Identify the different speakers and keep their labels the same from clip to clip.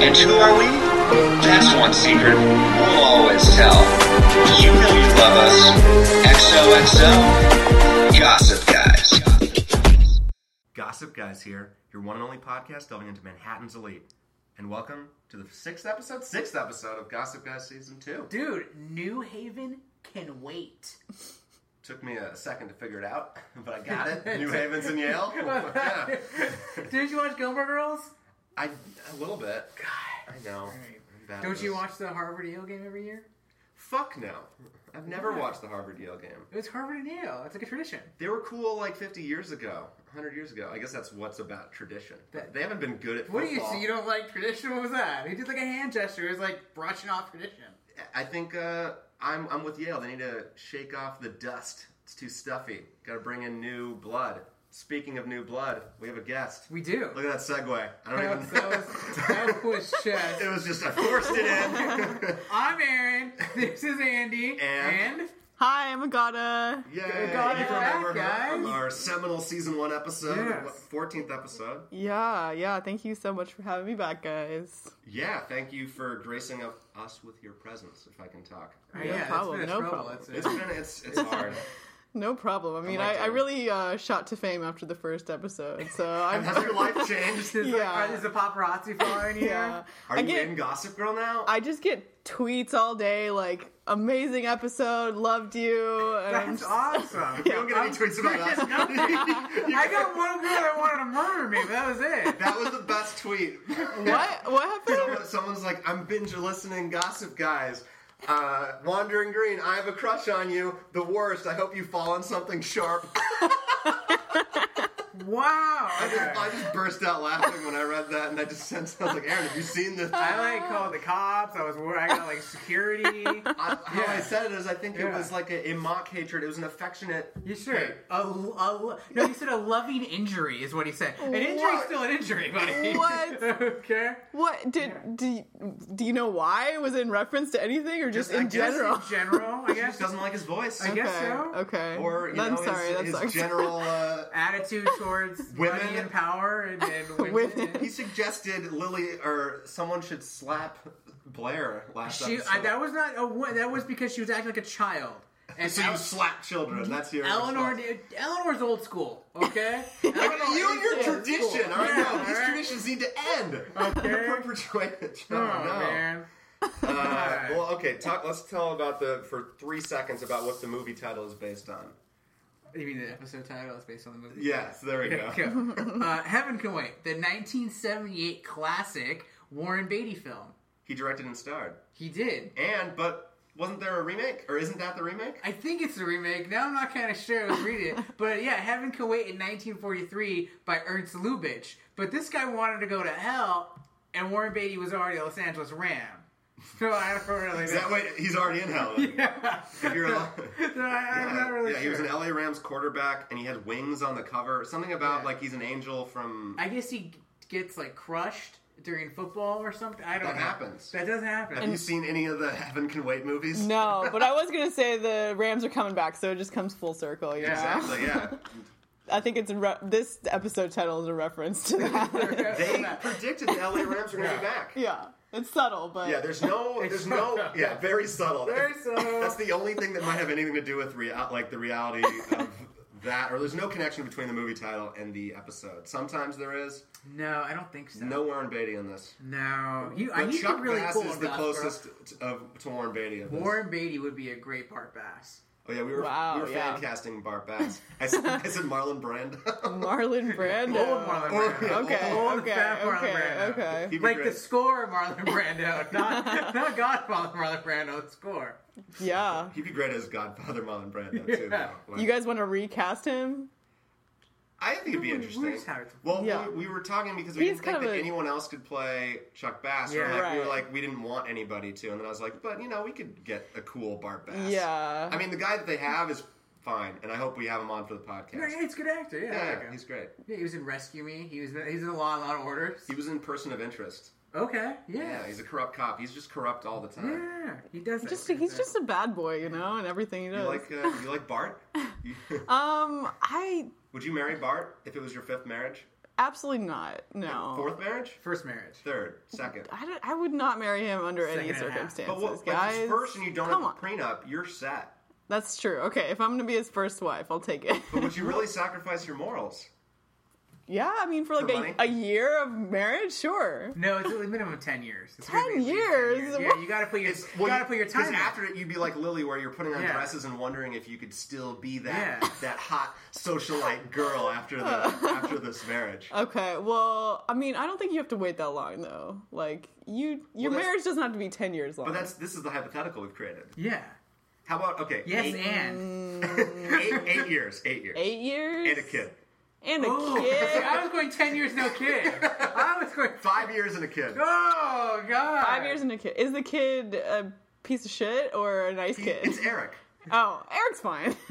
Speaker 1: And who are we? That's one secret we'll always tell. You know you love us. XOXO, Gossip Guys. Gossip Guys here, your one and only podcast delving into Manhattan's elite. And welcome to the sixth episode, sixth episode of Gossip Guys Season 2.
Speaker 2: Dude, New Haven can wait.
Speaker 1: Took me a second to figure it out, but I got it. New Haven's in Yale. Oh, Yeah.
Speaker 2: Did you watch Gilmore Girls?
Speaker 1: I, a little bit.
Speaker 2: God.
Speaker 1: I know.
Speaker 2: Alright.
Speaker 1: I'm bad at
Speaker 2: Don't you
Speaker 1: this.
Speaker 2: watch the Harvard Yale game every year?
Speaker 1: Fuck no. I've never
Speaker 2: Why?
Speaker 1: watched the Harvard Yale game.
Speaker 2: It was Harvard and Yale. It's like a tradition.
Speaker 1: They were cool like 50 years ago, 100 years ago. I guess that's what's about tradition.
Speaker 2: That-
Speaker 1: they haven't been good at
Speaker 2: What do you
Speaker 1: football.
Speaker 2: see? You don't like tradition? What was that? He did like a hand gesture. It was like brushing off tradition.
Speaker 1: I think uh, I'm, I'm with Yale. They need to shake off the dust. It's too stuffy. Got to bring in new blood. Speaking of new blood, we have a guest.
Speaker 2: We do.
Speaker 1: Look at that segue. I don't
Speaker 2: That
Speaker 1: even.
Speaker 2: was, that was, that was just.
Speaker 1: it was just I forced it in.
Speaker 2: I'm Aaron. This is Andy.
Speaker 1: And-
Speaker 3: Hi, I'm Agata.
Speaker 1: Yay!
Speaker 2: God,
Speaker 1: you
Speaker 2: we're
Speaker 1: remember
Speaker 2: back,
Speaker 1: her from
Speaker 2: guys.
Speaker 1: our seminal season one episode,
Speaker 2: Yes.
Speaker 1: what, 14th episode.
Speaker 3: Yeah, yeah, thank you so much for having me back, guys.
Speaker 1: Yeah, thank you for gracing up us with your presence. If I can talk,
Speaker 2: Oh,
Speaker 3: No
Speaker 2: yeah,
Speaker 3: problem,
Speaker 2: It's been a
Speaker 3: no
Speaker 2: trouble.
Speaker 3: problem.
Speaker 2: It's a-
Speaker 1: it's been it's it's hard.
Speaker 3: No problem. I mean,
Speaker 1: my
Speaker 3: I, I
Speaker 1: turn.
Speaker 3: really uh, shot to fame after the first episode, so I'm.
Speaker 1: Has your life changed?
Speaker 2: It's like,
Speaker 3: Yeah.
Speaker 2: are- is the paparazzi following you?
Speaker 3: yeah.
Speaker 1: Are
Speaker 3: I
Speaker 1: you
Speaker 3: get,
Speaker 1: in Gossip Girl now?
Speaker 3: I just get tweets all day like, amazing episode, loved you. And I'm
Speaker 2: That's
Speaker 3: just-
Speaker 2: awesome.
Speaker 1: you don't get any tweets about us.
Speaker 2: I got one girl that wanted to murder me, but that was it.
Speaker 1: that was the best tweet.
Speaker 3: What? What happened?
Speaker 1: Someone- Someone's like, I'm binge listening Gossip Guys. Uh, Wandering Green, I have a crush on you. The worst. I hope you fall on something sharp.
Speaker 2: Wow.
Speaker 1: I
Speaker 2: Okay.
Speaker 1: just, I just burst out laughing when I read that, and I just sent. I was like, Aaron, have you seen this?
Speaker 2: I like called the cops. I was worried. I got like security.
Speaker 1: I, how I
Speaker 2: Yeah.
Speaker 1: said it is, I think it
Speaker 2: Yeah.
Speaker 1: was like a, a mock hatred. It was an affectionate.
Speaker 2: You sure? A, a, no, he said a loving injury is what he said. An injury's
Speaker 3: What?
Speaker 2: still an injury, buddy.
Speaker 3: What?
Speaker 2: okay.
Speaker 3: What did do? You, do you know why? Was it in reference to anything, or just,
Speaker 1: Just- I
Speaker 3: in
Speaker 1: guess in
Speaker 3: general?
Speaker 2: In general, I
Speaker 1: Just
Speaker 2: guess.
Speaker 1: doesn't like his voice,
Speaker 2: I guess
Speaker 3: okay.
Speaker 2: so.
Speaker 3: Okay.
Speaker 1: or you
Speaker 3: I'm
Speaker 1: know,
Speaker 3: sorry.
Speaker 1: his,
Speaker 3: that
Speaker 1: his
Speaker 3: sucks.
Speaker 1: general. Uh,
Speaker 2: Attitude towards
Speaker 1: Women-
Speaker 2: money and power and, and women.
Speaker 3: Women.
Speaker 1: he suggested Lily or someone should slap Blair last
Speaker 2: She,
Speaker 1: episode.
Speaker 2: I, that was not a wo- that was because she was acting like a child. And
Speaker 1: so
Speaker 2: El-
Speaker 1: you slap children. That's your
Speaker 2: Eleanor,
Speaker 1: response.
Speaker 2: did- Eleanor's old school. Okay, Eleanor
Speaker 1: You and
Speaker 2: is
Speaker 1: your
Speaker 2: old
Speaker 1: tradition.
Speaker 2: school.
Speaker 1: All right,
Speaker 2: Yeah,
Speaker 1: no,
Speaker 2: all
Speaker 1: these
Speaker 2: right.
Speaker 1: traditions need to end.
Speaker 2: Okay.
Speaker 1: Perpetuated. Oh,
Speaker 2: Oh,
Speaker 1: no.
Speaker 2: man.
Speaker 1: Uh, well, okay. Talk, let's tell about the for three seconds about what the movie title is based on.
Speaker 2: You mean the episode title is based on the movie?
Speaker 1: Yes, there we go.
Speaker 2: Cool. uh, Heaven Can Wait, the 1978 classic Warren Beatty film.
Speaker 1: He directed and starred.
Speaker 2: He did.
Speaker 1: And but wasn't there a remake, or isn't that the remake?
Speaker 2: I think it's the remake. Now I'm not kind of sure. I was reading it. But yeah, Heaven Can Wait in 1943 by Ernst Lubitsch. But this guy wanted to go to hell, and Warren Beatty was already a Los Angeles Ram. So I don't really know.
Speaker 1: Is that what he's already in hell? then?
Speaker 2: Yeah.
Speaker 1: If you're al-
Speaker 2: So I, I'm not really
Speaker 1: yeah,
Speaker 2: sure.
Speaker 1: he was an LA Rams quarterback, and he had wings on the cover. Something about
Speaker 2: Yeah.
Speaker 1: like he's an angel from.
Speaker 2: I guess he gets like crushed during football or something. I don't
Speaker 1: That
Speaker 2: know.
Speaker 1: happens.
Speaker 2: That does happen.
Speaker 1: Have you seen any of the Heaven Can Wait movies?
Speaker 3: No, but I was gonna say the Rams are coming back, so it just comes full circle. You know?
Speaker 1: Exactly. Yeah.
Speaker 3: I think it's a re- this episode title is a reference to that.
Speaker 1: They predicted the LA Rams were going to
Speaker 2: Yeah.
Speaker 1: be back.
Speaker 3: yeah, it's subtle, but
Speaker 1: Yeah, there's no, there's no, yeah, very subtle.
Speaker 2: Very subtle.
Speaker 1: That's the only thing that might have anything to do with rea- like the reality of that, or there's no connection between the movie title and the episode. Sometimes there is.
Speaker 2: no, I don't think so.
Speaker 1: No Warren Beatty in this.
Speaker 2: No, you. I
Speaker 1: But
Speaker 2: mean,
Speaker 1: Chuck
Speaker 2: really
Speaker 1: Bass
Speaker 2: cool
Speaker 1: is the
Speaker 2: enough,
Speaker 1: closest t- of, to Warren Beatty of
Speaker 2: Bro.
Speaker 1: this.
Speaker 2: Warren Beatty would be a great Bart Bass.
Speaker 1: oh yeah, we were
Speaker 3: Wow,
Speaker 1: we were
Speaker 3: yeah.
Speaker 1: fan casting Bart Bass. I said, I said Marlon Brando.
Speaker 3: Marlon Brando.
Speaker 2: Old Marlon Brando.
Speaker 1: Oh,
Speaker 3: Okay,
Speaker 2: Old
Speaker 3: okay,
Speaker 2: fat Marlon
Speaker 3: okay,
Speaker 2: Brando.
Speaker 3: okay.
Speaker 1: He'd be
Speaker 2: Like
Speaker 1: great.
Speaker 2: the score, Marlon Brando, not not Godfather Marlon Brando. the Score.
Speaker 3: Yeah,
Speaker 1: He'd be great as Godfather Marlon Brando too.
Speaker 2: Yeah.
Speaker 1: though. Like-
Speaker 3: you guys want to recast him?
Speaker 1: I think it'd be
Speaker 2: Who-
Speaker 1: interesting.
Speaker 2: who's Howard?
Speaker 1: Well,
Speaker 3: Yeah.
Speaker 1: we, we were talking because we
Speaker 3: He's
Speaker 1: didn't think
Speaker 3: kind
Speaker 1: that
Speaker 3: of a-
Speaker 1: anyone else could play Chuck Bass. We, were
Speaker 2: Yeah.
Speaker 1: like, we were
Speaker 3: Right.
Speaker 1: like, we didn't want anybody to. And then I was like, but you know, we could get a cool Bart Bass.
Speaker 3: Yeah.
Speaker 1: I mean, the guy that they have is fine, and I hope we have him on for the podcast.
Speaker 2: Yeah, yeah, he's a good actor. Yeah, I
Speaker 1: Yeah,
Speaker 2: like him.
Speaker 1: he's great.
Speaker 2: Yeah, he was in Rescue Me. He was in, he's in a lot, a lot of orders.
Speaker 1: He was in Person of Interest.
Speaker 2: Okay, yeah,
Speaker 1: Yeah, he's a corrupt cop. He's just corrupt all the time.
Speaker 2: Yeah, he does. that
Speaker 3: Just
Speaker 2: kind of
Speaker 3: he's
Speaker 2: thing.
Speaker 3: just a bad boy, you know, and everything he does.
Speaker 1: You like uh, you like Bart? You-
Speaker 3: um, I
Speaker 1: Would you marry Bart if it was your fifth marriage?
Speaker 3: Absolutely not. No.
Speaker 1: Fourth marriage?
Speaker 2: First marriage.
Speaker 1: Third, second.
Speaker 3: I, don't- I would not marry him under any
Speaker 2: Second and a half.
Speaker 3: circumstances,
Speaker 1: But what, like,
Speaker 3: guys.
Speaker 1: it's first and you don't
Speaker 3: come
Speaker 1: have
Speaker 3: on.
Speaker 1: a prenup, you're set.
Speaker 3: That's true. Okay, if I'm gonna be his first wife, I'll take it.
Speaker 1: But would you really sacrifice your morals?
Speaker 3: yeah, I mean, for like
Speaker 1: For money?
Speaker 3: a, a year of marriage, sure.
Speaker 2: No, it's a minimum of ten years. It's gonna
Speaker 3: 10
Speaker 2: be at least
Speaker 3: years?
Speaker 2: Yeah, you gotta put your you
Speaker 1: well,
Speaker 2: gotta put your
Speaker 1: 'cause
Speaker 2: time in.
Speaker 1: after it. You'd be like Lily, where you're putting on
Speaker 2: Yeah.
Speaker 1: dresses and wondering if you could still be that
Speaker 2: Yeah.
Speaker 1: that hot socialite girl after the after this marriage.
Speaker 3: Okay, well, I mean, I don't think you have to wait that long though. Like you, your
Speaker 1: that's-
Speaker 3: marriage doesn't have to be ten years long.
Speaker 1: But that's this is the hypothetical we've created.
Speaker 2: Yeah.
Speaker 1: How about okay?
Speaker 2: Yes,
Speaker 1: eight,
Speaker 2: and
Speaker 1: eight, eight years, eight years,
Speaker 3: eight years
Speaker 1: and a kid. Oh.
Speaker 3: and a
Speaker 2: Ooh, see,
Speaker 3: kid.
Speaker 2: Oh, I was going ten years, no kid. I was going.
Speaker 1: Five years and a kid.
Speaker 2: Oh god.
Speaker 3: Five years and a kid. Is the kid a piece of shit or a nice kid?
Speaker 1: It's Eric.
Speaker 3: oh, Eric's fine.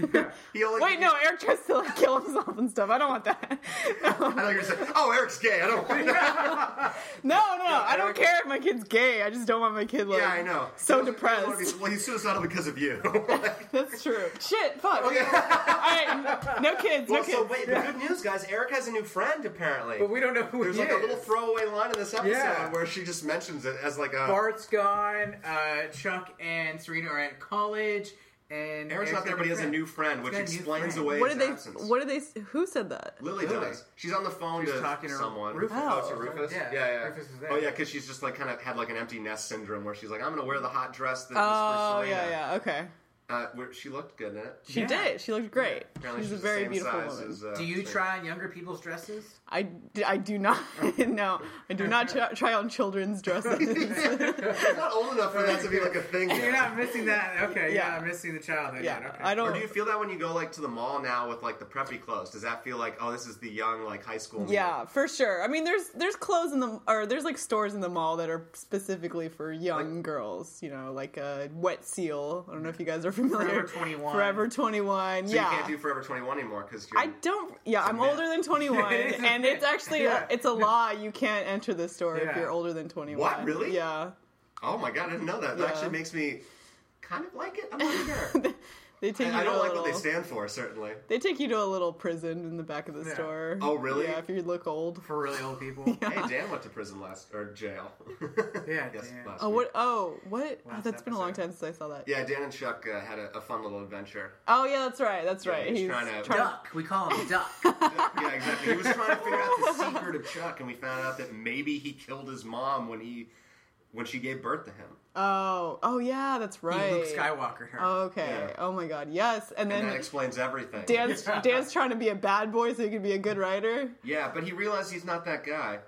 Speaker 1: He only,
Speaker 3: Wait, no, Eric tries to like kill himself and stuff. I don't want that. No,
Speaker 1: I know you're saying, oh, Eric's gay. I don't. want that.
Speaker 3: no, no, I don't
Speaker 1: Eric-
Speaker 3: care if my kid's gay. I just don't want my kid like
Speaker 1: yeah, I know.
Speaker 3: so
Speaker 1: He doesn't- he doesn't wanna
Speaker 3: depressed.
Speaker 1: be- Well, he's suicidal because of you.
Speaker 3: That's true. Shit, fuck.
Speaker 1: Okay.
Speaker 3: All right, no kids, no
Speaker 1: Well,
Speaker 3: kids.
Speaker 1: so wait, the good news, guys. Eric has a new friend apparently.
Speaker 2: But we don't know who
Speaker 1: There's
Speaker 2: he
Speaker 1: like
Speaker 2: is.
Speaker 1: a little throwaway line in this episode
Speaker 2: Yeah.
Speaker 1: where she just mentions it as like a.
Speaker 2: Bart's gone. Uh, Chuck and Serena are at college, and
Speaker 1: Eric's not there,
Speaker 2: got
Speaker 1: but he has a
Speaker 2: friend.
Speaker 1: new friend, which
Speaker 2: got a new
Speaker 1: explains
Speaker 2: friend.
Speaker 1: away
Speaker 3: what
Speaker 1: his
Speaker 3: did they?
Speaker 1: absence.
Speaker 3: What did they? s- Who said that?
Speaker 1: Lily
Speaker 2: Lily.
Speaker 1: does. She's on the phone
Speaker 2: She was
Speaker 1: to
Speaker 2: talking to
Speaker 1: someone.
Speaker 2: Rufus.
Speaker 1: Oh,
Speaker 3: Oh.
Speaker 1: to Rufus.
Speaker 2: Yeah,
Speaker 1: yeah. yeah.
Speaker 2: Rufus was there.
Speaker 1: Oh, yeah, because she's just like kind of had like an empty nest syndrome where she's like, I'm gonna wear the hot dress that
Speaker 3: Oh
Speaker 1: was for Serena.
Speaker 3: yeah, yeah. Okay,
Speaker 1: Uh, where she looked good in it.
Speaker 3: she
Speaker 2: Yeah.
Speaker 3: did. She looked great.
Speaker 1: Apparently
Speaker 3: She's
Speaker 1: she's
Speaker 3: a
Speaker 1: the
Speaker 3: very
Speaker 1: same
Speaker 3: beautiful
Speaker 1: size
Speaker 3: woman.
Speaker 1: as, uh,
Speaker 2: Do you
Speaker 1: Serena.
Speaker 2: try on younger people's dresses?
Speaker 3: I, d- I do not no I do not try, try on children's dresses.
Speaker 1: I'm not old enough for that to be like a thing.
Speaker 2: You're
Speaker 1: yet.
Speaker 2: not missing that. Okay, yeah,
Speaker 3: Yeah.
Speaker 2: I'm missing the childhood.
Speaker 3: yeah,
Speaker 2: okay.
Speaker 3: I don't.
Speaker 1: Or do you feel that when you go like to the mall now with like the preppy clothes? Does that feel like, oh, this is the young like high school? me?
Speaker 3: Yeah, for sure. I mean, there's there's clothes in the or there's like stores in the mall that are specifically for young girls. You know, like a Wet Seal. I don't know if you guys are familiar.
Speaker 2: Forever 21.
Speaker 3: Forever 21.
Speaker 1: So
Speaker 3: yeah.
Speaker 1: you can't do Forever 21 anymore because you're.
Speaker 3: I don't. Yeah, I'm
Speaker 1: myth.
Speaker 3: older than 21,
Speaker 2: It's a
Speaker 3: and
Speaker 2: myth.
Speaker 3: it's actually uh,
Speaker 2: Yeah.
Speaker 3: it's a law. You can't enter the store if
Speaker 2: Yeah.
Speaker 3: you're older than 21.
Speaker 1: What? Really?
Speaker 3: Yeah.
Speaker 1: Oh my god, I didn't know that. That
Speaker 3: Yeah.
Speaker 1: actually makes me kind of like it. I'm not sure.
Speaker 3: They take. you
Speaker 1: I
Speaker 3: to
Speaker 1: don't
Speaker 3: a
Speaker 1: like what they
Speaker 3: little-
Speaker 1: stand for, certainly.
Speaker 3: They take you to a little prison in the back of the
Speaker 2: Yeah.
Speaker 3: store.
Speaker 1: Oh, really?
Speaker 3: Yeah, if you look old.
Speaker 2: For really old people.
Speaker 1: Hey, Dan went to prison last or jail.
Speaker 2: Yeah,
Speaker 1: yes,
Speaker 2: Dan.
Speaker 1: last
Speaker 3: Oh
Speaker 1: week.
Speaker 3: what? Oh what? Oh,
Speaker 2: Last
Speaker 3: that's been a long
Speaker 2: episode.
Speaker 3: time since I saw that.
Speaker 1: Yeah, Dan and Chuck uh, had a, a fun little adventure.
Speaker 3: Oh yeah, that's right. That's right.
Speaker 1: he's
Speaker 3: He's
Speaker 1: trying to-
Speaker 3: trying
Speaker 2: duck. We call him Duck.
Speaker 1: yeah, exactly. He was trying to figure out the secret of Chuck, and we found out that maybe he killed his mom when he when she gave birth to him.
Speaker 3: Oh, oh yeah, that's right.
Speaker 2: Luke Skywalker. Her.
Speaker 3: Okay.
Speaker 1: Yeah.
Speaker 3: Oh my God. Yes.
Speaker 1: And
Speaker 3: And then
Speaker 1: that explains everything.
Speaker 3: Dan's
Speaker 2: Yeah.
Speaker 3: Dan's trying to be a bad boy so he could be a good writer
Speaker 1: yeah, but he realized he's not that guy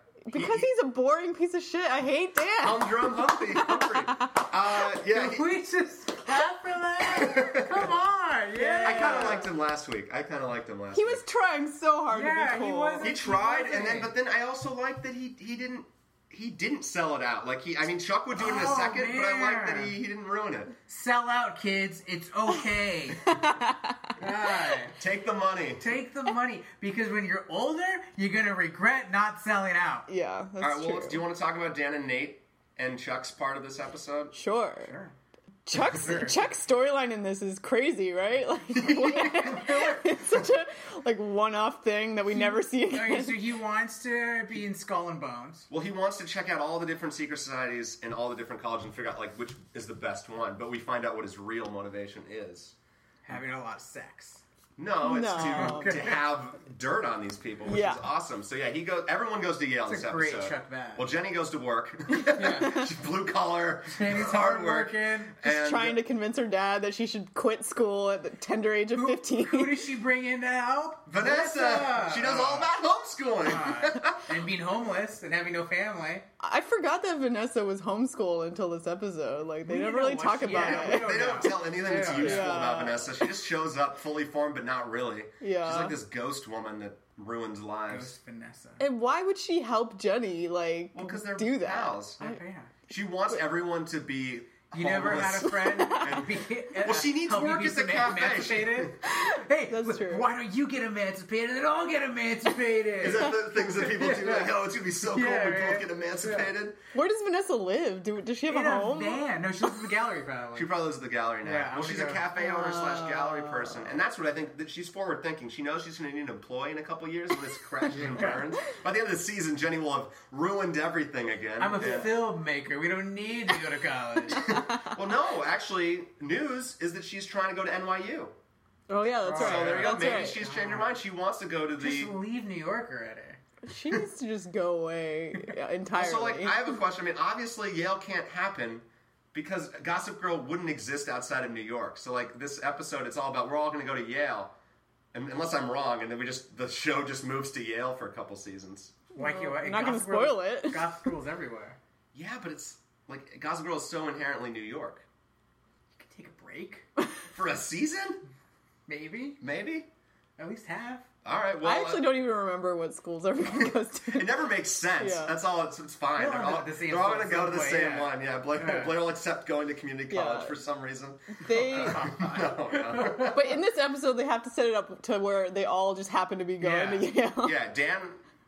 Speaker 3: because he's a boring piece of shit. I hate Dan.
Speaker 1: humdrum Humpty. Humphrey. Uh, yeah, he-
Speaker 2: Can we just clap for that? Come on, yeah.
Speaker 1: I kind of liked him last week. I kind of liked him last.
Speaker 3: he
Speaker 1: week.
Speaker 3: was trying so hard
Speaker 2: Yeah,
Speaker 3: to be
Speaker 2: he
Speaker 3: cool.
Speaker 2: wasn't-
Speaker 1: he tried
Speaker 2: He
Speaker 1: and then
Speaker 2: wasn't.
Speaker 1: but then i also liked that he he didn't he didn't sell it out like he i mean chuck would do it in a
Speaker 2: Oh,
Speaker 1: second but i liked that
Speaker 2: man.
Speaker 1: he, he didn't ruin it
Speaker 2: Sell out, kids. It's okay. God.
Speaker 1: take the money
Speaker 2: Take the money because when you're older, you're gonna regret not selling out.
Speaker 3: Yeah, that's
Speaker 1: all right well
Speaker 3: true.
Speaker 1: let's- do you want to talk about dan and nate and chuck's part of this episode
Speaker 3: Sure.
Speaker 2: Sure.
Speaker 3: Chuck's
Speaker 2: Sure.
Speaker 3: Chuck's storyline in this is crazy, right? Like what- it's such a like one-off thing that we never see
Speaker 2: Okay,
Speaker 3: again.
Speaker 2: so he wants to be in Skull and Bones.
Speaker 1: well he wants to check out all the different secret societies and all the different colleges and figure out like which is the best one but we find out what his real motivation is
Speaker 2: having a lot of sex.
Speaker 1: no, it's
Speaker 3: No.
Speaker 1: to to have dirt on these people, which
Speaker 3: Yeah.
Speaker 1: is awesome. So yeah, he goes. Everyone goes to Yale
Speaker 2: It's a
Speaker 1: this
Speaker 2: great
Speaker 1: episode.
Speaker 2: Chuck Bass.
Speaker 1: Well, Jenny goes to work.
Speaker 2: Yeah.
Speaker 1: She's blue collar,
Speaker 2: And he's
Speaker 1: hard work.
Speaker 2: hardworking.
Speaker 1: and-
Speaker 3: Trying to convince her dad that she should quit school at the tender age of 15.
Speaker 2: Who does she bring in to help?
Speaker 1: Vanessa, she knows all about homeschooling.
Speaker 2: God. and being homeless and having no family.
Speaker 3: I forgot that Vanessa was homeschooled until this episode. Like they
Speaker 2: We
Speaker 3: never
Speaker 2: know
Speaker 3: really
Speaker 2: what
Speaker 3: talk
Speaker 2: she-
Speaker 3: about
Speaker 2: yeah, we
Speaker 3: it.
Speaker 2: know-
Speaker 1: they don't tell anything that's
Speaker 2: Yeah.
Speaker 1: useful
Speaker 3: Yeah.
Speaker 1: about Vanessa. She just shows up fully formed, but not really.
Speaker 3: Yeah.
Speaker 1: She's like this ghost woman that ruins lives.
Speaker 2: Ghost Vanessa.
Speaker 3: And why would she help Jenny like
Speaker 1: Well, because they're
Speaker 3: do that?
Speaker 1: pals.
Speaker 2: Oh, yeah.
Speaker 1: She wants everyone to be
Speaker 2: You never had a
Speaker 1: Homeless.
Speaker 2: friend. be,
Speaker 1: Well, she needs
Speaker 2: help you
Speaker 1: work
Speaker 2: be
Speaker 1: at the
Speaker 2: eman-
Speaker 1: cafe.
Speaker 2: Emancipated. hey,
Speaker 3: That's
Speaker 2: look,
Speaker 3: true.
Speaker 2: Why don't you get emancipated and I'll get emancipated?
Speaker 1: Is that the things that people do? Like,
Speaker 2: Yeah.
Speaker 1: oh, it's gonna be so cool
Speaker 2: Yeah,
Speaker 1: when we both
Speaker 2: right.
Speaker 1: get emancipated.
Speaker 3: Where does Vanessa live? Do, does she have
Speaker 2: in
Speaker 3: a
Speaker 2: a
Speaker 3: home?
Speaker 2: van? No, she lives in the gallery probably.
Speaker 1: She probably lives at the gallery now.
Speaker 2: Yeah,
Speaker 1: well,
Speaker 2: I'm
Speaker 1: she's a
Speaker 2: gonna go- Uh,
Speaker 1: cafe owner slash gallery person, and that's what I think. That she's forward thinking. She knows she's going to need an employee in a couple years when this crashes and burns. By the end of the season, Jenny will have ruined everything again.
Speaker 2: I'm a
Speaker 1: Yeah.
Speaker 2: filmmaker. We don't need to go to college.
Speaker 1: Well, no, actually, news is that she's trying to go to NYU.
Speaker 3: Oh yeah, that's
Speaker 2: So
Speaker 3: right.
Speaker 1: So there you go.
Speaker 3: That's
Speaker 1: Maybe
Speaker 3: right.
Speaker 1: she's changed her mind. She wants to go to the.
Speaker 2: Just leave New York already.
Speaker 3: She needs to just go away yeah, entirely.
Speaker 1: So, like, I have a question. I mean, obviously, Yale can't happen because Gossip Girl wouldn't exist outside of New York. So, like, this episode, it's all about we're all going to go to Yale, and, unless I'm wrong, and then we just the show just moves to Yale for a couple seasons.
Speaker 2: Like you,
Speaker 3: Well,
Speaker 2: and
Speaker 3: not gonna
Speaker 2: goth girls-
Speaker 3: spoil it.
Speaker 2: Goth girls everywhere.
Speaker 1: Yeah, but it's like Gossip Girl is so inherently New York
Speaker 2: You could take a break,
Speaker 1: for a season,
Speaker 2: maybe
Speaker 1: maybe.
Speaker 2: at least half.
Speaker 1: All right. Well, uh,
Speaker 3: I actually don't even remember what schools everyone goes to.
Speaker 1: It never makes sense.
Speaker 3: Yeah.
Speaker 1: That's all. It's, it's fine.
Speaker 2: They'll
Speaker 1: They're
Speaker 2: end
Speaker 1: all,
Speaker 2: up at the same
Speaker 1: they're all
Speaker 2: school
Speaker 1: going to go to the
Speaker 2: somewhere,
Speaker 1: same
Speaker 2: yeah.
Speaker 1: one. Yeah, Blair,
Speaker 2: Yeah.
Speaker 1: Blair will accept going to community college
Speaker 3: Yeah.
Speaker 1: for some reason.
Speaker 3: They,
Speaker 1: no, no.
Speaker 3: but in this episode, they have to set it up to where they all just happen to be going
Speaker 2: Yeah.
Speaker 3: to Yale.
Speaker 1: Yeah, Dan,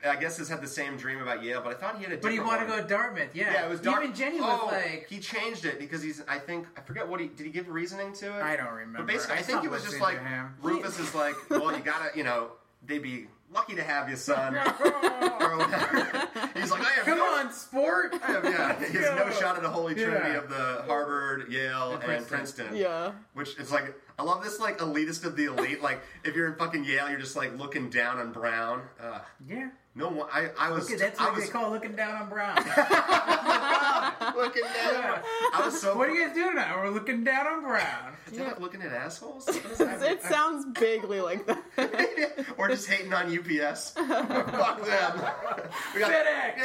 Speaker 1: I guess, has had the same dream about Yale, but I thought he had a different
Speaker 2: But he wanted to
Speaker 1: one.
Speaker 2: go to Dartmouth. Yeah,
Speaker 1: Yeah, it was dark.
Speaker 2: Even Jenny was
Speaker 1: oh,
Speaker 2: like,
Speaker 1: he changed it because he's. I think I forget what he did. He give reasoning to it.
Speaker 2: I don't remember.
Speaker 1: But basically, I,
Speaker 2: I
Speaker 1: think
Speaker 2: stopped
Speaker 1: it was just
Speaker 2: listening
Speaker 1: like
Speaker 2: to him.
Speaker 1: Rufus is like, well, you gotta, you know, they'd be lucky to have you, son. or whatever. he's like, I have
Speaker 2: "Come
Speaker 1: no,
Speaker 2: on, sport."
Speaker 1: Yeah, he has no
Speaker 2: Yeah.
Speaker 1: shot at the holy trinity
Speaker 2: Yeah.
Speaker 1: of the Harvard, Yale, and
Speaker 2: And
Speaker 1: Princeton.
Speaker 2: Princeton.
Speaker 3: Yeah.
Speaker 1: Which it's like I love this like elitist of the elite. Like if you're in fucking Yale, you're just like looking down on Brown. Ugh.
Speaker 2: Yeah.
Speaker 1: No one. I, I was.
Speaker 2: Okay, that's
Speaker 1: I
Speaker 2: what they
Speaker 1: was
Speaker 2: call looking down on Brown.
Speaker 1: looking down.
Speaker 2: Yeah.
Speaker 1: I was so.
Speaker 2: what are you guys doing now? We're looking down on Brown.
Speaker 1: Is that like looking at assholes? What does that mean?
Speaker 3: It sounds vaguely like that.
Speaker 1: or just hating on UPS. Fuck them. We got-
Speaker 2: FedEx.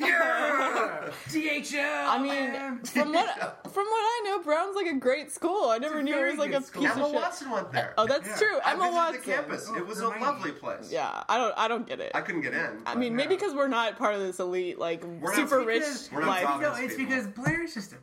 Speaker 1: Yeah.
Speaker 2: Yeah. DHL.
Speaker 3: I
Speaker 2: man.
Speaker 3: mean, from what from what I know, Brown's like a great school. I never
Speaker 2: a
Speaker 3: knew it
Speaker 2: very
Speaker 3: was like a
Speaker 2: good
Speaker 3: piece
Speaker 2: school.
Speaker 1: Emma
Speaker 3: of shit.
Speaker 1: Watson went there.
Speaker 3: Oh, that's
Speaker 2: Yeah.
Speaker 3: true.
Speaker 1: I
Speaker 3: Emma
Speaker 1: visited
Speaker 3: Watson. Oh,
Speaker 1: the campus. It was a
Speaker 2: Hermione.
Speaker 1: lovely place.
Speaker 3: Yeah, I don't I don't get it.
Speaker 1: I couldn't get in.
Speaker 3: I mean, maybe because we're not part of this elite, like
Speaker 1: not-
Speaker 3: super rich
Speaker 2: Because-
Speaker 1: We're not
Speaker 3: life.
Speaker 1: Providence
Speaker 2: no, it's
Speaker 1: people.
Speaker 2: because Blair's just a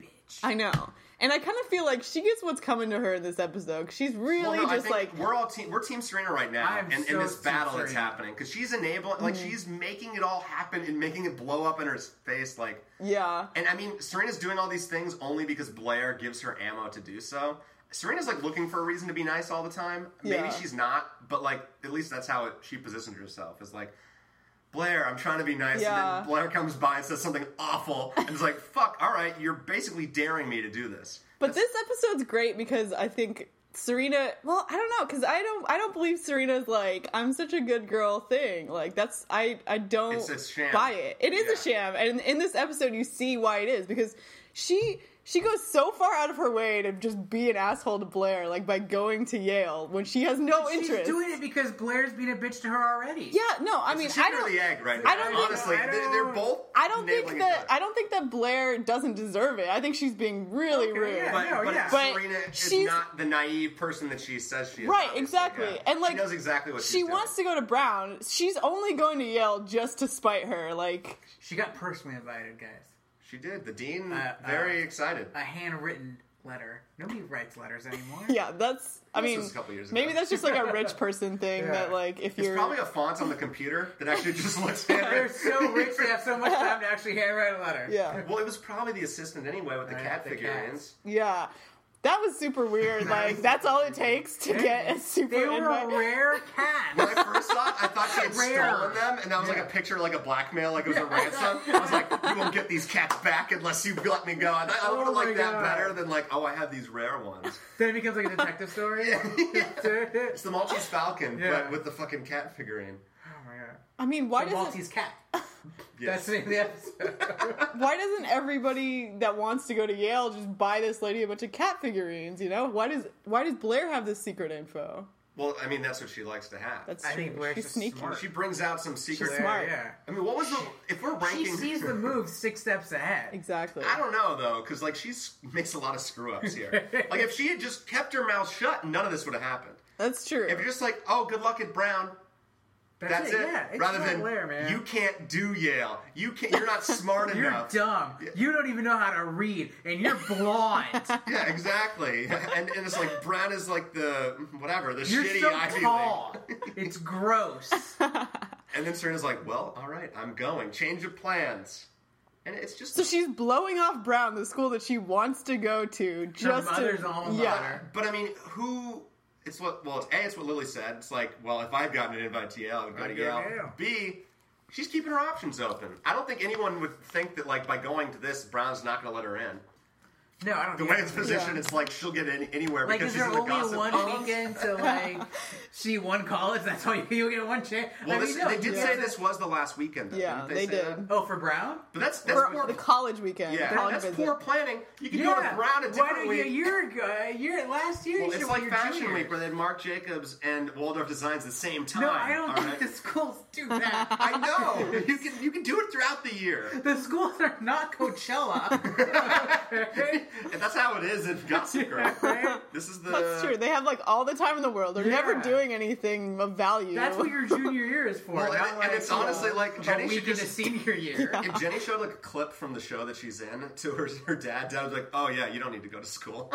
Speaker 2: bitch.
Speaker 3: I know. And I kind of feel like she gets what's coming to her in this episode. 'cause She's really
Speaker 1: Well, no, I
Speaker 3: just
Speaker 1: think
Speaker 3: like,
Speaker 1: we're all team. We're Team Serena right now,
Speaker 2: I'm
Speaker 1: and in
Speaker 2: so
Speaker 1: this
Speaker 2: Team
Speaker 1: battle that's
Speaker 2: Serena.
Speaker 1: happening because she's enabling, like
Speaker 3: Mm-hmm.
Speaker 1: she's making it all happen and making it blow up in her face. Like,
Speaker 3: yeah,
Speaker 1: and I mean, Serena's doing all these things only because Blair gives her ammo to do so. Serena's like looking for a reason to be nice all the time. Maybe
Speaker 3: Yeah.
Speaker 1: she's not, but like at least that's how it, she positioned herself. Is like. Blair, I'm trying to be nice, and
Speaker 3: Yeah.
Speaker 1: then Blair comes by and says something awful, and it's like, "Fuck, all right, you're basically daring me to do this."
Speaker 3: But this episode's great because I think Serena. Well, I don't know because I don't. I don't believe Serena's like I'm such a good girl thing. Like that's I. I don't
Speaker 1: It's a sham.
Speaker 3: buy it. It is a sham, and in this episode you see why it is because she she goes so far out of her way to just be an asshole to Blair, like by going to Yale when she has no
Speaker 2: She's
Speaker 3: interest.
Speaker 2: doing it because Blair's being a bitch to her already.
Speaker 3: yeah, no, I mean, I
Speaker 1: Chicken or
Speaker 3: don't.
Speaker 1: the egg, right?
Speaker 3: I
Speaker 1: now.
Speaker 3: don't think-
Speaker 1: honestly,
Speaker 2: I
Speaker 1: they're,
Speaker 2: don't-
Speaker 1: they're both.
Speaker 3: I don't think
Speaker 1: enabling each
Speaker 3: that
Speaker 1: other.
Speaker 3: I don't think that Blair doesn't deserve it. I think she's being really
Speaker 2: Okay,
Speaker 3: rude.
Speaker 2: yeah.
Speaker 1: But,
Speaker 2: No,
Speaker 1: but
Speaker 2: yeah.
Speaker 3: But
Speaker 1: Serena is
Speaker 3: she's-
Speaker 1: not the naive person that she says she is.
Speaker 3: Right,
Speaker 1: obviously,
Speaker 3: exactly.
Speaker 1: yeah.
Speaker 3: And, like,
Speaker 1: she knows exactly what
Speaker 3: She
Speaker 1: she's
Speaker 3: wants to go to Brown. She's only going to Yale just to spite her. Like
Speaker 2: She got personally invited, guys.
Speaker 1: Doing. She did. The dean
Speaker 2: Uh, uh,
Speaker 1: very excited.
Speaker 2: A handwritten letter. Nobody writes letters anymore.
Speaker 3: Yeah, that's. I
Speaker 1: This
Speaker 3: mean,
Speaker 1: was a couple years ago.
Speaker 3: maybe that's just like a rich person thing
Speaker 2: Yeah.
Speaker 3: that like if
Speaker 1: it's
Speaker 3: you're
Speaker 1: probably a font on the computer that actually just looks
Speaker 2: They're
Speaker 1: handwritten.
Speaker 2: so rich they have so much time to actually handwrite a letter.
Speaker 3: yeah
Speaker 1: Well, it was probably the assistant anyway with the
Speaker 2: Right,
Speaker 1: cat
Speaker 2: Uh, the
Speaker 1: figurines.
Speaker 3: yeah. That was super weird. Like that's all it takes to get a super
Speaker 2: They were a
Speaker 3: invite.
Speaker 2: rare cat.
Speaker 1: When I first saw it, I thought she had
Speaker 2: Rare.
Speaker 1: stolen them, and that was like a
Speaker 2: Yeah.
Speaker 1: picture, like a blackmail, like it was a ransom. I was like, "You won't get these cats back unless you let me go." And I, I would
Speaker 2: Oh
Speaker 1: have
Speaker 2: my
Speaker 1: liked that
Speaker 2: God.
Speaker 1: better than like, "Oh, I have these rare ones."
Speaker 2: Then it becomes like a detective story. Oh
Speaker 1: It's the Maltese Falcon,
Speaker 2: Yeah.
Speaker 1: but with the fucking cat figurine.
Speaker 2: Oh my god.
Speaker 3: I mean, why
Speaker 2: The
Speaker 3: doesn't
Speaker 2: Maltese cat.
Speaker 1: Yes.
Speaker 2: That's the name of the episode.
Speaker 3: why doesn't everybody that wants to go to Yale just buy this lady a bunch of cat figurines? You know why does why does Blair have this secret info?
Speaker 1: Well, I mean, that's what she likes to have.
Speaker 3: That's
Speaker 2: I
Speaker 3: true.
Speaker 2: think Blair's
Speaker 3: She's
Speaker 2: just
Speaker 3: sneaky.
Speaker 2: smart.
Speaker 1: she brings out some secret.
Speaker 3: She's smart.
Speaker 2: Yeah.
Speaker 1: I mean, what was the? If we're ranking,
Speaker 2: She sees the move six steps ahead.
Speaker 3: Exactly.
Speaker 1: I don't know though, because like she makes a lot of screw ups here. like if she had just kept her mouth shut, none of this would have happened.
Speaker 3: That's true.
Speaker 1: If you're just like, oh, good luck at Brown, That's, it.
Speaker 2: Yeah, it's
Speaker 1: Rather
Speaker 2: Fred
Speaker 1: than
Speaker 2: Blair, man.
Speaker 1: you can't do Yale. You can't. You're not smart
Speaker 2: You're
Speaker 1: enough.
Speaker 2: dumb. You don't even know how to read, and you're blonde.
Speaker 1: Yeah, exactly. And, and it's like Brown is like the whatever the
Speaker 2: you're
Speaker 1: shitty
Speaker 2: so
Speaker 1: Ivy
Speaker 2: tall.
Speaker 1: League.
Speaker 2: It's gross.
Speaker 1: And then Serena's like, "Well, all right, I'm going. Change of plans." And it's just
Speaker 3: So she's blowing off Brown, the school that she wants to go to, just
Speaker 2: mother's
Speaker 3: to
Speaker 2: alma
Speaker 3: yeah.
Speaker 2: mater.
Speaker 1: But I mean, who? It's what. Well, a. It's what Lily said. It's like, well, if I've gotten an invite to Yale, I'd go
Speaker 2: I'd
Speaker 1: to
Speaker 2: go
Speaker 1: Yale.
Speaker 2: to Yale.
Speaker 1: B. She's keeping her options open. I don't think anyone would think that like by going to this, Brown's not going to let her in.
Speaker 2: No, I don't.
Speaker 1: The
Speaker 2: get
Speaker 1: way
Speaker 2: it.
Speaker 1: it's positioned,
Speaker 3: Yeah.
Speaker 1: it's like she'll get in anywhere
Speaker 2: Like,
Speaker 1: because
Speaker 2: is
Speaker 1: she's
Speaker 2: there
Speaker 1: in the
Speaker 2: only
Speaker 1: gossip
Speaker 2: one
Speaker 1: columns.
Speaker 2: weekend to like see one college? That's all you, you get one chance.
Speaker 1: Well,
Speaker 2: I mean,
Speaker 1: this,
Speaker 2: no,
Speaker 1: they did
Speaker 2: you
Speaker 1: say
Speaker 2: get-
Speaker 1: this was the last weekend. Though.
Speaker 3: Yeah,
Speaker 1: didn't
Speaker 3: they
Speaker 1: say
Speaker 3: did.
Speaker 1: that?
Speaker 2: Oh, for Brown.
Speaker 1: But that's that's
Speaker 3: For
Speaker 1: poor,
Speaker 3: the college weekend.
Speaker 1: yeah,
Speaker 3: college
Speaker 1: that's
Speaker 3: visit.
Speaker 1: poor planning. You can go to Brown a
Speaker 2: Why
Speaker 1: different
Speaker 2: don't you
Speaker 1: week.
Speaker 2: a year ago? A year last year.
Speaker 1: Well,
Speaker 2: you
Speaker 1: it's
Speaker 2: should've
Speaker 1: like
Speaker 2: went your
Speaker 1: Fashion
Speaker 2: junior.
Speaker 1: Week where they had Marc Jacobs and Waldorf Designs the same time.
Speaker 2: No, I don't
Speaker 1: all
Speaker 2: think
Speaker 1: right?
Speaker 2: the schools do that.
Speaker 1: I know you can you can do it throughout the year.
Speaker 2: the schools are not Coachella.
Speaker 1: And that's how it is in Gossip Girl.
Speaker 2: right?
Speaker 1: This is the
Speaker 3: That's true. They have like all the time in the world. They're never
Speaker 2: Yeah.
Speaker 3: doing anything of value.
Speaker 2: That's what your junior year is for.
Speaker 1: Well, and,
Speaker 2: not
Speaker 1: and
Speaker 2: like,
Speaker 1: it's honestly
Speaker 2: uh,
Speaker 1: like
Speaker 2: a
Speaker 1: Jenny
Speaker 2: week
Speaker 1: should
Speaker 2: in a
Speaker 1: just.
Speaker 2: senior year.
Speaker 1: If Jenny showed like a clip from the show that she's in to her, her dad, dad was like, "Oh yeah, you don't need to go to school.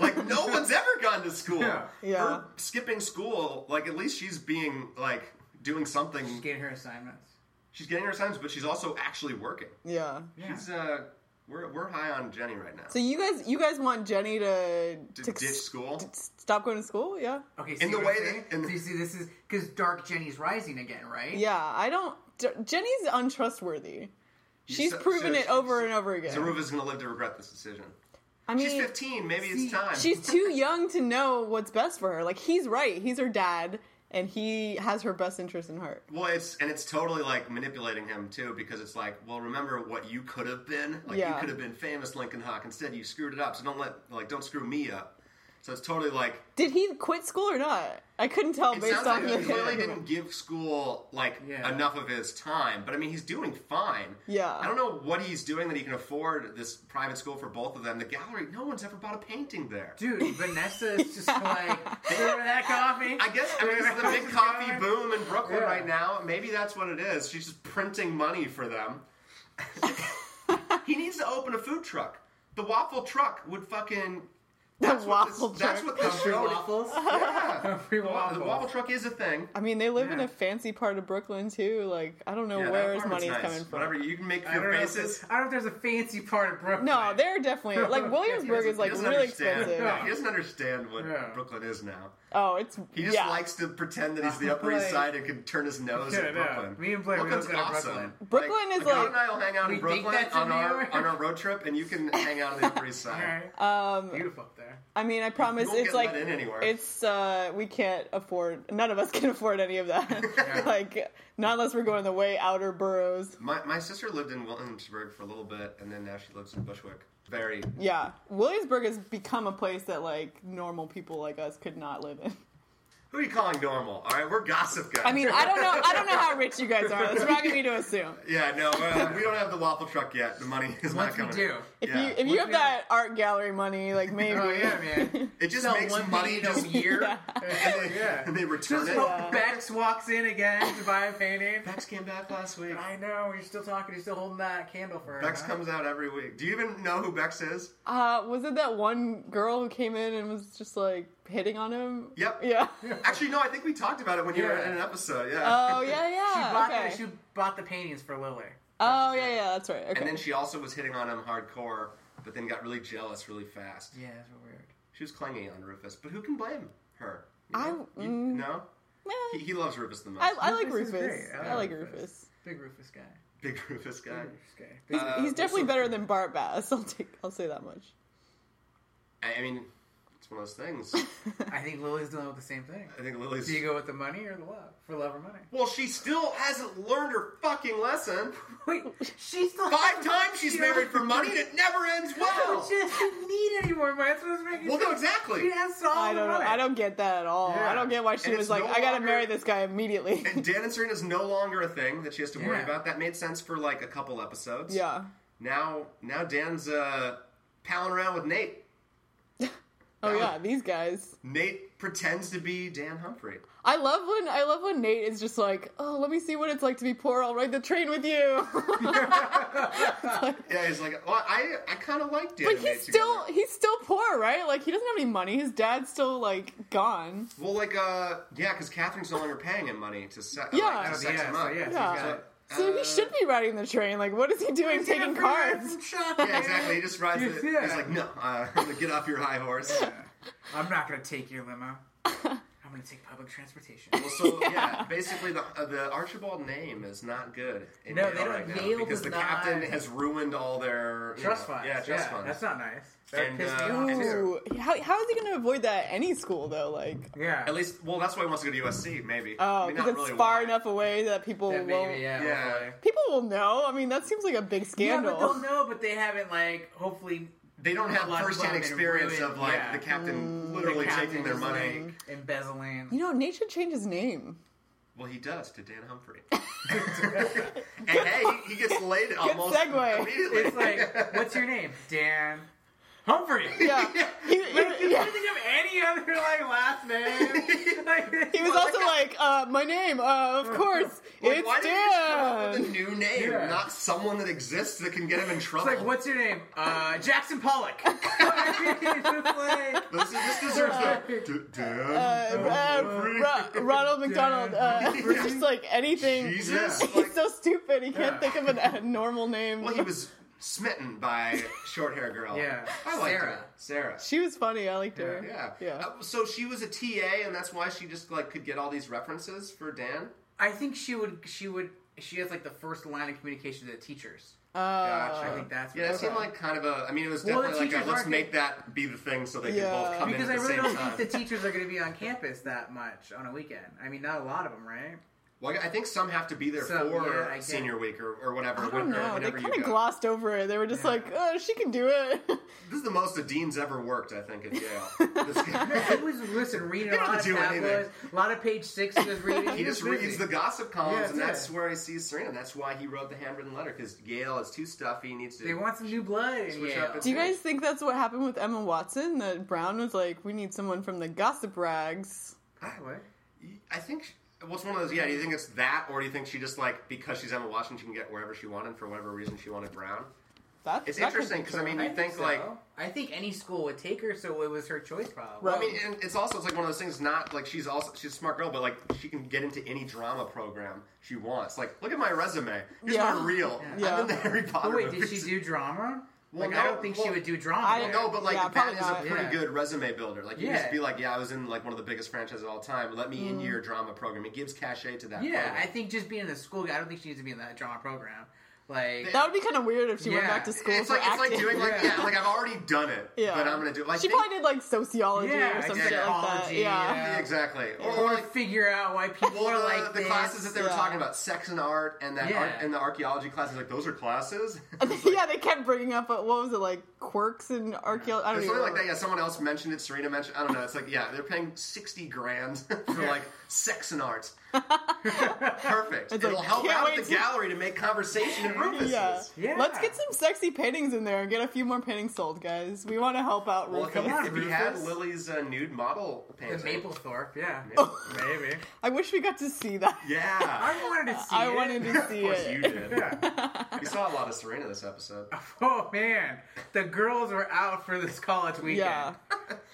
Speaker 1: like no one's ever gone to school.
Speaker 2: Yeah.
Speaker 3: Yeah.
Speaker 1: Her skipping school, like at least she's being like doing something.
Speaker 2: She's getting her assignments.
Speaker 1: She's getting her assignments, but she's also actually working.
Speaker 3: yeah.
Speaker 2: Yeah.
Speaker 1: She's uh, we're we're high on Jenny right now.
Speaker 3: So you guys, you guys want Jenny to,
Speaker 1: D-
Speaker 3: to
Speaker 1: ditch school.
Speaker 3: s- stop going to school? Yeah.
Speaker 2: Okay, see
Speaker 1: In the
Speaker 2: what
Speaker 1: way
Speaker 2: I'm
Speaker 1: that-
Speaker 2: saying?
Speaker 1: in the-
Speaker 2: So you see, this is because Dark Jenny's rising again, right?
Speaker 3: Yeah. I don't. D- Jenny's untrustworthy. She's
Speaker 1: So-
Speaker 3: proven
Speaker 1: so-
Speaker 3: it over and over again.
Speaker 1: Zaruva's gonna live to regret this decision.
Speaker 3: I mean,
Speaker 1: She's 15. Maybe
Speaker 2: see,
Speaker 1: it's time.
Speaker 3: she's too young to know what's best for her. Like he's right. He's her dad, and he has her best interest in heart.
Speaker 1: Well, it's and it's totally like manipulating him too, because it's like, well, remember what you could have been. Like you
Speaker 3: Yeah.
Speaker 1: could have been famous, Lincoln Hawk. Instead, you screwed it up. So don't let like don't screw me up. So it's totally like
Speaker 3: Did he quit school or not? I couldn't tell
Speaker 1: it
Speaker 3: based
Speaker 1: sounds
Speaker 3: on
Speaker 1: like
Speaker 3: the
Speaker 1: he clearly didn't give school like
Speaker 2: Yeah.
Speaker 1: enough of his time. But I mean, he's doing fine.
Speaker 3: Yeah.
Speaker 1: I don't know what he's doing that he can afford this private school for both of them. The gallery, no one's ever bought a painting there.
Speaker 2: Dude, Vanessa is just like, remember that coffee?
Speaker 1: I guess I mean it's the big coffee boom in Brooklyn
Speaker 2: Yeah.
Speaker 1: right now. Maybe that's what it is. She's just printing money for them. he needs to open a food truck. The waffle truck would fucking.
Speaker 3: The
Speaker 1: that's what
Speaker 3: waffle
Speaker 1: this- That's
Speaker 3: truck.
Speaker 1: what this
Speaker 2: Humphrey
Speaker 1: show.
Speaker 2: waffles.
Speaker 1: Yeah.
Speaker 2: Humphrey
Speaker 1: The waffle truck is a thing.
Speaker 3: I mean, they live in
Speaker 2: Yeah.
Speaker 3: a fancy part of Brooklyn too. Like I don't know
Speaker 1: Yeah, that
Speaker 3: where his
Speaker 1: apartment's
Speaker 3: money's
Speaker 1: nice.
Speaker 3: coming from.
Speaker 1: Whatever you can make
Speaker 2: I don't,
Speaker 1: your
Speaker 2: know if there's-
Speaker 1: faces.
Speaker 2: I don't know if there's a fancy part of Brooklyn.
Speaker 3: No, they're definitely like Williamsburg is
Speaker 1: He
Speaker 3: like
Speaker 1: doesn't
Speaker 3: really
Speaker 1: understand.
Speaker 3: expensive.
Speaker 1: Yeah, He doesn't understand what
Speaker 2: Yeah.
Speaker 1: Brooklyn is now.
Speaker 3: Oh, it's
Speaker 1: He just
Speaker 3: yeah.
Speaker 1: likes to pretend that he's the Upper East
Speaker 2: Like-
Speaker 1: Side and can turn his nose
Speaker 2: Yeah,
Speaker 1: at
Speaker 2: no.
Speaker 1: Brooklyn.
Speaker 2: Me and Blair, we
Speaker 1: Brooklyn's
Speaker 2: both go to
Speaker 1: awesome.
Speaker 2: Brooklyn.
Speaker 3: Brooklyn is
Speaker 1: John
Speaker 3: like
Speaker 1: and I will hang out
Speaker 2: We
Speaker 1: in
Speaker 2: think
Speaker 1: Brooklyn
Speaker 2: that's in
Speaker 1: on
Speaker 2: New
Speaker 1: our
Speaker 2: York.
Speaker 1: on our road trip, and you can hang out on the Upper East Side.
Speaker 2: Alright.
Speaker 3: um.
Speaker 2: Beautiful up there.
Speaker 3: I mean, I promise
Speaker 1: You won't
Speaker 3: it's
Speaker 1: get
Speaker 3: like
Speaker 1: let in anywhere.
Speaker 3: it's uh we can't afford. None of us can afford any of that. like not unless we're going the way outer boroughs.
Speaker 1: My, my sister lived in Williamsburg for a little bit, and then now she lives in Bushwick. Very.
Speaker 3: Yeah, Williamsburg has become a place that like normal people like us could not live in.
Speaker 1: Who are you calling normal? All right, we're gossip guys.
Speaker 3: I mean, I don't know. I don't know how rich you guys are. That's not me to assume.
Speaker 1: yeah, no, uh, we don't have the waffle truck yet. The money is not
Speaker 2: Once we
Speaker 1: coming.
Speaker 2: do.
Speaker 3: If
Speaker 1: Yeah.
Speaker 3: you if you
Speaker 2: Would
Speaker 3: have
Speaker 2: be-
Speaker 3: that art gallery money, like maybe.
Speaker 2: Oh, yeah, man.
Speaker 1: It just
Speaker 2: Sell
Speaker 1: makes
Speaker 2: one
Speaker 1: money
Speaker 2: painting
Speaker 1: just
Speaker 2: a year.
Speaker 1: and they,
Speaker 2: Yeah.
Speaker 1: and they return
Speaker 2: Just
Speaker 1: it.
Speaker 2: hope Bex walks in again to buy a painting.
Speaker 1: Bex came back last week.
Speaker 2: I know, you're still talking, you're still holding that candle for her.
Speaker 1: Bex
Speaker 2: huh?
Speaker 1: comes out every week. Do you even know who Bex is?
Speaker 3: Uh, was it that one girl who came in and was just like hitting on him?
Speaker 1: Yep.
Speaker 3: Yeah.
Speaker 1: Actually, no. I think we talked about it when you were
Speaker 2: Yeah.
Speaker 1: in an episode. Yeah.
Speaker 3: Oh yeah,
Speaker 2: She
Speaker 3: yeah.
Speaker 2: bought,
Speaker 3: okay.
Speaker 2: the, she bought the paintings for Lily.
Speaker 3: oh yeah, yeah. That's right. Okay.
Speaker 1: And then she also was hitting on him hardcore, but then got really jealous really fast.
Speaker 2: Yeah, that's weird.
Speaker 1: She was clinging on Rufus, but who can blame her? You
Speaker 3: I-
Speaker 1: know? You-
Speaker 3: mm.
Speaker 1: no,
Speaker 3: Nah,
Speaker 1: he, he loves Rufus the most.
Speaker 3: I, I like
Speaker 2: Rufus
Speaker 3: Rufus.
Speaker 2: is great.
Speaker 3: I, like Rufus.
Speaker 2: Big Rufus guy.
Speaker 1: Big Rufus guy.
Speaker 2: Big Rufus guy. Big
Speaker 1: Uh,
Speaker 3: He's definitely better than Bart Bass. I'll take. I'll say that much.
Speaker 1: I, I mean, it's one of those things. I
Speaker 2: I think Lily's dealing with the same thing.
Speaker 1: think Lily's.
Speaker 2: Do you go with the money or the love? For love or money?
Speaker 1: well, she still hasn't learned her fucking lesson.
Speaker 2: Wait, she's still
Speaker 1: Five times she's married for money, and it never ends well.
Speaker 2: She doesn't need any more money. That's what I was making
Speaker 1: Well, no,
Speaker 2: sense.
Speaker 1: exactly.
Speaker 2: She has all
Speaker 3: I
Speaker 2: the
Speaker 3: don't know.
Speaker 2: money.
Speaker 3: I don't get that at all.
Speaker 2: Oh, Yeah.
Speaker 3: I don't get why she
Speaker 1: And
Speaker 3: was
Speaker 1: it's
Speaker 3: like,
Speaker 1: no
Speaker 3: I gotta
Speaker 1: longer-
Speaker 3: marry this guy immediately.
Speaker 1: And Dan and Serena's no longer a thing that she has to worry
Speaker 2: Yeah.
Speaker 1: about. That made sense for like a couple episodes.
Speaker 3: yeah.
Speaker 1: Now, now Dan's uh, palling around with Nate.
Speaker 3: Oh
Speaker 1: That
Speaker 3: yeah,
Speaker 1: was-
Speaker 3: these guys.
Speaker 1: Nate pretends to be Dan Humphrey.
Speaker 3: I love when I love when Nate is just like, "Oh, let me see what it's like to be poor. I'll ride the train with you."
Speaker 1: Yeah, he's like, well, I I kind of like Dan.
Speaker 3: but
Speaker 1: and Nate
Speaker 3: he's still
Speaker 1: together.
Speaker 3: he's still poor, right? Like he doesn't have any money. His dad's still like gone.
Speaker 1: well, like uh, yeah, because Catherine's no longer paying him money to, se-
Speaker 3: Yeah.
Speaker 1: like, to
Speaker 2: Oh,
Speaker 1: sex
Speaker 2: yeah,
Speaker 1: him
Speaker 2: so
Speaker 1: up.
Speaker 2: yeah,
Speaker 3: Yeah.
Speaker 2: he's got-
Speaker 3: So
Speaker 1: Uh,
Speaker 3: he should be riding the train. Like what is he doing taking
Speaker 2: Get a free ride
Speaker 3: cars?
Speaker 2: from shopping.
Speaker 1: Yeah, exactly. He just rides. The,
Speaker 2: Yeah.
Speaker 1: He's like, no, uh, I'm gonna get off your high horse.
Speaker 2: I'm not gonna take your limo. I'm gonna take public transportation.
Speaker 1: Well, so yeah, basically the uh, the Archibald name is not good. In
Speaker 2: No,
Speaker 1: Yale
Speaker 2: they don't-
Speaker 1: right now
Speaker 2: Yale
Speaker 1: because
Speaker 2: does
Speaker 1: the
Speaker 2: not-
Speaker 1: captain has ruined all their you
Speaker 2: Trust
Speaker 1: know-
Speaker 2: funds.
Speaker 1: Yeah, trust funds.
Speaker 2: That's not nice. That
Speaker 1: And,
Speaker 2: pissed me
Speaker 1: uh,
Speaker 2: off.
Speaker 1: and-
Speaker 2: too.
Speaker 3: Ooh, how how is he going to avoid that at any school though? Like
Speaker 2: Yeah.
Speaker 1: At least, well, that's why he wants to go to USC. Maybe.
Speaker 3: oh,
Speaker 1: I mean, not
Speaker 3: because
Speaker 1: really
Speaker 3: it's far
Speaker 1: why.
Speaker 3: enough away that people
Speaker 2: That
Speaker 3: will
Speaker 2: baby, yeah.
Speaker 1: Yeah.
Speaker 2: hopefully.
Speaker 3: people will know. I mean, that seems like a big
Speaker 2: Yeah, but
Speaker 3: scandal.
Speaker 2: they'll know, but they haven't like hopefully
Speaker 1: They don't have
Speaker 2: A lot of
Speaker 1: first-hand
Speaker 2: love and
Speaker 1: experience
Speaker 2: ruin,
Speaker 1: of like
Speaker 2: yeah.
Speaker 1: the
Speaker 3: Mm.
Speaker 1: captain
Speaker 2: the
Speaker 1: literally
Speaker 2: captain
Speaker 1: taking their
Speaker 2: is,
Speaker 1: money.
Speaker 2: like, embezzling.
Speaker 3: you know, Nate should change his name.
Speaker 1: Well, he does to Dan Humphrey. and hey, he, he gets laid almost
Speaker 3: segue.
Speaker 1: immediately.
Speaker 2: it's like, what's your name, Dan Humphrey?
Speaker 3: Yeah. He- he-
Speaker 2: Like, did
Speaker 3: yeah.
Speaker 2: you think of any other like last name? Like,
Speaker 3: He was
Speaker 1: Well,
Speaker 3: also
Speaker 1: like,
Speaker 3: like, uh, my name, uh, of course,
Speaker 1: Like,
Speaker 3: it's
Speaker 1: why did you just come up with a
Speaker 3: Dan.
Speaker 1: new name,
Speaker 2: Yeah.
Speaker 1: not someone that exists that can get him in trouble?
Speaker 2: It's like, what's your name? Uh, Jackson Pollock. It's like,
Speaker 1: This, this deserves the D- Dan.
Speaker 3: Uh, Ro- Ronald McDonald. Uh, just like anything.
Speaker 1: Jesus.
Speaker 2: Yeah.
Speaker 1: Like,
Speaker 3: He's so stupid. He can't
Speaker 2: Yeah.
Speaker 3: think of an, a normal name.
Speaker 1: well, he was smitten by short hair girl.
Speaker 2: Yeah.
Speaker 1: I like
Speaker 2: Sarah.
Speaker 1: Sarah.
Speaker 3: she was funny. I liked her.
Speaker 1: Yeah.
Speaker 3: Yeah.
Speaker 1: Uh, so she was a TA, and that's why she just like could get all these references for Dan.
Speaker 2: I think she would. She would. She has like the first line of communication to the teachers.
Speaker 1: Gotcha.
Speaker 2: I think that's
Speaker 1: yeah. That
Speaker 2: what-
Speaker 1: seemed like kind of a. I mean, it was
Speaker 2: Well, the
Speaker 1: definitely like
Speaker 2: teachers
Speaker 1: a, let's
Speaker 2: aren't
Speaker 1: make that be the thing so they
Speaker 3: Yeah.
Speaker 1: can both come
Speaker 2: Because
Speaker 1: in
Speaker 2: I
Speaker 1: at the
Speaker 2: really
Speaker 1: same
Speaker 2: don't
Speaker 1: time.
Speaker 2: think the teachers are going to be on campus that much on a weekend. I mean, not a lot of them, right?
Speaker 1: well, I think some have to be there
Speaker 2: Some, yeah, I
Speaker 1: for
Speaker 2: get it.
Speaker 1: senior week or, or whatever.
Speaker 3: I don't
Speaker 1: when- or
Speaker 3: know. They
Speaker 1: whenever you
Speaker 3: kind of
Speaker 1: go.
Speaker 3: glossed over it. They were just
Speaker 2: Yeah.
Speaker 3: like, "Oh, she can do it."
Speaker 1: This is the most the dean's ever worked, I think, at Yale. This guy.
Speaker 2: It was listen reading a
Speaker 1: They don't
Speaker 2: lot of
Speaker 1: do
Speaker 2: tabloids, a lot of page six was reading.
Speaker 1: He just reads the gossip columns,
Speaker 2: Yeah,
Speaker 1: and that's
Speaker 2: yeah.
Speaker 1: where he sees Serena. That's why he wrote the handwritten letter because Yale is too stuffy. He needs to.
Speaker 2: They want some new blood. In
Speaker 1: Switch
Speaker 2: Yale.
Speaker 1: up its-
Speaker 3: do you guys think that's what happened with Emma Watson? That Brown was like, "We need someone from the gossip rags."
Speaker 2: Ah, what?
Speaker 1: I think. What's one of those? Yeah, do you think it's that, or do you think she just like because she's Emma Watson, she can get wherever she wanted for whatever reason she wanted Brown?
Speaker 3: That's
Speaker 1: It's
Speaker 3: that could
Speaker 1: interesting
Speaker 3: be
Speaker 1: 'cause, I
Speaker 3: true.
Speaker 1: mean, you think
Speaker 2: so.
Speaker 1: like
Speaker 2: I think any school would take her, so it was her choice, probably.
Speaker 1: I mean, and it's also it's like one of those things. Not like she's also she's a smart girl, but like she can get into any drama program she wants. Like, look at my resume. Here's
Speaker 3: Yeah.
Speaker 1: my reel.
Speaker 3: Yeah.
Speaker 1: I'm in the Harry Potter.
Speaker 2: Oh, wait, did she
Speaker 1: movies.
Speaker 2: do drama?
Speaker 1: Well,
Speaker 2: like, I
Speaker 1: no,
Speaker 2: don't think she
Speaker 1: well,
Speaker 2: would do drama.
Speaker 3: I-
Speaker 2: there.
Speaker 1: No, but like
Speaker 3: Yeah,
Speaker 1: that
Speaker 3: probably
Speaker 1: is a
Speaker 3: not.
Speaker 1: pretty
Speaker 2: Yeah.
Speaker 1: good resume builder. Like you can just
Speaker 2: Yeah.
Speaker 1: be like, yeah, I was in like one of the biggest franchises of all time. Let me
Speaker 3: Mm.
Speaker 1: in your drama program. It gives cachet to that.
Speaker 2: Yeah,
Speaker 1: program.
Speaker 2: I think just being in the school, I don't think she needs to be in that drama program. Like,
Speaker 3: That would be kind of weird if she went
Speaker 2: Yeah.
Speaker 3: back to school
Speaker 1: it's
Speaker 3: for
Speaker 1: like
Speaker 3: acting.
Speaker 1: it's like doing like yeah.
Speaker 2: Yeah.
Speaker 1: like I've already done it.
Speaker 3: Yeah.
Speaker 1: but I'm gonna do it. Like
Speaker 3: she
Speaker 1: they-
Speaker 3: probably did like sociology
Speaker 2: Yeah,
Speaker 3: or some
Speaker 1: like
Speaker 3: shit like that.
Speaker 2: psychology,
Speaker 3: Yeah.
Speaker 2: yeah.
Speaker 1: exactly. Or,
Speaker 2: or
Speaker 1: or like
Speaker 2: figure out why people
Speaker 1: well,
Speaker 2: are
Speaker 1: the,
Speaker 2: like
Speaker 1: the
Speaker 2: this.
Speaker 1: classes that they were
Speaker 3: yeah.
Speaker 1: talking about, sex and art, and that
Speaker 2: Yeah.
Speaker 1: art, and the archaeology classes. Like those are classes.
Speaker 3: Yeah. they kept bringing up uh, what was it like quirks and archaeology. I don't
Speaker 1: It's
Speaker 3: even
Speaker 1: something like that.
Speaker 3: remember.
Speaker 1: Yeah, someone else mentioned it. Serena mentioned. I don't know. It's like yeah, they're paying sixty grand for like sex and art. Perfect.
Speaker 3: It's like,
Speaker 1: It'll help
Speaker 3: can't
Speaker 1: out
Speaker 3: wait
Speaker 1: the
Speaker 3: to-
Speaker 1: gallery to make conversation and roofuses.
Speaker 3: Yeah.
Speaker 2: Yeah.
Speaker 3: let's get some sexy paintings in there and get a few more paintings sold, guys. We want to help out.
Speaker 1: Well,
Speaker 3: Rufus.
Speaker 1: come on.
Speaker 2: on,
Speaker 1: If we had
Speaker 2: Rufus.
Speaker 1: Lily's uh, nude model
Speaker 2: The
Speaker 1: painting,
Speaker 2: Maplethorpe, yeah. Maybe.
Speaker 3: I wish we got to see that.
Speaker 1: Yeah.
Speaker 2: I wanted to see
Speaker 3: I
Speaker 2: it.
Speaker 3: wanted to
Speaker 1: Of
Speaker 3: see
Speaker 1: course you
Speaker 3: it.
Speaker 1: did.
Speaker 2: Yeah.
Speaker 1: We saw a lot of Serena this episode.
Speaker 2: Oh man, the girls were out for this college weekend.
Speaker 3: Yeah,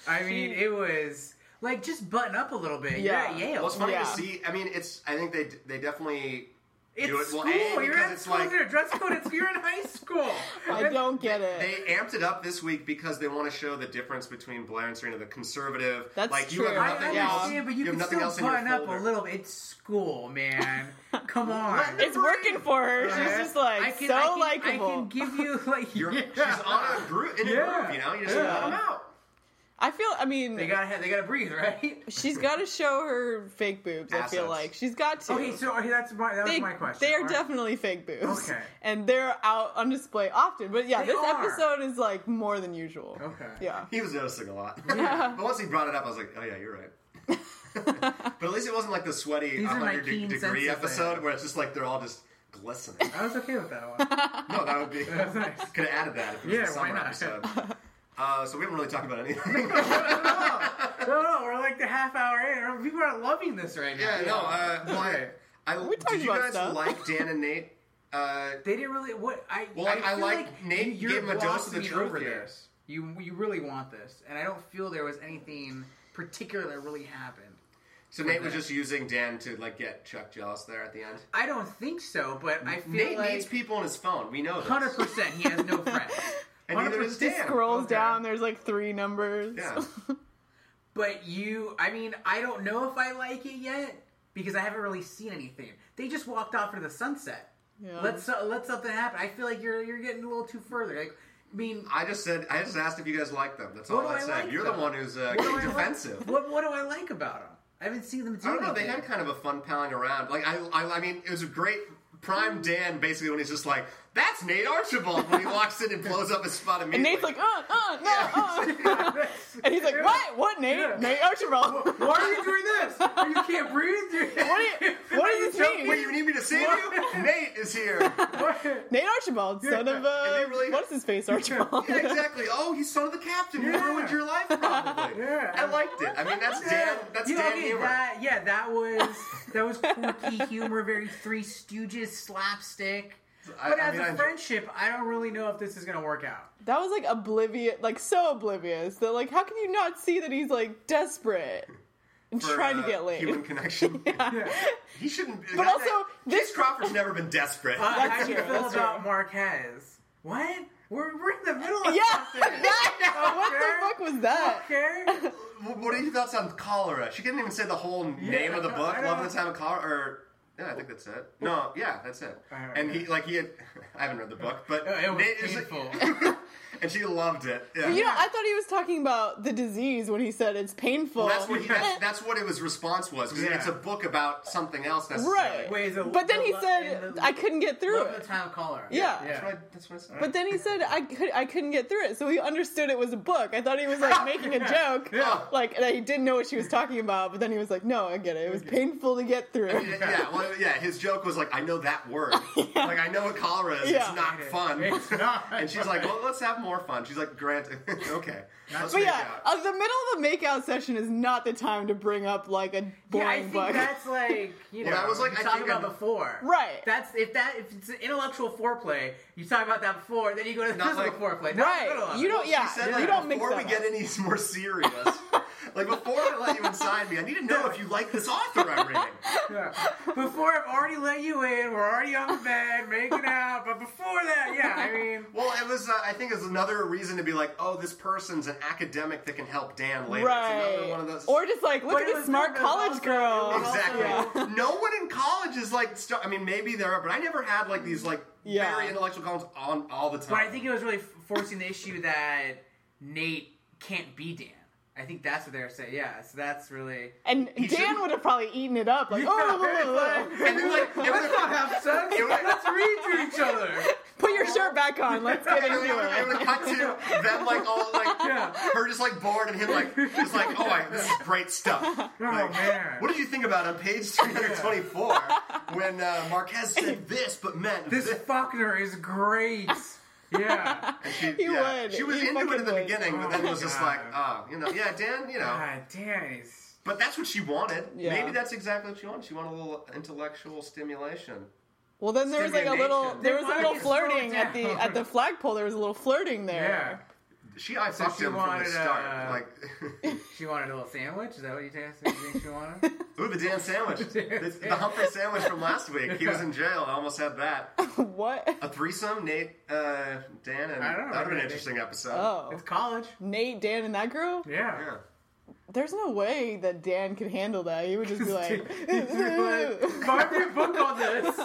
Speaker 2: I mean, it was like just button up a little bit. Yeah.
Speaker 3: Yeah.
Speaker 2: You're at Yale.
Speaker 1: Well, it's funny
Speaker 3: Yeah.
Speaker 1: to see. I mean, it's. I think they they definitely
Speaker 2: it's
Speaker 1: do it.
Speaker 2: school.
Speaker 1: Well, A,
Speaker 2: you're
Speaker 1: because
Speaker 2: at
Speaker 1: it's
Speaker 2: school.
Speaker 1: like-
Speaker 2: There's a dress code. It's, you're in high school.
Speaker 3: I don't get it.
Speaker 1: They amped it up this week because they want to show the difference between Blair and Serena, the conservative.
Speaker 3: That's
Speaker 1: like you
Speaker 3: true.
Speaker 1: have
Speaker 2: I
Speaker 1: nothing
Speaker 2: understand,
Speaker 3: Yeah.
Speaker 1: else.
Speaker 2: but you,
Speaker 1: have
Speaker 2: can
Speaker 1: nothing
Speaker 2: still
Speaker 1: else in your
Speaker 2: button up a
Speaker 1: folder.
Speaker 2: little. It's school, man. Come on.
Speaker 1: Let them
Speaker 3: it's working for her. She's just like
Speaker 2: I can, I
Speaker 3: so
Speaker 2: can,
Speaker 3: likable.
Speaker 2: I can give you like
Speaker 1: You're,
Speaker 2: yeah.
Speaker 1: She's on a groove, in a
Speaker 2: Yeah.
Speaker 1: groove, you know. You just
Speaker 2: Yeah.
Speaker 1: let them out.
Speaker 3: I feel. I mean,
Speaker 2: They gotta have, they gotta breathe, right?
Speaker 3: she's got to show her fake boobs. I feel
Speaker 1: Assets.
Speaker 3: like she's got to.
Speaker 2: Okay, so okay, that's my that was
Speaker 3: they,
Speaker 2: my question.
Speaker 3: they are
Speaker 2: All right.
Speaker 3: definitely fake boobs.
Speaker 2: Okay.
Speaker 3: And they're out on display often. But yeah,
Speaker 2: They
Speaker 3: this
Speaker 2: are.
Speaker 3: episode is like more than usual.
Speaker 2: Okay.
Speaker 3: Yeah.
Speaker 1: He was noticing a lot, but once he brought it up, I was like, "Oh yeah, you're right." but at least it wasn't like the sweaty
Speaker 2: These are my
Speaker 1: 100 de-
Speaker 2: keen
Speaker 1: degree
Speaker 2: senses I
Speaker 1: episode
Speaker 2: have.
Speaker 1: where it's just like they're all just glistening.
Speaker 2: I was okay with that one.
Speaker 1: no, that would be
Speaker 2: That was nice.
Speaker 1: could have added that if it was
Speaker 2: Yeah,
Speaker 1: the
Speaker 2: why
Speaker 1: summer
Speaker 2: not?
Speaker 1: episode. Uh, so we haven't really talked about anything.
Speaker 2: no, no, no, we're like the half hour in. People are loving this right now.
Speaker 1: yeah, no. Uh, well, I, I,
Speaker 3: We talked
Speaker 1: did you
Speaker 3: about
Speaker 1: guys
Speaker 3: stuff.
Speaker 1: like Dan and Nate? Uh,
Speaker 2: They didn't really. What I
Speaker 1: Well,
Speaker 2: I,
Speaker 1: I- I
Speaker 2: feel
Speaker 1: like
Speaker 2: like
Speaker 1: Nate
Speaker 2: you're
Speaker 1: gave him a dose of the
Speaker 2: glossing
Speaker 1: truth
Speaker 2: over
Speaker 1: here.
Speaker 2: this. You you really want this, and I don't feel there was anything particular that really happened.
Speaker 1: so Nate was just using Dan to like get Chuck jealous there at the end.
Speaker 2: I don't think so, but I feel
Speaker 1: Nate
Speaker 2: like
Speaker 1: needs people on his phone. We know this.
Speaker 2: hundred percent he has no friends.
Speaker 1: And neither does
Speaker 2: 100%
Speaker 1: Dan.
Speaker 3: Scrolls
Speaker 2: Okay.
Speaker 3: down, there's like three numbers.
Speaker 1: Yeah.
Speaker 2: But you, I mean, I don't know if I like it yet because I haven't really seen anything. They just walked off into the sunset.
Speaker 3: Yeah.
Speaker 2: Let so, let something happen. I feel like you're you're getting a little too further. Like, I mean,
Speaker 1: I just said I just asked if you guys like them. That's all
Speaker 2: What do
Speaker 1: I
Speaker 2: I
Speaker 1: said.
Speaker 2: like
Speaker 1: You're
Speaker 2: them?
Speaker 1: the one who's uh,
Speaker 2: what do
Speaker 1: getting
Speaker 2: I
Speaker 1: defensive.
Speaker 2: Like, what what do I like about them? I haven't seen them. Do
Speaker 1: I don't know. They
Speaker 2: anything.
Speaker 1: had kind of a fun palling around. Like I, I, I mean, it was a great prime Dan basically when he's just like, "That's Nate Archibald" when he walks in and blows up his spot
Speaker 3: And
Speaker 1: immediately.
Speaker 3: Nate's like, uh, uh, no, uh. And he's like,
Speaker 2: Yeah.
Speaker 3: what? What, Nate?
Speaker 2: Yeah.
Speaker 3: Nate Archibald.
Speaker 2: Why are you doing this? you can't breathe. You
Speaker 3: What, do you, what does this mean?
Speaker 1: "Wait, you need me to save you? Nate is here."
Speaker 3: Nate Archibald, son of
Speaker 1: And
Speaker 3: uh,
Speaker 1: they really-
Speaker 3: what's his face, Archibald?
Speaker 1: Yeah, exactly. Oh, he's son of the captain. You
Speaker 2: Yeah.
Speaker 1: ruined your life, probably.
Speaker 2: Yeah.
Speaker 1: I liked it. I mean, that's Dan. That's
Speaker 2: You know,
Speaker 1: Dan
Speaker 2: okay,
Speaker 1: humor.
Speaker 2: that- yeah, that was that was quirky humor, very Three Stooges slapstick.
Speaker 1: I-
Speaker 2: But
Speaker 1: I
Speaker 2: as
Speaker 1: mean,
Speaker 2: a
Speaker 1: I enjoy-
Speaker 2: friendship, I don't really know if this is gonna work out.
Speaker 3: That was like oblivious, like so oblivious that like how can you not see that he's like desperate and
Speaker 1: For,
Speaker 3: trying
Speaker 1: uh,
Speaker 3: to get laid?
Speaker 1: Human connection. He shouldn't.
Speaker 3: But also,
Speaker 1: Chris
Speaker 3: this
Speaker 1: Crawford's never been desperate.
Speaker 2: I how
Speaker 3: That's
Speaker 2: do you
Speaker 3: true,
Speaker 2: feel
Speaker 3: that's
Speaker 2: about
Speaker 3: true.
Speaker 2: Marquez? What? We're we're in the middle of
Speaker 3: yeah,
Speaker 2: something.
Speaker 3: that- what
Speaker 2: Okay.
Speaker 3: the fuck was that?
Speaker 2: Okay.
Speaker 1: Wh- What are your thoughts on cholera? She didn't even say the whole name of the
Speaker 2: I
Speaker 1: book,
Speaker 2: don't-
Speaker 1: Love in the Time of Cholera. Or yeah, I think that's it. No, yeah, that's it.
Speaker 2: Alright,
Speaker 1: And he
Speaker 2: okay.
Speaker 1: like he had. I haven't read the book, but
Speaker 2: Oh, It was
Speaker 1: Nate is-
Speaker 2: painful.
Speaker 1: and she loved it. Yeah.
Speaker 3: You know, I thought he was talking about the disease when he said it's painful.
Speaker 1: Well, that's what he, that's, that's what his response was 'cause
Speaker 2: Yeah.
Speaker 1: it's a book about something else. Necessarily.
Speaker 3: right.
Speaker 2: Wait, is it
Speaker 3: but then
Speaker 2: the
Speaker 3: he
Speaker 2: lo-
Speaker 3: said
Speaker 2: in the-
Speaker 3: I couldn't get through
Speaker 2: Love the
Speaker 3: it.
Speaker 2: time of cholera.
Speaker 3: Yeah.
Speaker 1: That's what I, that's what I said.
Speaker 3: But then he said I could I couldn't get through it, so he understood it was a book. I thought he was like making a joke,
Speaker 1: Yeah.
Speaker 3: like that he didn't know what she was talking about. But then he was like, "No, I get it. It was painful to get through."
Speaker 1: yeah, yeah, well, yeah. His joke was like, "I know that word. Like, I know what cholera is.
Speaker 3: Yeah.
Speaker 1: It's not fun."
Speaker 2: It's not.
Speaker 1: and she's like, "Well, let's have more fun." She's like, "Grant, okay." Let's
Speaker 3: But
Speaker 1: make
Speaker 3: yeah,
Speaker 1: out.
Speaker 3: uh, the middle of a makeout session is not the time to bring up like a
Speaker 2: Yeah, I
Speaker 3: boring
Speaker 2: think
Speaker 3: book.
Speaker 2: that's like you know
Speaker 1: Well, that was like-
Speaker 2: you
Speaker 1: I
Speaker 2: talk
Speaker 1: think
Speaker 2: about
Speaker 1: I'm-
Speaker 2: before,
Speaker 3: Right.
Speaker 2: That's if that if it's an intellectual foreplay, you talk about that before, then you go to the
Speaker 1: Not
Speaker 2: physical
Speaker 1: like-
Speaker 2: foreplay. Not the middle
Speaker 3: right?
Speaker 2: of
Speaker 3: You
Speaker 2: it.
Speaker 3: don't. Yeah,
Speaker 1: said,
Speaker 3: you
Speaker 1: like,
Speaker 3: don't mix
Speaker 1: before
Speaker 3: that
Speaker 1: we
Speaker 3: up.
Speaker 1: get any more serious, like before I let you inside me, I need to know if you like this author I'm reading.
Speaker 2: Yeah. Before I've already let you in, we're already on the bed making out, but before that, yeah, I mean,
Speaker 1: Well, it was. Uh, I think it's another reason to be like, oh, this person's an academic that can help Dan later. It's another
Speaker 3: right?
Speaker 1: one of those.
Speaker 3: Or just like look
Speaker 2: But it
Speaker 3: at this
Speaker 2: was
Speaker 3: smart
Speaker 2: never
Speaker 3: college
Speaker 2: about-
Speaker 3: girl.
Speaker 2: it was
Speaker 1: exactly.
Speaker 3: Yeah.
Speaker 1: No one in college is like. St- I mean, maybe there are, but I never had like these like
Speaker 3: Yeah.
Speaker 1: very intellectual comments on all the time.
Speaker 2: but I think it was really f- forcing the issue that Nate can't be Dan. I think that's what they were saying. Yeah, so that's really.
Speaker 3: And Dan
Speaker 1: shouldn't-
Speaker 3: would have probably eaten it up. Like,
Speaker 2: Yeah,
Speaker 3: oh, blah, blah, blah,
Speaker 2: it's
Speaker 3: blah.
Speaker 2: like,
Speaker 1: And then like, it
Speaker 2: let's not
Speaker 1: would
Speaker 2: have sex. Let's read to each other.
Speaker 3: oh, put your shirt back on. Let's get
Speaker 1: And it would- it
Speaker 3: into
Speaker 1: would
Speaker 3: it.
Speaker 1: cut to them like all like
Speaker 2: Yeah.
Speaker 1: her just like bored and him like just like oh I, this is great stuff. Like,
Speaker 2: Oh, man.
Speaker 1: What did you think about on page 324 when uh, Marquez said this but meant
Speaker 2: This Faulkner is great. Yeah.
Speaker 1: She,
Speaker 3: He
Speaker 1: yeah.
Speaker 3: would.
Speaker 1: She was
Speaker 3: He
Speaker 1: into it in
Speaker 3: fucking
Speaker 1: the
Speaker 3: would.
Speaker 1: beginning, but
Speaker 2: Oh
Speaker 1: then
Speaker 2: my
Speaker 1: was just
Speaker 2: God.
Speaker 1: like oh you know yeah Dan you know.
Speaker 2: God damn. He's...
Speaker 1: But that's what she wanted.
Speaker 3: Yeah.
Speaker 1: Maybe that's exactly what she wanted. She wanted a little intellectual stimulation.
Speaker 3: Well, then there was like a little,
Speaker 1: Stimulation.
Speaker 3: there was a little
Speaker 2: Why is it
Speaker 3: flirting
Speaker 2: slowed
Speaker 3: at the
Speaker 2: down?
Speaker 3: at the flagpole. There was a little flirting
Speaker 2: Yeah.
Speaker 3: there.
Speaker 1: She I fucked
Speaker 2: she
Speaker 1: him from the
Speaker 2: wanted,
Speaker 1: start.
Speaker 2: uh,
Speaker 1: like
Speaker 2: She wanted a little sandwich. Is that what you think she wanted?
Speaker 1: ooh the Dan sandwich, the, the Humphrey sandwich from last week. He was in jail. I almost had that.
Speaker 3: what?
Speaker 1: A threesome, Nate, uh, Dan, and
Speaker 2: I don't
Speaker 1: that
Speaker 2: know.
Speaker 1: would have been an interesting episode.
Speaker 3: Oh,
Speaker 2: It's college.
Speaker 3: Nate, Dan, and that girl.
Speaker 1: Yeah.
Speaker 2: Yeah.
Speaker 3: There's no way that Dan could handle that. He would just be like,
Speaker 2: But Buy me a book on this.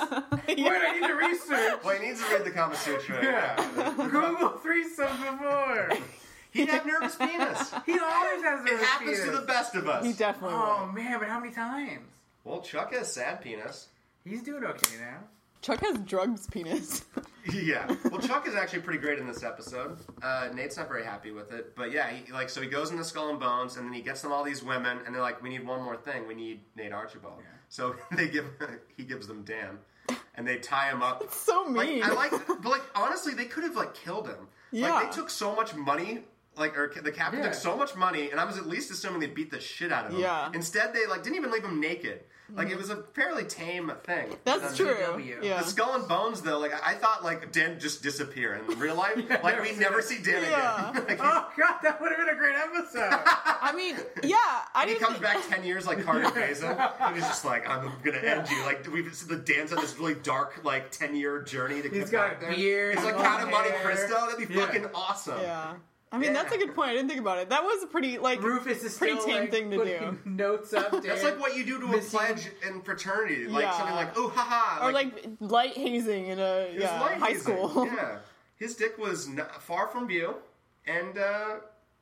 Speaker 2: Wait, I need to research.
Speaker 1: Well, he needs to read the Kama Sutra.
Speaker 2: Yeah. Google threesome before.
Speaker 1: He'd have nervous penis.
Speaker 2: He always has a
Speaker 1: It happens to
Speaker 2: penis.
Speaker 1: the best of us.
Speaker 3: he definitely would.
Speaker 2: Oh man, but how many times?
Speaker 1: Well, Chuck has sad penis.
Speaker 2: He's doing okay now.
Speaker 3: Chuck has drugs penis.
Speaker 1: Yeah. Well, Chuck is actually pretty great in this episode. Uh, Nate's not very happy with it, but yeah, he, like so he goes into Skull and Bones, and then he gets them all these women, and they're like, "We need one more thing. We need Nate Archibald." So they give he gives them Dan, and they tie him up.
Speaker 3: so mean.
Speaker 1: Like, I like, but like honestly, they could have like killed him.
Speaker 3: Yeah.
Speaker 1: Like they took so much money like or the captain
Speaker 2: Yeah.
Speaker 1: took so much money, and I was at least assuming they beat the shit out of him.
Speaker 3: Yeah.
Speaker 1: Instead, they like didn't even leave him naked. Like
Speaker 2: Mm.
Speaker 1: it was a fairly tame thing.
Speaker 3: That's
Speaker 1: Um,
Speaker 3: true.
Speaker 2: CW.
Speaker 3: Yeah.
Speaker 1: The skull and bones, though, like I I thought, like Dan just disappear in real life.
Speaker 2: Yeah,
Speaker 1: like
Speaker 2: never
Speaker 1: we
Speaker 2: see
Speaker 1: never
Speaker 2: that.
Speaker 1: see Dan
Speaker 3: Yeah.
Speaker 1: again. Like,
Speaker 2: Oh god, that would have been a great episode.
Speaker 3: I mean, yeah, I
Speaker 1: He
Speaker 3: didn't.
Speaker 1: comes
Speaker 3: think-
Speaker 1: back ten years like Carter Mason, and he's just like, "I'm gonna end you." Like we've so the Dan's on this really dark like ten year journey to
Speaker 2: He's
Speaker 1: get
Speaker 2: got
Speaker 1: back
Speaker 2: a
Speaker 1: there.
Speaker 2: beard,
Speaker 1: It's like
Speaker 2: long
Speaker 1: Count of Monte
Speaker 2: hair.
Speaker 1: Cristo. That'd be
Speaker 2: Yeah.
Speaker 1: fucking awesome.
Speaker 3: Yeah. I mean, that's a
Speaker 2: Yeah.
Speaker 3: good point. I didn't think about it. That was a pretty like
Speaker 2: Rufus is
Speaker 3: pretty
Speaker 2: still,
Speaker 3: tame
Speaker 2: like,
Speaker 3: thing to
Speaker 2: putting Notes up.
Speaker 1: That's
Speaker 2: Dan.
Speaker 1: like what you do to a
Speaker 2: Missy.
Speaker 1: pledge in fraternity, like
Speaker 3: Yeah.
Speaker 1: something like "oh, haha,"
Speaker 3: or like light hazing in a
Speaker 1: it was
Speaker 3: yeah,
Speaker 1: light
Speaker 3: high
Speaker 1: hazing.
Speaker 3: school.
Speaker 1: Yeah, his dick was n far from view, and uh,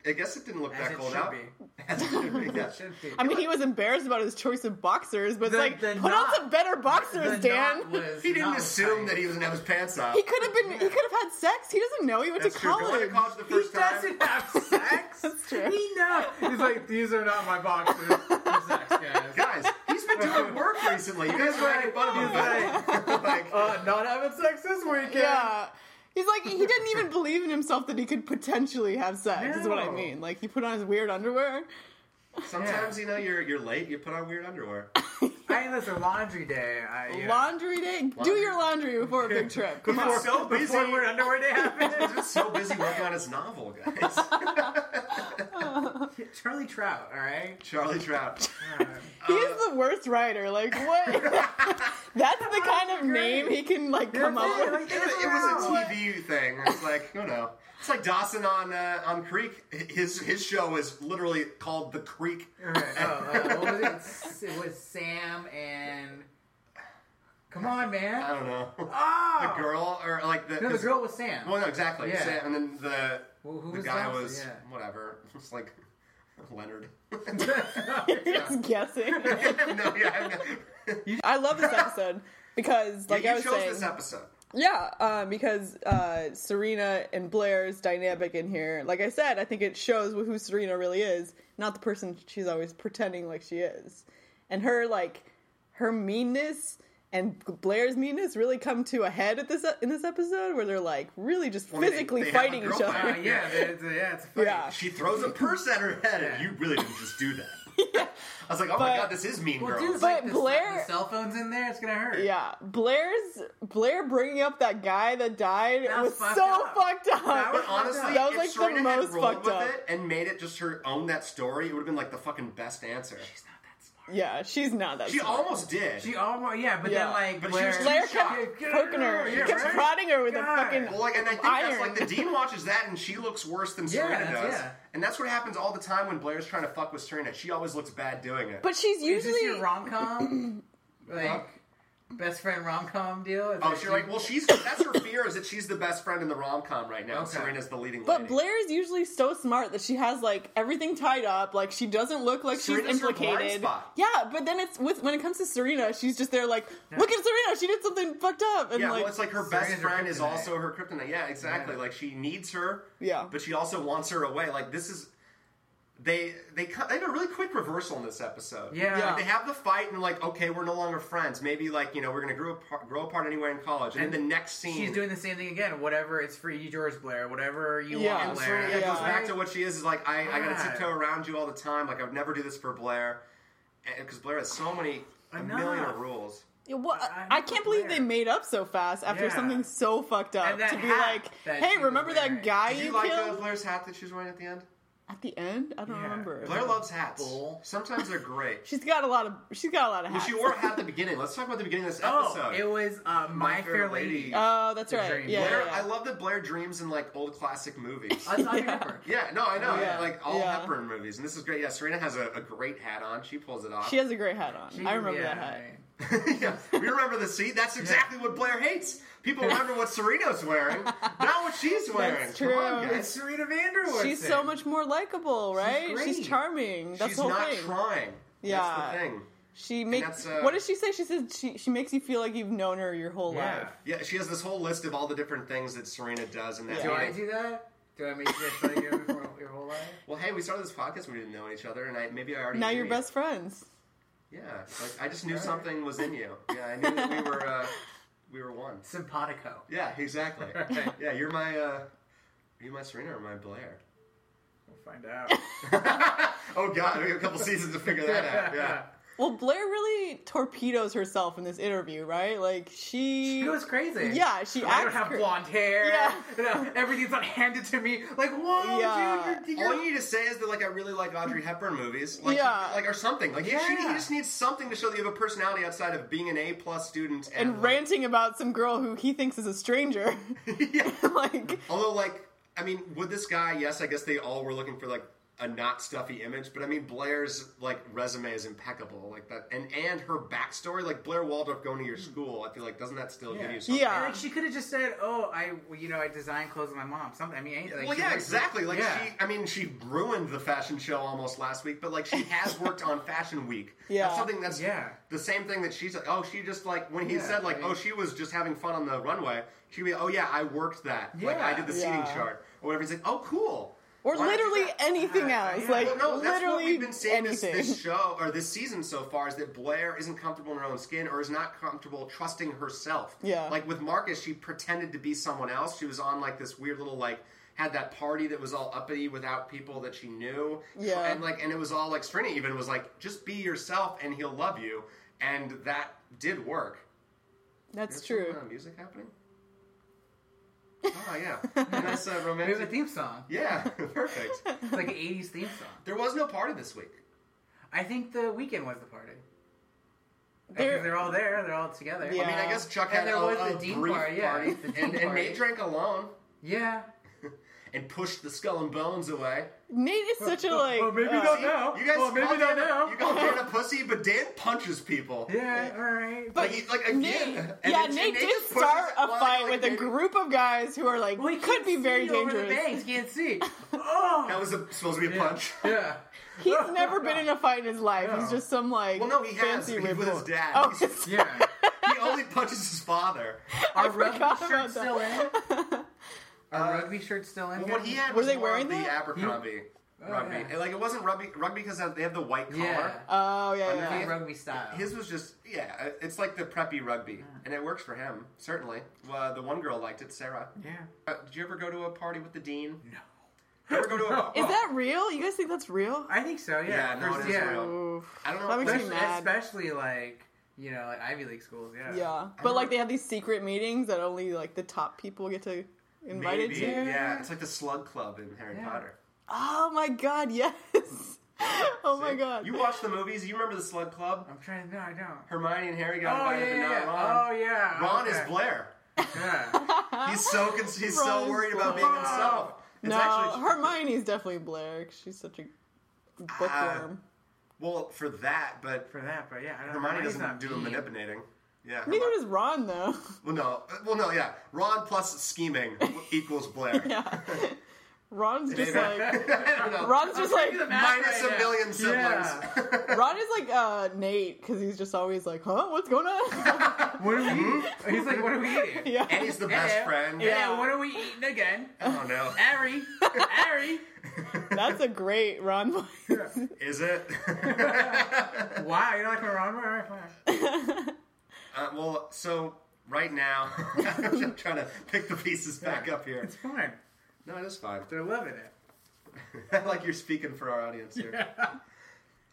Speaker 1: I guess it didn't look
Speaker 2: As
Speaker 1: that
Speaker 2: it
Speaker 1: cold
Speaker 2: should
Speaker 1: out.
Speaker 2: be.
Speaker 1: As it should be. yeah.
Speaker 2: It should be.
Speaker 3: I mean, he was embarrassed about his choice of boxers, but it's
Speaker 2: The-
Speaker 3: like
Speaker 2: the
Speaker 3: put on
Speaker 2: knot-
Speaker 3: some better boxers,
Speaker 2: The
Speaker 3: Dan.
Speaker 2: knot was
Speaker 1: He didn't
Speaker 2: not
Speaker 1: assume
Speaker 2: tight.
Speaker 1: that he was gonna have his pants off.
Speaker 3: He could have been. He could have had sex. He doesn't know. He went
Speaker 1: That's
Speaker 3: to
Speaker 1: true.
Speaker 3: college.
Speaker 1: Going to college the first
Speaker 2: he
Speaker 1: time.
Speaker 2: doesn't have sex.
Speaker 3: That's true.
Speaker 2: He knows. He's like, these are not my boxes. for sex, guys.
Speaker 1: Guys, he's been doing work recently. You guys were making fun of him about it. Like,
Speaker 2: Uh, not having sex this weekend.
Speaker 3: Yeah. He's like he didn't even believe in himself that he could potentially have sex. Is what I
Speaker 2: No.
Speaker 3: mean. Like he put on his weird underwear.
Speaker 1: sometimes you know you're you're late. You put on weird underwear.
Speaker 2: I mean, listen, laundry day. I, yeah.
Speaker 3: Laundry day. Do
Speaker 1: Laundry.
Speaker 3: your laundry before a big trip. Come
Speaker 1: Before-
Speaker 3: on.
Speaker 1: so busy.
Speaker 2: Before we're underwear day happened.
Speaker 1: He's just so busy working on his novel, guys.
Speaker 2: Charlie Trout, all right?
Speaker 1: Charlie Trout.
Speaker 2: Uh,
Speaker 3: He is the worst writer. Like what? That's the kind of name he can like come up
Speaker 2: it,
Speaker 3: with.
Speaker 2: like,
Speaker 1: It was, it was a TV thing. It's like you know, it's like Dawson on uh, on Creek. His his show is literally called The Creek.
Speaker 2: Alright, oh, uh, what was it? It was Sam and. Come on,
Speaker 1: I
Speaker 2: man.
Speaker 1: don't know.
Speaker 2: Oh!
Speaker 1: The girl or like the
Speaker 2: No, the
Speaker 1: his-
Speaker 2: girl was Sam.
Speaker 1: Well, no, exactly.
Speaker 2: Yeah.
Speaker 1: Sam- and then the
Speaker 2: Well, who
Speaker 1: the
Speaker 2: was
Speaker 1: guy
Speaker 2: Dawson?
Speaker 1: was
Speaker 2: Yeah.
Speaker 1: whatever. It's like Leonard.
Speaker 3: You're just guessing.
Speaker 1: no, yeah. no.
Speaker 3: I love this episode because, like
Speaker 1: you
Speaker 3: I was
Speaker 1: chose
Speaker 3: saying,
Speaker 1: this episode.
Speaker 3: Yeah, um, because uh, Serena and Blair's dynamic in here, like I said, I think it shows who Serena really is, not the person she's always pretending like she is. And her like her meanness and Blair's meanness really come to a head at this uh, in this episode where they're like really just
Speaker 1: mean, they-
Speaker 3: physically
Speaker 1: they have a
Speaker 3: fighting each
Speaker 1: girl
Speaker 2: Uh,
Speaker 3: other.
Speaker 1: fight.
Speaker 2: yeah, it's, yeah, it's funny.
Speaker 3: Yeah.
Speaker 1: She throws a purse at her head, and
Speaker 2: Yeah.
Speaker 1: you really didn't just do that. I was like, oh my
Speaker 3: But-
Speaker 1: god, this is Mean
Speaker 2: Well,
Speaker 1: Girls.
Speaker 2: dude, like
Speaker 3: But
Speaker 2: the,
Speaker 3: Blair-
Speaker 2: the cell phone's in there. It's gonna hurt.
Speaker 3: Yeah, Blair's Blair bringing up that guy that died
Speaker 2: That was
Speaker 3: was
Speaker 2: fucked
Speaker 3: so
Speaker 2: up.
Speaker 3: fucked up.
Speaker 2: That
Speaker 1: but honestly,
Speaker 3: That was,
Speaker 1: if
Speaker 3: like, the
Speaker 1: Serena
Speaker 3: most
Speaker 1: had rolled
Speaker 3: fucked
Speaker 1: with
Speaker 3: up.
Speaker 1: it and made it just her own that story, it would have been like the fucking best answer.
Speaker 2: She's not that smart.
Speaker 3: yeah, she's not that.
Speaker 1: She
Speaker 3: smart.
Speaker 1: almost did.
Speaker 2: She almost yeah, but
Speaker 3: Yeah.
Speaker 2: then like
Speaker 1: But she
Speaker 2: Blair,
Speaker 1: was
Speaker 3: Blair
Speaker 1: She's shocked.
Speaker 3: kept
Speaker 2: Get
Speaker 3: poking her.
Speaker 2: her,
Speaker 3: He
Speaker 2: yeah,
Speaker 3: kept
Speaker 2: right?
Speaker 3: prodding her with a
Speaker 2: God.
Speaker 3: fucking
Speaker 1: well, like, and I think
Speaker 3: Iron.
Speaker 1: that's like the dean watches that, and she looks worse than
Speaker 2: Yeah,
Speaker 1: Serena
Speaker 2: that's-
Speaker 1: does.
Speaker 2: yeah.
Speaker 1: And that's what happens all the time when Blair's trying to fuck with Serena. She always looks bad doing it.
Speaker 3: But she's
Speaker 2: Is this your
Speaker 3: usually
Speaker 2: rom com? like
Speaker 1: Huh?
Speaker 2: best friend rom com deal? Is
Speaker 1: Oh,
Speaker 2: that
Speaker 1: she's
Speaker 2: you-
Speaker 1: like, well, she's that's her fear is that she's the best friend in the rom com right now. and
Speaker 2: Okay.
Speaker 1: Serena's the leading.
Speaker 3: but
Speaker 1: lady.
Speaker 3: Blair is usually so smart that she has like everything tied up. Like she doesn't look like she's
Speaker 1: Serena's her blind
Speaker 3: implicated.
Speaker 1: spot.
Speaker 3: Yeah, but then it's with when it comes to Serena, she's just there like, look at Serena, she did something fucked up, and
Speaker 1: yeah,
Speaker 3: like,
Speaker 1: well, it's like her
Speaker 2: Serena's
Speaker 1: best
Speaker 2: her
Speaker 1: friend is
Speaker 2: kryptonite.
Speaker 1: also her kryptonite. Yeah, exactly.
Speaker 2: Yeah.
Speaker 1: Like she needs her.
Speaker 3: Yeah.
Speaker 1: but she also wants her away. Like this is. They they co- they had a really quick reversal in this episode.
Speaker 2: Yeah.
Speaker 1: Like, they have the fight and like okay we're no longer friends. Maybe like you know we're gonna grow apart, grow apart anyway in college. And, then the next scene
Speaker 2: she's doing the same thing again. Whatever it's for you, George Blair. Whatever you
Speaker 3: Yeah.
Speaker 2: want,
Speaker 1: And
Speaker 2: Blair.
Speaker 1: Serena yeah, goes
Speaker 3: Yeah.
Speaker 1: back to what she is. Is like I, I gotta
Speaker 2: God.
Speaker 1: tiptoe around you all the time. Like I would never do this for Blair, because Blair has so many a million
Speaker 2: Enough.
Speaker 1: of rules.
Speaker 3: Yeah, well,
Speaker 2: I-
Speaker 3: I,
Speaker 2: I
Speaker 3: can't
Speaker 2: know
Speaker 3: believe
Speaker 2: Blair.
Speaker 3: they made up so fast after
Speaker 2: Yeah.
Speaker 3: something so fucked up
Speaker 2: And that
Speaker 3: to be
Speaker 2: hat
Speaker 3: like,
Speaker 2: that
Speaker 3: hey,
Speaker 2: she was
Speaker 3: remember
Speaker 2: wearing.
Speaker 3: that guy
Speaker 1: Did
Speaker 3: you,
Speaker 1: you like uh,
Speaker 3: killed
Speaker 1: Blair's hat that she was wearing at the end?
Speaker 3: at the end? I don't
Speaker 2: Yeah.
Speaker 3: remember.
Speaker 1: Blair loves hats.
Speaker 2: Bull.
Speaker 1: Sometimes they're great.
Speaker 3: She's got a lot of she's got a lot of
Speaker 1: Well,
Speaker 3: hats.
Speaker 1: she wore a hat at the beginning. Let's talk about the beginning of this
Speaker 2: Oh,
Speaker 1: episode.
Speaker 2: it was uh, My, Fair, Lady.
Speaker 3: oh, that's
Speaker 2: The
Speaker 3: right.
Speaker 2: dream.
Speaker 3: Yeah,
Speaker 1: Blair,
Speaker 3: yeah, yeah.
Speaker 1: I love that Blair dreams in like old classic movies.
Speaker 2: That's not Hepburn.
Speaker 1: yeah, no, I know,
Speaker 3: Yeah.
Speaker 1: like all
Speaker 3: Yeah.
Speaker 1: Hepburn movies, and this is great. Yeah, Serena has a, a great hat on. She pulls it off.
Speaker 3: She has a great hat on. I remember
Speaker 2: Yeah,
Speaker 3: that hat.
Speaker 2: right.
Speaker 1: yeah, we remember the seat. That's exactly what Blair hates. People remember what Serena's wearing, not what she's wearing. Come on,
Speaker 3: true.
Speaker 1: guys.
Speaker 2: It's Serena Vanderwood.
Speaker 3: She's so much more likable, right? She's,
Speaker 2: great.
Speaker 3: charming. That's
Speaker 1: she's
Speaker 3: the whole
Speaker 1: not
Speaker 3: thing.
Speaker 1: trying.
Speaker 3: Yeah.
Speaker 1: That's the thing.
Speaker 3: she makes.
Speaker 1: that's, uh,
Speaker 3: what does she say? She says she she makes you feel like you've known her your whole
Speaker 2: Yeah.
Speaker 3: life.
Speaker 1: Yeah, she has this whole list of all the different things that Serena does in that
Speaker 3: Yeah.
Speaker 2: Do I
Speaker 1: meeting.
Speaker 2: do that? Do I make you guys like it before your whole life?
Speaker 1: Well, hey, we started this podcast when we didn't know each other, and I maybe I already
Speaker 3: Now
Speaker 1: knew
Speaker 3: you're
Speaker 1: you.
Speaker 3: best friends.
Speaker 1: Yeah, like I just knew something was in you. Yeah, I knew that we were uh, we were one.
Speaker 2: Simpatico.
Speaker 1: Yeah, exactly.
Speaker 2: Right.
Speaker 1: Yeah, you're my uh, are you my Serena or my Blair?
Speaker 2: We'll find out.
Speaker 1: oh God, we have a couple seasons to figure that out. Yeah.
Speaker 3: Well, Blair really torpedoes herself in this interview, right? Like she,
Speaker 2: She goes crazy. Oh,
Speaker 3: Yeah, she
Speaker 2: I don't
Speaker 3: acts
Speaker 2: have
Speaker 3: cra-
Speaker 2: blonde hair.
Speaker 3: Yeah.
Speaker 2: You know, everything's not handed to me. Like, whoa,
Speaker 3: Yeah.
Speaker 2: dude, you're,
Speaker 1: All
Speaker 2: you're,
Speaker 1: you need to say is that like I really like Audrey Hepburn movies, like,
Speaker 3: Yeah.
Speaker 1: like or something. Like you, should-
Speaker 2: Yeah.
Speaker 1: you just need something to show that you have a personality outside of being an A plus student and,
Speaker 3: and
Speaker 1: like-
Speaker 3: ranting about some girl who he thinks is a stranger.
Speaker 1: yeah.
Speaker 3: like,
Speaker 1: Although, like, I mean, with this guy, yes, I guess they all were looking for like a not stuffy image, but I mean, Blair's like resume is impeccable, like that, and and her backstory, like Blair Waldorf going to your school, I feel like doesn't that still give you something?
Speaker 3: Yeah.
Speaker 2: And like, she could have just said, "Oh, I, you know, I designed clothes with my mom." Something. I mean, anything. Like,
Speaker 1: well,
Speaker 2: she
Speaker 1: yeah,
Speaker 2: works-
Speaker 1: exactly. Like
Speaker 2: yeah.
Speaker 1: she, I mean, she ruined the fashion show almost last week, but like she has worked on Fashion Week.
Speaker 3: Yeah.
Speaker 1: that's something that's
Speaker 2: Yeah.
Speaker 1: the same thing that she's like. Oh, she just like when he
Speaker 2: Yeah,
Speaker 1: said like,
Speaker 2: I mean-
Speaker 1: oh, she was just having fun on the runway. She'd be, oh yeah, I worked that. Like
Speaker 2: Yeah.
Speaker 1: I did the seating
Speaker 3: Yeah.
Speaker 1: chart or whatever. He's like, oh cool.
Speaker 3: or
Speaker 1: Why don't you do
Speaker 3: literally
Speaker 1: that?
Speaker 3: anything
Speaker 2: Uh,
Speaker 3: else.
Speaker 2: yeah.
Speaker 3: Like,
Speaker 2: Well,
Speaker 1: no, that's what
Speaker 3: literally
Speaker 1: we've been seeing this,
Speaker 3: anything.
Speaker 1: this show or this season so far is that Blair isn't comfortable in her own skin or is not comfortable trusting herself.
Speaker 3: Yeah.
Speaker 1: Like with Marcus, she pretended to be someone else. She was on like this weird little like had that party that was all uppity without people that she knew.
Speaker 3: Yeah.
Speaker 1: And like and it was all like Serena even was like, just be yourself and he'll love you. And that did work.
Speaker 3: That's
Speaker 1: There's some
Speaker 3: true.
Speaker 1: kind of music happening? Oh yeah. And that's uh,
Speaker 2: We have a
Speaker 1: romantic.
Speaker 2: theme song.
Speaker 1: Yeah, perfect.
Speaker 2: It's like an '80s theme song.
Speaker 1: There was no party this week.
Speaker 2: I think the weekend was the party.
Speaker 3: There-
Speaker 2: They're, they're all there. They're all together.
Speaker 3: Yeah.
Speaker 1: I mean, I guess Chuck
Speaker 2: Uh, And
Speaker 1: had
Speaker 2: there
Speaker 1: a,
Speaker 2: was
Speaker 1: a
Speaker 2: the Dean
Speaker 1: brief
Speaker 2: party, yeah, the Dean
Speaker 1: and, and
Speaker 2: party.
Speaker 1: Nate drank alone
Speaker 2: Yeah.
Speaker 1: and pushed the skull and bones away.
Speaker 3: Nate is such a
Speaker 2: Oh,
Speaker 3: like.
Speaker 2: oh, maybe
Speaker 3: uh,
Speaker 2: not now.
Speaker 1: You guys
Speaker 2: Well, maybe
Speaker 1: call
Speaker 2: not
Speaker 1: Dan a-
Speaker 2: now.
Speaker 1: You call Dan a pussy, but Dan punches people.
Speaker 2: Yeah. All right.
Speaker 1: Like,
Speaker 3: But
Speaker 1: he- like, again,
Speaker 3: Nate,
Speaker 1: and
Speaker 3: yeah,
Speaker 1: then she- Nate
Speaker 3: Nate did
Speaker 1: just pushes
Speaker 3: start
Speaker 1: it
Speaker 3: a
Speaker 1: wide,
Speaker 3: fight
Speaker 1: like,
Speaker 3: with a
Speaker 1: maybe-
Speaker 3: group of guys who are like
Speaker 2: Well, he
Speaker 3: could
Speaker 2: can't
Speaker 3: be very
Speaker 2: see over the
Speaker 3: dangerous.
Speaker 2: bangs, he can't see. Oh.
Speaker 1: That was a, supposed to be a punch.
Speaker 2: yeah.
Speaker 3: He's never been in a fight in his life. He's just some like
Speaker 1: Well, no, he has.
Speaker 3: fancy
Speaker 1: He-
Speaker 3: rip
Speaker 1: with his
Speaker 3: roll.
Speaker 1: dad.
Speaker 3: Oh,
Speaker 1: He's-
Speaker 3: his-
Speaker 2: Yeah.
Speaker 1: He only punches his father.
Speaker 2: Are
Speaker 3: forgot
Speaker 2: rugby
Speaker 3: about
Speaker 2: shirts still in? Are rugby shirts still in?
Speaker 1: Uh, Well,
Speaker 2: here?
Speaker 1: what he had
Speaker 3: Were
Speaker 1: was
Speaker 3: they
Speaker 1: more
Speaker 3: wearing
Speaker 1: of the
Speaker 3: that?
Speaker 1: Abercrombie rugby.
Speaker 2: Oh, yeah.
Speaker 1: And, Like it wasn't rugby rugby because they have the white collar.
Speaker 2: Yeah.
Speaker 3: oh yeah,
Speaker 1: And then
Speaker 3: yeah.
Speaker 1: he-
Speaker 2: rugby style.
Speaker 1: His was just yeah. It's like the preppy rugby, and it works for him certainly. Well, the one girl liked it, Sarah.
Speaker 2: yeah.
Speaker 1: Uh, did you ever go to a party with the dean?
Speaker 2: No.
Speaker 1: You ever go to a?
Speaker 3: Is that real? You guys think that's real?
Speaker 2: I think so. Yeah.
Speaker 1: Yeah, no, it is real.
Speaker 3: Oof.
Speaker 1: I don't know.
Speaker 3: That makes me
Speaker 2: Especially,
Speaker 3: mad.
Speaker 2: especially like you know like Ivy League schools. Yeah.
Speaker 3: Yeah, but like they have these secret meetings that only like the top people get to invited
Speaker 1: Maybe.
Speaker 3: to.
Speaker 1: Yeah, it's like the Slug Club in Harry
Speaker 2: Yeah.
Speaker 1: Potter.
Speaker 3: Oh my god, yes. oh my
Speaker 1: See?
Speaker 3: god.
Speaker 1: You watched the movies. You remember the Slug Club?
Speaker 2: I'm trying. No, I don't.
Speaker 1: Hermione and Harry got
Speaker 2: Oh yeah,
Speaker 1: invited,
Speaker 2: yeah,
Speaker 1: but not
Speaker 2: yeah.
Speaker 1: Ron.
Speaker 2: Oh yeah.
Speaker 1: Ron
Speaker 2: okay.
Speaker 1: is Blair.
Speaker 2: Yeah.
Speaker 1: He's so con- he's
Speaker 3: Ron
Speaker 1: so
Speaker 3: is
Speaker 1: worried about
Speaker 3: Blair.
Speaker 1: being himself. It's
Speaker 3: no,
Speaker 1: actually
Speaker 3: Hermione's definitely Blair. 'cause She's such a
Speaker 1: Ah,
Speaker 3: bookworm.
Speaker 1: well for that, but
Speaker 2: For that, but yeah, I don't
Speaker 1: Hermione
Speaker 2: Hermione's
Speaker 1: doesn't
Speaker 2: not
Speaker 1: do
Speaker 2: mean.
Speaker 1: manipulating. Yeah,
Speaker 3: Neither
Speaker 1: Hermione-
Speaker 3: does Ron though.
Speaker 1: Well, no. Uh, Well, no. Yeah, Ron plus scheming equals Blair.
Speaker 3: yeah. Ron's just
Speaker 1: Maybe.
Speaker 3: like
Speaker 1: I don't know.
Speaker 3: Ron's just like
Speaker 2: Look at the math
Speaker 1: Minus
Speaker 2: right
Speaker 1: a
Speaker 2: now.
Speaker 1: million siblings.
Speaker 2: Yeah.
Speaker 3: Ron is like uh Nate because he's just always like, huh, what's going on?
Speaker 2: What are we? He's like, what are we eating?
Speaker 3: yeah.
Speaker 1: and he's the best
Speaker 2: Hey,
Speaker 1: friend.
Speaker 2: Hey,
Speaker 3: Yeah.
Speaker 2: what are we eating again?
Speaker 1: Oh no.
Speaker 2: Ari, Ari.
Speaker 3: That's a great Ron voice.
Speaker 1: Is it?
Speaker 2: Wow, you don't like my Ron? All right, fine.
Speaker 1: uh, well, so right now, I'm trying to pick the pieces back up here.
Speaker 2: It's fine.
Speaker 1: No, it is fine.
Speaker 2: They're loving it.
Speaker 1: like you're speaking for our audience here.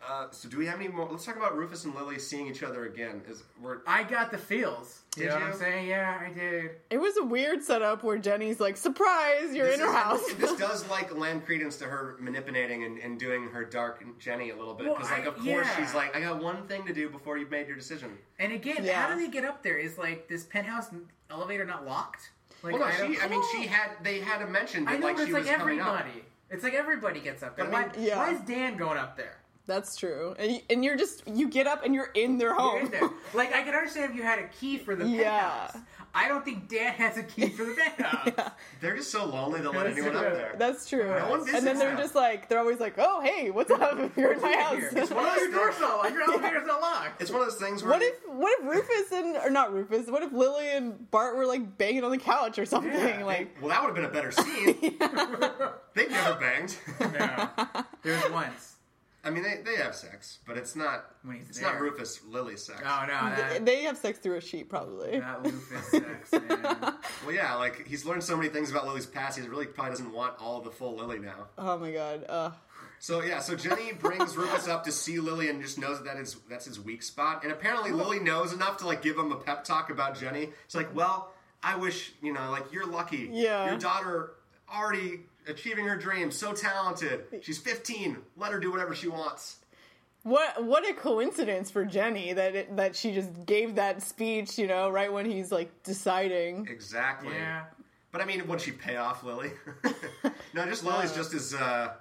Speaker 1: Uh, so do we have any more? Let's talk about Rufus and Lily seeing each other again. Is we're
Speaker 2: I got the feels. You
Speaker 1: Did
Speaker 2: know what
Speaker 1: you?
Speaker 2: I'm saying? Yeah, I did.
Speaker 3: It was a weird setup where Jenny's like, surprise, you're
Speaker 1: This
Speaker 3: in her
Speaker 1: is-
Speaker 3: house.
Speaker 1: This does like lend credence to her manipulating and, and doing her dark Jenny a little bit
Speaker 2: Well,
Speaker 1: because like
Speaker 2: I-
Speaker 1: of course
Speaker 2: yeah.
Speaker 1: she's like I got one thing to do before you've made your decision.
Speaker 2: And again,
Speaker 3: Yeah.
Speaker 2: how do they get up there? Is like this penthouse elevator not locked? Like,
Speaker 1: Well, no,
Speaker 2: I, don't-
Speaker 1: she. I mean, she had. They had a mention
Speaker 2: I
Speaker 1: that
Speaker 2: know,
Speaker 1: like
Speaker 2: but
Speaker 1: she
Speaker 2: it's
Speaker 1: was
Speaker 2: like
Speaker 1: coming up.
Speaker 2: everybody. It's like everybody gets up there.
Speaker 1: But I
Speaker 2: why,
Speaker 1: mean-
Speaker 3: Yeah.
Speaker 2: why is Dan going up there?
Speaker 3: That's true. And, y- and you're just, you get up and you're in their home.
Speaker 2: You're in there. Like I can understand if you had a key for the
Speaker 3: Oh. Yeah.
Speaker 2: penthouse. I don't think Dan has a key for the penthouse.
Speaker 1: They're just so lonely. They'll let
Speaker 2: That's
Speaker 1: anyone up
Speaker 2: true.
Speaker 1: there.
Speaker 3: That's true.
Speaker 1: No one visits
Speaker 3: and then they're
Speaker 1: now.
Speaker 3: just like, they're always like, oh, hey, what's up? You're in my
Speaker 2: Here. It's
Speaker 3: house.
Speaker 2: one of your doors not locked. Your elevator's not locked.
Speaker 1: It's one of those things where
Speaker 3: What if what if Rufus and or not Rufus? What if Lily and Bart were like banging on the couch or something?
Speaker 2: Yeah.
Speaker 3: like
Speaker 1: well, that would have been a better scene. They've never banged.
Speaker 2: No. There's once.
Speaker 1: I mean, they, they have sex, but it's not
Speaker 2: When he's
Speaker 1: it's
Speaker 2: there.
Speaker 1: not Rufus Lily sex.
Speaker 2: Oh no,
Speaker 3: Th-
Speaker 2: that,
Speaker 3: They have sex through a sheet, probably.
Speaker 2: that Lupus sex, man.
Speaker 1: Well, yeah, like he's learned so many things about Lily's past. He really probably doesn't want all the full Lily now.
Speaker 3: Oh my god. Uh,
Speaker 1: So yeah, so Jenny brings Rufus up to see Lily and just knows that, that is that's his weak spot. And apparently Lily knows enough to like give him a pep talk about Jenny. She's like, "Well, I wish you know, like you're lucky.
Speaker 3: Yeah.
Speaker 1: your daughter already achieving her dream, so talented. She's 15. Let her do whatever she wants."
Speaker 3: what what a coincidence for Jenny that it, that she just gave that speech, you know, right when he's like deciding.
Speaker 1: Exactly.
Speaker 2: Yeah.
Speaker 1: But I mean, would she pay off Lily? no, just Lily's just as uh,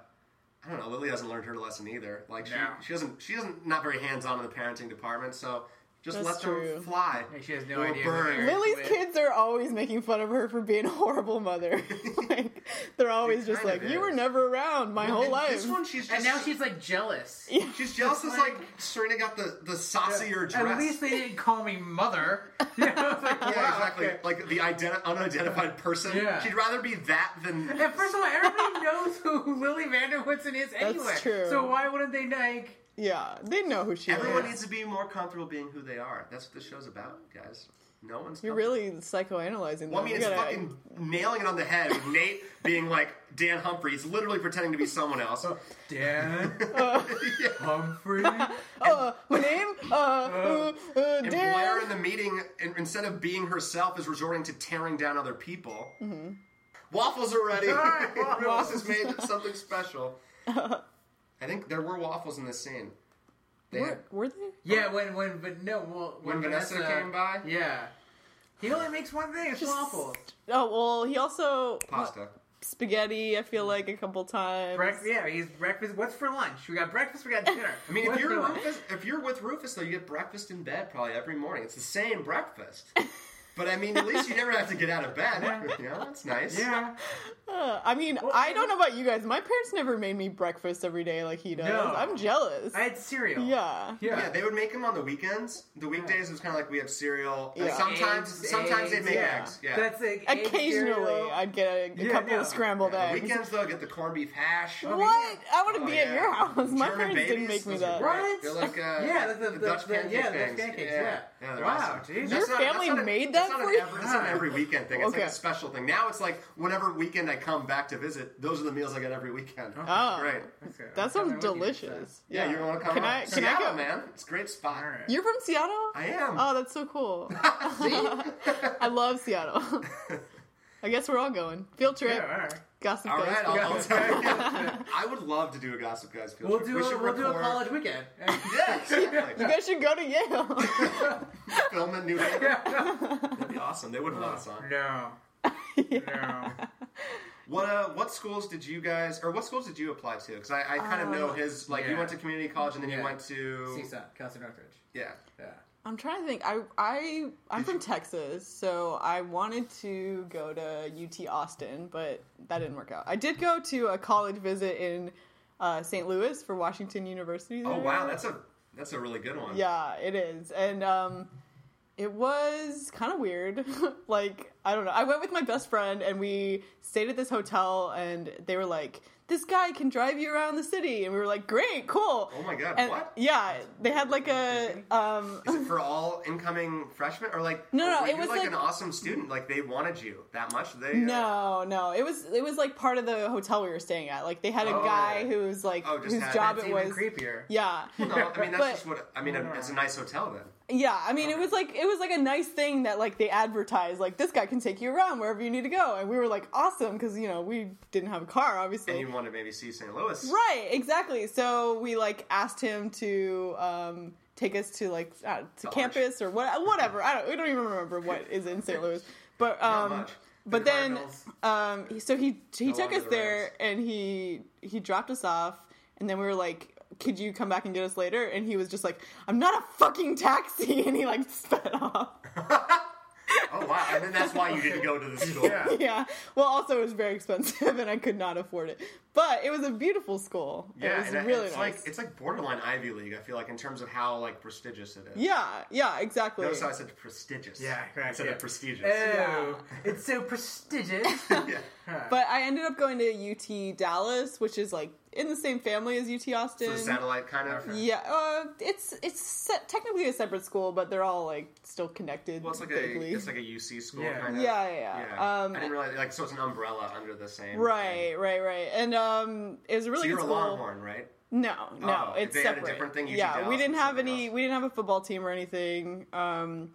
Speaker 1: I don't know. Lily hasn't learned her lesson either. Like she,
Speaker 2: No.
Speaker 1: she doesn't she doesn't not very hands on in the parenting department. So just
Speaker 3: That's
Speaker 1: let
Speaker 3: true.
Speaker 1: them fly.
Speaker 2: Yeah, she has no
Speaker 1: Or
Speaker 2: idea.
Speaker 1: burn.
Speaker 2: where-
Speaker 3: Lily's
Speaker 2: where-
Speaker 3: kids are always making fun of her for being a horrible mother. like they're always
Speaker 1: She
Speaker 3: just
Speaker 1: kind
Speaker 3: like,
Speaker 1: of
Speaker 3: "You
Speaker 1: is.
Speaker 3: were never around my whole
Speaker 1: And
Speaker 3: life."
Speaker 1: This one, she's just,
Speaker 2: And now she's like jealous.
Speaker 1: she's jealous. It's like,
Speaker 2: like-
Speaker 1: Serena got the the saucier dress.
Speaker 2: At least they didn't call me mother. You know, it's like,
Speaker 1: yeah,
Speaker 2: wow,
Speaker 1: exactly.
Speaker 2: okay.
Speaker 1: Like the identi- unidentified person.
Speaker 2: Yeah.
Speaker 1: She'd rather be that than
Speaker 2: And first of all, everybody knows who Lily Vanderwoodson is anyway.
Speaker 3: true.
Speaker 2: So why wouldn't they like?
Speaker 3: yeah, they know who she
Speaker 1: Everyone
Speaker 3: is.
Speaker 1: needs to be more comfortable being who they are. That's what this show's about, guys. No one's.
Speaker 3: You're really psychoanalyzing. them.
Speaker 1: Well, I mean,
Speaker 3: You
Speaker 1: it's
Speaker 3: gotta-
Speaker 1: fucking nailing it on the head with Nate being like Dan Humphreys, literally pretending to be someone else.
Speaker 2: "Oh, Dan
Speaker 3: Oh.
Speaker 2: Humphrey.
Speaker 3: Uh, my name? Uh, uh, uh,
Speaker 1: And
Speaker 3: Dan.
Speaker 1: Blair in the meeting, in- instead of being herself, is resorting to tearing down other people. Waffles are ready.
Speaker 2: right, waffles.
Speaker 1: Ross has made something special. I think there were waffles in this scene. They had-
Speaker 3: Were, were they?
Speaker 2: Yeah, when when but no, well, when,
Speaker 1: When Vanessa came by?
Speaker 2: Yeah, he only makes one thing. It's waffles.
Speaker 3: Oh well, he also
Speaker 1: pasta.
Speaker 3: spaghetti. I feel like a couple times.
Speaker 2: Breakfast. Yeah, he's breakfast. What's for lunch? We got breakfast. We got dinner.
Speaker 1: I mean, if
Speaker 2: What's
Speaker 1: you're
Speaker 2: for lunch?
Speaker 1: Rufus, if you're with Rufus, though, you get breakfast in bed probably every morning. It's the same breakfast. But I mean, at least you never have to get out of bed. You know, that's nice.
Speaker 2: yeah,
Speaker 3: Uh, I mean, I don't know about you guys. My parents never made me breakfast every day like he does.
Speaker 2: No.
Speaker 3: I'm jealous.
Speaker 2: I had cereal.
Speaker 3: yeah.
Speaker 2: yeah.
Speaker 1: Yeah, they would make them on the weekends. The weekdays it was kind of like we have cereal. And
Speaker 3: Yeah.
Speaker 1: sometimes,
Speaker 2: Eggs,
Speaker 1: sometimes they
Speaker 2: eggs,
Speaker 1: make
Speaker 2: yeah.
Speaker 1: eggs. Yeah.
Speaker 2: That's like egg
Speaker 3: Occasionally,
Speaker 2: cereal.
Speaker 3: I'd get a, a
Speaker 2: Yeah,
Speaker 3: couple
Speaker 2: yeah.
Speaker 3: of scrambled
Speaker 1: The
Speaker 3: eggs.
Speaker 1: weekends though, get the corned beef hash.
Speaker 3: what? I want to
Speaker 1: Oh,
Speaker 3: be
Speaker 1: yeah.
Speaker 3: at your house.
Speaker 1: German
Speaker 3: My parents didn't
Speaker 1: babies,
Speaker 3: make me
Speaker 1: those are
Speaker 3: that.
Speaker 1: great.
Speaker 2: What?
Speaker 1: They're like uh,
Speaker 2: Yeah, the- the- the-
Speaker 1: Dutch
Speaker 2: the-
Speaker 1: pancake
Speaker 2: yeah, the
Speaker 1: things.
Speaker 2: pancakes,
Speaker 1: Yeah,
Speaker 2: yeah.
Speaker 1: they're
Speaker 2: Wow,
Speaker 1: awesome.
Speaker 2: geez.
Speaker 1: That's
Speaker 3: Your
Speaker 1: not- that's
Speaker 3: family
Speaker 1: not a-
Speaker 3: made
Speaker 1: that's
Speaker 3: that
Speaker 1: not
Speaker 3: for
Speaker 1: an
Speaker 3: you?
Speaker 1: every- That's not an every weekend thing. It's like
Speaker 3: Okay.
Speaker 1: a special thing. Now it's like whenever weekend I come back to visit, those are the meals I get every weekend.
Speaker 3: Oh.
Speaker 1: Great.
Speaker 2: That's good. I'm
Speaker 3: That sounds
Speaker 2: coming with you.
Speaker 3: delicious.
Speaker 1: Yeah, you want to come?
Speaker 3: Can
Speaker 1: up?
Speaker 3: I? Can I
Speaker 1: Seattle,
Speaker 3: go?
Speaker 1: man. It's a great spot.
Speaker 2: All right.
Speaker 3: You're from Seattle?
Speaker 1: I am.
Speaker 3: Oh, that's so cool. I love Seattle. I guess we're all going. Field trip.
Speaker 2: Yeah, all right.
Speaker 3: Gossip
Speaker 1: All
Speaker 3: Girl.
Speaker 1: right, I'll, I'll
Speaker 2: Yeah.
Speaker 1: tell you. I would love to do a Gossip Guys field
Speaker 2: We'll
Speaker 1: trip.
Speaker 2: do
Speaker 1: We
Speaker 2: a,
Speaker 1: should
Speaker 2: we'll do a
Speaker 1: record-
Speaker 2: college weekend.
Speaker 1: Yeah, exactly.
Speaker 3: You guys should go to Yale.
Speaker 1: Film in New Haven.
Speaker 2: Yeah.
Speaker 1: That'd be awesome. They would love us on.
Speaker 2: no. No.
Speaker 1: What uh, what schools did you guys, or what schools did you apply to? Because I, I kind of know his. Like you
Speaker 2: Um, yeah.
Speaker 1: went to community college, and then you
Speaker 2: Yeah.
Speaker 1: went to
Speaker 2: CSUN, Kelsey Northridge.
Speaker 1: yeah.
Speaker 2: Yeah.
Speaker 3: I'm trying to think. I I I'm from Texas, so I wanted to go to UT Austin, but that didn't work out. I did go to a college visit in uh, St. Louis for Washington University.
Speaker 1: Oh
Speaker 3: there.
Speaker 1: wow, that's a that's a really good one.
Speaker 3: yeah, it is, and um, it was kind of weird. like I don't know. I went with my best friend, and we stayed at this hotel, and they were like. This guy can drive you around the city, and we were like, "Great, cool!"
Speaker 1: Oh my God,
Speaker 3: And-
Speaker 1: what?
Speaker 3: Yeah, they had like a um,
Speaker 1: Is it for all incoming freshmen, or like
Speaker 3: No, no,
Speaker 1: were
Speaker 3: it
Speaker 1: you,
Speaker 3: was
Speaker 1: like
Speaker 3: like-
Speaker 1: an awesome student. Like they wanted you that much. They uh,
Speaker 3: No, no. It was it was like part of the hotel we were staying at. Like they had a
Speaker 1: Oh.
Speaker 3: guy who was like
Speaker 1: Oh, just
Speaker 3: whose
Speaker 1: had-
Speaker 3: job
Speaker 2: That's
Speaker 3: it
Speaker 2: even
Speaker 3: was.
Speaker 2: creepier.
Speaker 3: Yeah,
Speaker 1: No, I mean that's
Speaker 3: But-
Speaker 1: just what I mean. It's a nice hotel then.
Speaker 3: yeah. I mean, it was like it was like a nice thing that like they advertised. Like this guy can take you around wherever you need to go, and we were like awesome because you know we didn't have a car, obviously.
Speaker 1: And you want to maybe see St. Louis.
Speaker 3: Right, exactly. So we like asked him to um, take us to like uh, to campus or what, whatever. I don't, we don't even remember what is in St. Louis, but um,
Speaker 1: much.
Speaker 3: but
Speaker 1: The
Speaker 3: then
Speaker 1: Cardinals.
Speaker 3: um, he- so he he
Speaker 1: No
Speaker 3: took
Speaker 1: longer
Speaker 3: us
Speaker 1: the
Speaker 3: there
Speaker 1: Rams.
Speaker 3: and he he dropped us off, and then we were like. Could you come back and get us later? And he was just like, "I'm not a fucking taxi," and he like sped off.
Speaker 1: Oh wow, and then that's why you didn't go to the school.
Speaker 2: Yeah.
Speaker 3: yeah. Well, also it was very expensive, and I could not afford it. But it was a beautiful school.
Speaker 1: Yeah,
Speaker 3: it was
Speaker 1: and I-
Speaker 3: really
Speaker 1: it's
Speaker 3: nice.
Speaker 1: like it's like borderline Ivy League. I feel like in terms of how like prestigious it is.
Speaker 3: yeah, yeah, exactly.
Speaker 1: Notice how I said prestigious.
Speaker 2: Yeah, correct,
Speaker 1: Instead
Speaker 2: yeah.
Speaker 1: of prestigious.
Speaker 2: Oh, it's so prestigious.
Speaker 1: yeah.
Speaker 3: But I ended up going to UT Dallas, which is like in the same family as UT Austin.
Speaker 1: So satellite kind of.
Speaker 3: yeah, uh, it's it's set, technically a separate school, but they're all like still connected.
Speaker 1: Well, it's like
Speaker 3: vaguely.
Speaker 1: a it's like a UC school
Speaker 2: Yeah.
Speaker 1: kind of.
Speaker 3: yeah, yeah, yeah.
Speaker 1: Yeah.
Speaker 3: Um,
Speaker 1: I didn't realize like so it's an umbrella under the same.
Speaker 3: right, right, right. And um, it was a
Speaker 1: So
Speaker 3: really
Speaker 1: you're
Speaker 3: good
Speaker 1: a
Speaker 3: school.
Speaker 1: Longhorn, right?
Speaker 3: No, no,
Speaker 1: Oh,
Speaker 3: it's
Speaker 1: they had a
Speaker 3: separate.
Speaker 1: different thing, UT
Speaker 3: yeah, we
Speaker 1: Dallas
Speaker 3: didn't
Speaker 1: or
Speaker 3: have
Speaker 1: something
Speaker 3: any.
Speaker 1: else?
Speaker 3: We didn't have a football team or anything. Um,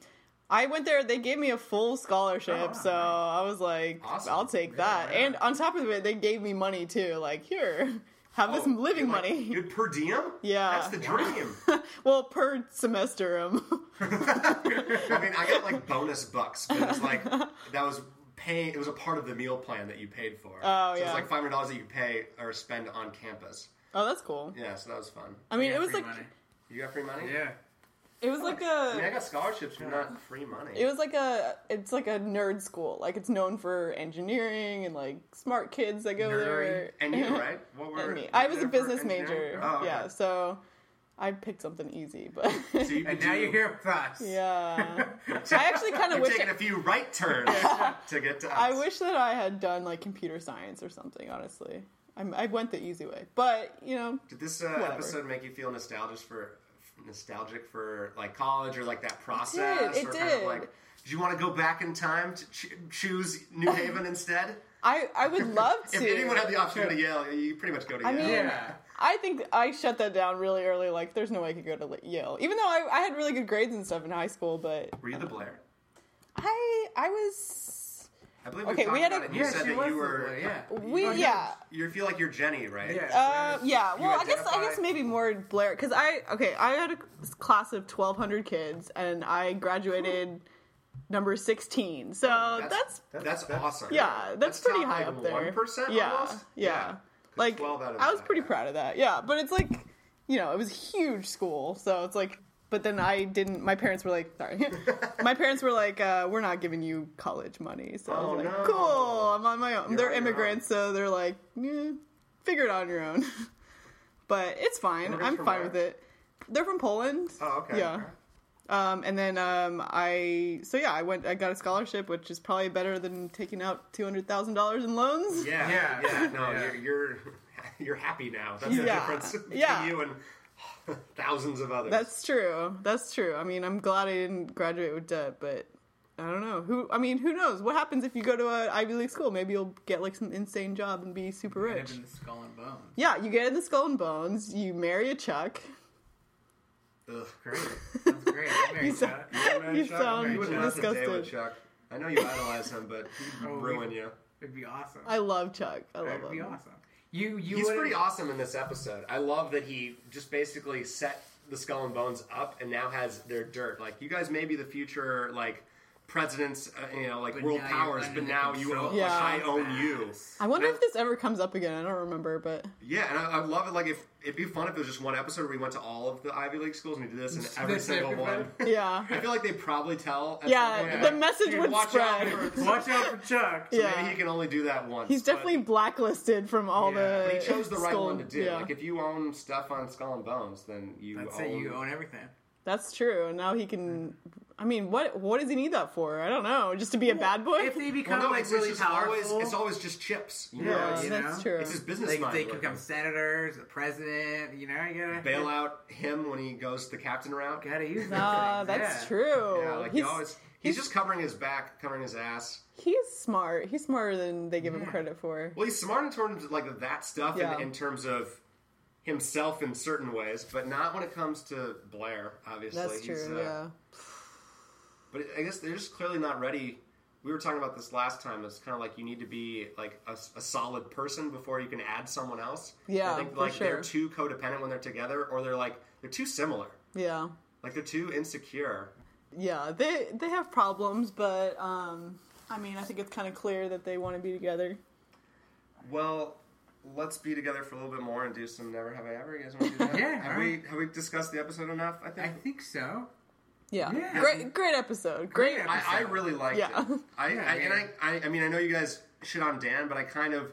Speaker 3: I went there. They gave me a full scholarship,
Speaker 2: Oh, wow.
Speaker 3: so I was like,
Speaker 1: Awesome.
Speaker 3: I'll take
Speaker 1: Yeah,
Speaker 3: that.
Speaker 1: yeah.
Speaker 3: And on top of it, they gave me money too. Like here, have this
Speaker 1: Oh,
Speaker 3: living
Speaker 1: you're like-
Speaker 3: money.
Speaker 1: You're per diem.
Speaker 3: Yeah.
Speaker 1: That's the dream.
Speaker 3: well, per semester, um,
Speaker 1: I mean, I got like bonus bucks, but it was like that was paying. It was a part of the meal plan that you paid for.
Speaker 3: Oh,
Speaker 1: so it
Speaker 3: yeah.
Speaker 1: was like five hundred dollars that you pay or spend on campus.
Speaker 3: oh, that's cool.
Speaker 1: Yeah, so that was fun.
Speaker 3: I mean,
Speaker 2: Yeah,
Speaker 3: it was
Speaker 2: free
Speaker 3: like
Speaker 2: money.
Speaker 1: You got free money?
Speaker 2: yeah.
Speaker 3: it was like
Speaker 1: I mean, I
Speaker 3: a.
Speaker 1: got scholarships, but not free money.
Speaker 3: It was like a, it's like a nerd school. Like it's known for engineering and like smart kids that go
Speaker 2: Nerdery.
Speaker 3: there.
Speaker 1: and you, right? What were
Speaker 3: and me. I was a
Speaker 1: there for
Speaker 3: business
Speaker 1: engineering?
Speaker 3: major.
Speaker 1: Oh, okay.
Speaker 3: Yeah, so I picked something easy, but
Speaker 1: So you
Speaker 2: And
Speaker 1: could
Speaker 2: now
Speaker 1: do-
Speaker 2: you're here with us.
Speaker 3: yeah, I actually kind of
Speaker 1: You've
Speaker 3: wish
Speaker 1: taken a
Speaker 3: I,
Speaker 1: few right turns to get to us.
Speaker 3: I wish that I had done like computer science or something. Honestly, I'm, I went the easy way, but you know,
Speaker 1: Did this uh,
Speaker 3: Whatever.
Speaker 1: episode make you feel nostalgic for nostalgic for like college or like that process?
Speaker 3: it
Speaker 1: or Kind of
Speaker 3: did.
Speaker 1: like, did you want to go back in time to ch- choose New Haven instead?
Speaker 3: I I would love to.
Speaker 1: If anyone had the option to go to Yale, you pretty much go to
Speaker 3: I
Speaker 1: Yale.
Speaker 3: mean,
Speaker 2: Yeah.
Speaker 3: I think I shut that down really early. Like, there's no way I could go to like, Yale, even though I, I had really good grades and stuff in high school. But
Speaker 1: were you the Blair?
Speaker 3: I I was
Speaker 1: I believe
Speaker 3: Okay,
Speaker 1: we,
Speaker 3: we
Speaker 1: talked
Speaker 3: had a-
Speaker 1: about it. You
Speaker 2: Yeah,
Speaker 1: said
Speaker 2: she
Speaker 1: that
Speaker 2: was
Speaker 1: you
Speaker 2: the
Speaker 1: were.
Speaker 2: boy, yeah.
Speaker 3: we
Speaker 2: Oh,
Speaker 3: yeah.
Speaker 1: You feel like you're Jenny, right?
Speaker 2: Yeah.
Speaker 3: Uh, yeah.
Speaker 2: You
Speaker 3: Well, I guess I
Speaker 2: identify-
Speaker 3: guess maybe more Blair because I okay. I had a class of twelve hundred kids, and I graduated number sixteen. So that's,
Speaker 1: that's, awesome.
Speaker 3: yeah, that's, pretty
Speaker 1: top,
Speaker 3: high
Speaker 1: like,
Speaker 3: up there.
Speaker 1: 1%
Speaker 3: yeah,
Speaker 1: almost?
Speaker 3: yeah,
Speaker 1: Yeah. 'Cause
Speaker 3: Like
Speaker 1: 12 out of
Speaker 3: I was
Speaker 1: that,
Speaker 3: pretty
Speaker 1: yeah.
Speaker 3: proud of that. Yeah, but it's like you know it was a huge school, so it's like. But then I didn't. My parents were like, sorry. my parents were like, uh, we're not giving you college money. So I
Speaker 1: Oh,
Speaker 3: was like,
Speaker 1: no.
Speaker 3: cool. I'm on my own.
Speaker 1: You're
Speaker 3: they're
Speaker 1: on your own.
Speaker 3: immigrants, so they're like, yeah, figure it out on your own. but it's fine.
Speaker 1: Immigrants
Speaker 3: I'm
Speaker 1: from
Speaker 3: fine
Speaker 1: where?
Speaker 3: with it. They're from Poland.
Speaker 1: Oh, okay.
Speaker 3: Yeah. Um, and then um, I, so yeah, I went. I got a scholarship, which is probably better than taking out two hundred thousand dollars in loans.
Speaker 1: Yeah,
Speaker 2: Yeah.
Speaker 1: yeah, No,
Speaker 2: Yeah.
Speaker 1: You're, you're you're happy now. That's the
Speaker 3: Yeah.
Speaker 1: difference between
Speaker 3: Yeah.
Speaker 1: you and thousands of others.
Speaker 3: That's true. That's true. I mean, I'm glad I didn't graduate with debt, but I don't know who. I mean, who knows what happens if you go to a Ivy League school? Maybe you'll get like some insane job and be super
Speaker 2: Kind
Speaker 3: rich.
Speaker 2: of in the skull and bones.
Speaker 3: Yeah, you get in the Skull and Bones. You marry a Chuck.
Speaker 1: Ugh.
Speaker 2: Great. That's great. I'm very
Speaker 3: You sound-
Speaker 2: proud.
Speaker 3: You
Speaker 1: Chuck,
Speaker 3: sound
Speaker 1: you wouldn't last a day with
Speaker 3: disgusted.
Speaker 1: Chuck. I know you idolize him, but he'd
Speaker 2: Oh,
Speaker 1: ruin
Speaker 2: we-
Speaker 1: you.
Speaker 2: It'd be awesome.
Speaker 3: I love Chuck. I love
Speaker 2: That'd be
Speaker 3: him.
Speaker 2: awesome. You you
Speaker 1: He's
Speaker 2: would've-
Speaker 1: pretty awesome in this episode. I love that he just basically set the Skull and Bones up, and now has their dirt. Like you guys may be the future, like presidents, uh, you know, like
Speaker 2: But
Speaker 1: world
Speaker 2: now you're
Speaker 1: powers,
Speaker 2: under
Speaker 1: but
Speaker 2: the
Speaker 1: now you
Speaker 2: control
Speaker 1: own,
Speaker 3: Yeah.
Speaker 1: like, I
Speaker 2: of
Speaker 1: own you.
Speaker 2: us.
Speaker 3: I wonder
Speaker 1: And
Speaker 3: if this ever comes up again. I don't remember, but
Speaker 1: Yeah, and I, I love it. Like if it'd be fun if it was just one episode where we went to all of the Ivy League schools and we did this in every
Speaker 2: This
Speaker 1: single
Speaker 2: everybody?
Speaker 1: one.
Speaker 3: yeah.
Speaker 1: I feel like they probably tell. At
Speaker 3: Yeah,
Speaker 1: some point,
Speaker 3: the
Speaker 1: like,
Speaker 3: message
Speaker 1: "Dude,
Speaker 3: would
Speaker 1: watch out
Speaker 3: spread."
Speaker 1: for-
Speaker 2: Watch out for Chuck.
Speaker 3: Yeah.
Speaker 1: Maybe he can only do that once.
Speaker 3: He's
Speaker 1: but-
Speaker 3: definitely blacklisted from all
Speaker 2: Yeah,
Speaker 3: the.
Speaker 1: But he chose the right
Speaker 3: Skull-
Speaker 1: one to do.
Speaker 3: yeah.
Speaker 1: Like if you own stuff on Skull and Bones, then you
Speaker 2: I'd
Speaker 1: own.
Speaker 2: say you own everything.
Speaker 3: That's true. Now he can. I mean, what what does he need that for? I don't know. Just to be a bad boy.
Speaker 2: If they
Speaker 1: Well,
Speaker 2: become
Speaker 1: no,
Speaker 2: like
Speaker 1: it's,
Speaker 2: really
Speaker 1: it's just
Speaker 2: powerful,
Speaker 1: always it's always just chips. You know,
Speaker 2: Yeah,
Speaker 1: it's,
Speaker 3: Yeah,
Speaker 2: you
Speaker 3: that's
Speaker 2: know?
Speaker 3: true.
Speaker 1: it's his business
Speaker 2: they,
Speaker 1: mind.
Speaker 2: they
Speaker 1: working.
Speaker 2: become senators, the president. You know, you gotta
Speaker 1: bail out him when he goes the captain route.
Speaker 2: Gotta use that.
Speaker 3: Nah, Uh, that's true.
Speaker 1: Yeah, like
Speaker 3: he's,
Speaker 1: he always he's, just covering his back, covering his ass.
Speaker 3: he's smart. He's smarter than they give him credit for.
Speaker 1: Well, he's smart in terms of like that stuff,
Speaker 3: Yeah.
Speaker 1: in, in terms of himself in certain ways, but not when it comes to Blair. Obviously,
Speaker 3: That's
Speaker 1: he's,
Speaker 3: true.
Speaker 1: uh, But I guess they're just clearly not ready. We were talking about this last time. It's kind of like you need to be like a, a solid person before you can add someone else.
Speaker 3: Yeah,
Speaker 1: I think
Speaker 3: for
Speaker 1: like
Speaker 3: sure.
Speaker 1: they're too codependent when they're together, or they're like they're too similar.
Speaker 3: yeah.
Speaker 1: Like they're too insecure.
Speaker 3: Yeah. Yeah. They they have problems, but um, I mean, I think it's kind of clear that they want to be together.
Speaker 1: Well, let's be together for a little bit more and do some never have I ever. You guys want to do that?
Speaker 2: Yeah,
Speaker 1: Have
Speaker 2: alright.
Speaker 1: we have we discussed the episode enough? I
Speaker 2: I
Speaker 1: think.
Speaker 2: think so.
Speaker 3: Yeah.
Speaker 2: Yeah.
Speaker 3: Great great episode. Great.
Speaker 2: Great
Speaker 1: I, I really liked
Speaker 3: Yeah.
Speaker 1: it. I, I
Speaker 2: Yeah,
Speaker 1: and I, I I mean I know you guys shit on Dan, but I kind of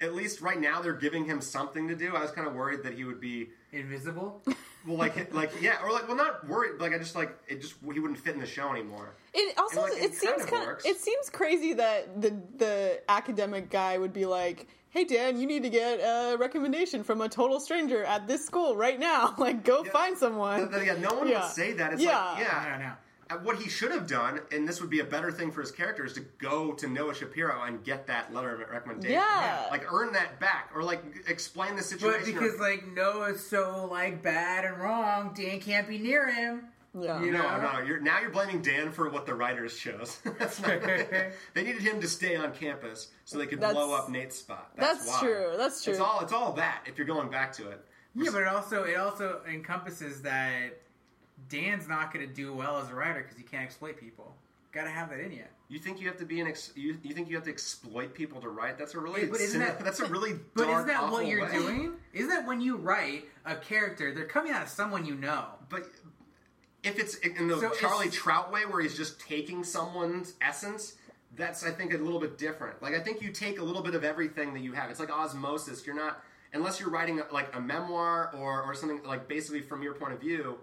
Speaker 1: at least right now they're giving him something to do. I was kind of worried that he would be
Speaker 2: Invisible.
Speaker 1: well, like like yeah, or like well, not worried. Like I just like it just he wouldn't fit in the show anymore.
Speaker 3: It also
Speaker 1: And, like,
Speaker 3: it,
Speaker 1: it
Speaker 3: seems
Speaker 1: kind of
Speaker 3: kind of
Speaker 1: works.
Speaker 3: it seems crazy that the the academic guy would be like, "Hey Dan, you need to get a recommendation from a total stranger at this school right now. Like, go find
Speaker 1: But
Speaker 3: someone."
Speaker 1: then again, no one
Speaker 3: Yeah.
Speaker 1: would say that. It's
Speaker 3: Yeah.
Speaker 1: like
Speaker 2: I don't
Speaker 1: yeah.
Speaker 2: know.
Speaker 1: And What he should have done, and this would be a better thing for his character, is to go to Noah Shapiro and get that letter of recommendation.
Speaker 3: Yeah.
Speaker 1: Like, earn that back, or like explain the
Speaker 2: But
Speaker 1: situation.
Speaker 2: because
Speaker 1: or-
Speaker 2: like Noah's so like bad and wrong, Dan can't be near him.
Speaker 3: Yeah.
Speaker 2: You know-
Speaker 1: No, no. You're now you're blaming Dan for what the writers chose. That's not. they needed him to stay on campus so they could
Speaker 3: That's-
Speaker 1: blow up Nate's spot.
Speaker 3: That's,
Speaker 1: That's, why.
Speaker 3: true. That's true.
Speaker 1: It's all. It's all that. If you're going back to it.
Speaker 2: Yeah, but it also it also encompasses that Dan's not going to do well as a writer because you can't exploit people. Got to have that in you.
Speaker 1: You think you have to be an ex- you, you think you have to exploit people to write? That's a really
Speaker 2: Yeah, but isn't
Speaker 1: cyni-
Speaker 2: that-
Speaker 1: that's a really
Speaker 2: But
Speaker 1: dark,
Speaker 2: isn't that what
Speaker 1: awful
Speaker 2: you're
Speaker 1: way.
Speaker 2: doing? Isn't that when you write a character, they're coming out of someone you know?
Speaker 1: But if it's in the
Speaker 2: So it's-
Speaker 1: Charlie Trout way, where he's just taking someone's essence, that's I think a little bit different. Like I think you take a little bit of everything that you have. It's like osmosis. You're not unless you're writing like a memoir or or something like basically from your point of view.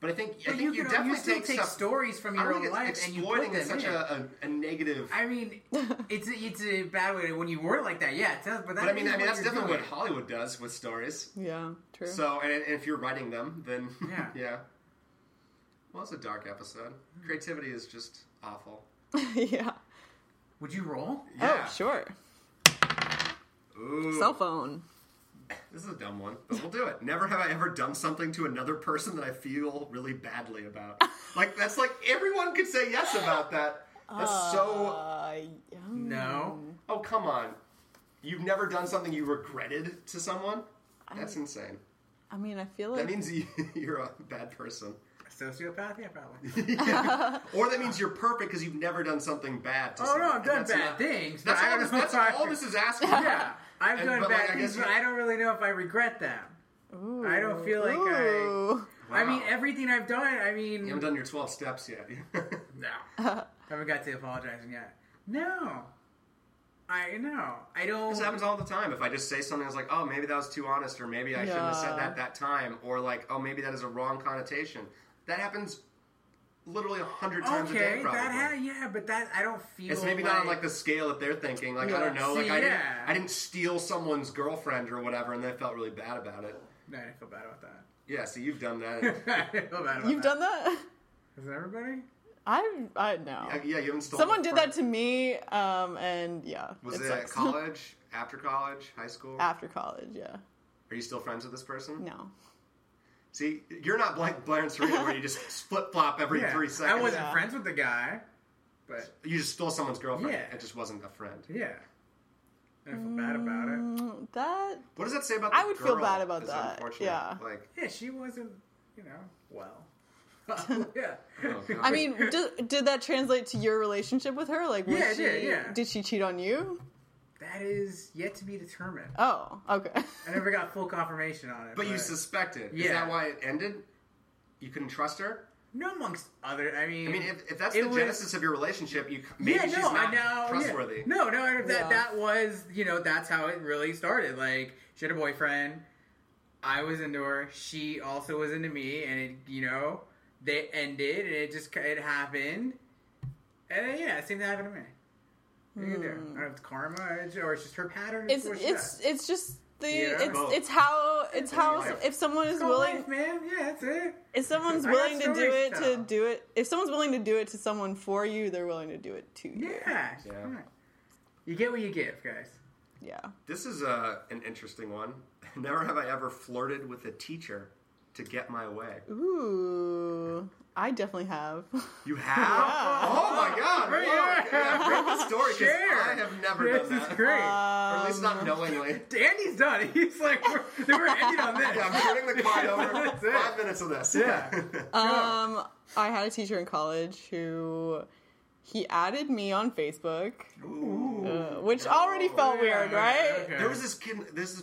Speaker 1: But I think I
Speaker 2: But
Speaker 1: think
Speaker 2: you,
Speaker 1: you,
Speaker 2: can,
Speaker 1: definitely
Speaker 2: you still
Speaker 1: take,
Speaker 2: take,
Speaker 1: stuff-
Speaker 2: stories from
Speaker 1: I
Speaker 2: your
Speaker 1: don't
Speaker 2: own
Speaker 1: think
Speaker 2: life
Speaker 1: it's
Speaker 2: and you put
Speaker 1: exploiting
Speaker 2: them
Speaker 1: is such
Speaker 2: in.
Speaker 1: a, a, a negative.
Speaker 2: I mean, it's a, it's a bad way to, when you word like that. Yeah, it does. But, that
Speaker 1: but I mean,
Speaker 2: is
Speaker 1: I mean
Speaker 2: what
Speaker 1: that's
Speaker 2: you're
Speaker 1: definitely
Speaker 2: doing.
Speaker 1: what Hollywood does with stories.
Speaker 3: yeah. True.
Speaker 1: So, and, and if you're writing them, then
Speaker 2: Yeah.
Speaker 1: yeah. Well, it's a dark episode. Creativity is just awful.
Speaker 3: yeah.
Speaker 2: Would you roll?
Speaker 1: Yeah.
Speaker 3: Oh, sure.
Speaker 1: Ooh,
Speaker 3: Cell phone.
Speaker 1: this is a dumb one, but we'll do it. Never have I ever done something to another person that I feel really badly about. like that's like everyone could say yes about that. That's so.
Speaker 3: Uh, um,
Speaker 2: No.
Speaker 1: Oh come on, you've never done something you regretted to someone. That's insane.
Speaker 3: I mean, I feel
Speaker 1: That
Speaker 3: like
Speaker 1: means you- you're a bad person,
Speaker 2: Sociopath? Yeah, probably.
Speaker 1: or that means you're perfect because you've never done something bad. To
Speaker 2: Oh,
Speaker 1: someone.
Speaker 2: no, I've
Speaker 1: And
Speaker 2: done
Speaker 1: that's
Speaker 2: bad
Speaker 1: not-
Speaker 2: things,
Speaker 1: That's
Speaker 2: but I
Speaker 1: all.
Speaker 2: don't
Speaker 1: This,
Speaker 2: know
Speaker 1: that's
Speaker 2: if I-
Speaker 1: all this is asking.
Speaker 2: Yeah, I've
Speaker 1: And-
Speaker 2: done
Speaker 1: but, like,
Speaker 2: bad
Speaker 1: I guess
Speaker 2: things, but
Speaker 1: you-
Speaker 2: I don't really know if I regret them. I don't feel like
Speaker 3: Ooh.
Speaker 2: I. I mean,
Speaker 1: Wow.
Speaker 2: everything I've done. I mean,
Speaker 1: You haven't done your 12 steps yet.
Speaker 2: no, haven't got to apologizing yet. No, I know. I don't.
Speaker 1: this happens all the time. If I just say something, I was like, oh, maybe that was too honest, or maybe I shouldn't have
Speaker 3: Yeah.
Speaker 1: said that that time, or like, oh, maybe that is a wrong connotation. That happens literally a hundred times a day,
Speaker 2: okay,
Speaker 1: probably.
Speaker 2: that ha- yeah, but that I don't feel.
Speaker 1: it's maybe
Speaker 2: like,
Speaker 1: not on like the scale that they're thinking. Like, I
Speaker 3: Yeah.
Speaker 1: don't know, like
Speaker 2: See,
Speaker 1: I, didn't,
Speaker 2: yeah.
Speaker 1: I didn't steal someone's girlfriend or whatever, and they felt really bad about it.
Speaker 2: No, I feel bad about that.
Speaker 1: Yeah, so you've done that.
Speaker 2: I feel bad about
Speaker 3: you've done that.
Speaker 2: Is that everybody?
Speaker 3: I I know.
Speaker 1: Uh, yeah, you haven't stolen.
Speaker 3: Someone
Speaker 1: a
Speaker 3: did
Speaker 1: friend.
Speaker 3: that to me, um, and yeah,
Speaker 1: Was it, at
Speaker 3: sucks.
Speaker 1: college? After college? High school?
Speaker 3: After college, yeah.
Speaker 1: Are you still friends with this person?
Speaker 3: No.
Speaker 1: See, you're not like Blair and Serena where you just flip flop every
Speaker 2: Yeah,
Speaker 1: three seconds.
Speaker 2: I wasn't
Speaker 3: Yeah.
Speaker 2: friends with the guy, but
Speaker 1: You just stole someone's girlfriend.
Speaker 2: Yeah.
Speaker 1: It just wasn't a friend.
Speaker 2: yeah, I feel bad about it.
Speaker 3: Mm, That
Speaker 1: What does that say about? The
Speaker 3: I would feel
Speaker 1: girl?
Speaker 3: bad about
Speaker 1: It's
Speaker 3: that,
Speaker 1: unfortunate.
Speaker 3: yeah.
Speaker 1: Like,
Speaker 2: Yeah, she wasn't, you know, well. yeah.
Speaker 1: oh, God.
Speaker 3: I mean, did, did that translate to your relationship with her? Like, was
Speaker 2: Yeah, it
Speaker 3: she,
Speaker 2: did, yeah.
Speaker 3: did she cheat on you?
Speaker 2: That is yet to be determined.
Speaker 3: Oh, okay.
Speaker 2: I never got full confirmation on it.
Speaker 1: but you suspected. Is
Speaker 2: Yeah.
Speaker 1: that why it ended? You couldn't trust her.
Speaker 2: no, amongst other. I mean,
Speaker 1: I mean, if, if that's
Speaker 2: It
Speaker 1: the
Speaker 2: was-
Speaker 1: genesis of your relationship, you maybe
Speaker 2: yeah,
Speaker 1: she's
Speaker 2: no,
Speaker 1: not
Speaker 2: I know,
Speaker 1: trustworthy.
Speaker 2: Yeah. No, no, and that
Speaker 3: Yeah.
Speaker 2: that was you know that's how it really started. Like she had a boyfriend, I was into her, she also was into me, and it you know they ended, and it just ki- it happened, and then, yeah, it seemed to happen to me. What are you gonna do? I don't know if uh, it's karma or it's just her pattern.
Speaker 3: Hmm. It's
Speaker 2: what she
Speaker 3: it's
Speaker 2: does.
Speaker 3: it's just the
Speaker 2: Yeah.
Speaker 3: it's
Speaker 1: Both.
Speaker 3: it's how it's how
Speaker 1: life.
Speaker 3: if someone is
Speaker 2: It's all
Speaker 3: willing
Speaker 2: life, man. Yeah, that's it.
Speaker 3: if someone's
Speaker 2: I got
Speaker 3: willing to do
Speaker 2: stories
Speaker 3: it
Speaker 2: to
Speaker 3: to
Speaker 2: tell.
Speaker 3: do it if someone's willing to do it to someone for you, they're willing to do it to you.
Speaker 2: Yeah.
Speaker 1: Yeah.
Speaker 2: You get what you give, guys.
Speaker 3: Yeah.
Speaker 1: This is uh, an interesting one. Never have I ever flirted with a teacher to get my way.
Speaker 3: Ooh, I definitely have.
Speaker 1: You have? Oh my God!
Speaker 2: Right,
Speaker 1: Whoa.
Speaker 2: yeah.
Speaker 1: Yeah, break the story 'cause
Speaker 2: Share.
Speaker 1: I have never
Speaker 2: This
Speaker 1: done
Speaker 2: is
Speaker 1: that.
Speaker 2: great.
Speaker 1: Or at
Speaker 3: Um,
Speaker 1: least not knowingly.
Speaker 2: Danny's done. He's like, we're, they were ending on this.
Speaker 1: Yeah, I'm turning the card over.
Speaker 2: That's it.
Speaker 1: Five minutes of this.
Speaker 2: Yeah.
Speaker 3: Um, I had a teacher in college who he added me on Facebook, uh, which already felt
Speaker 2: Oh, Yeah,
Speaker 3: weird,
Speaker 2: yeah,
Speaker 3: right?
Speaker 2: okay.
Speaker 1: There was this kid. This is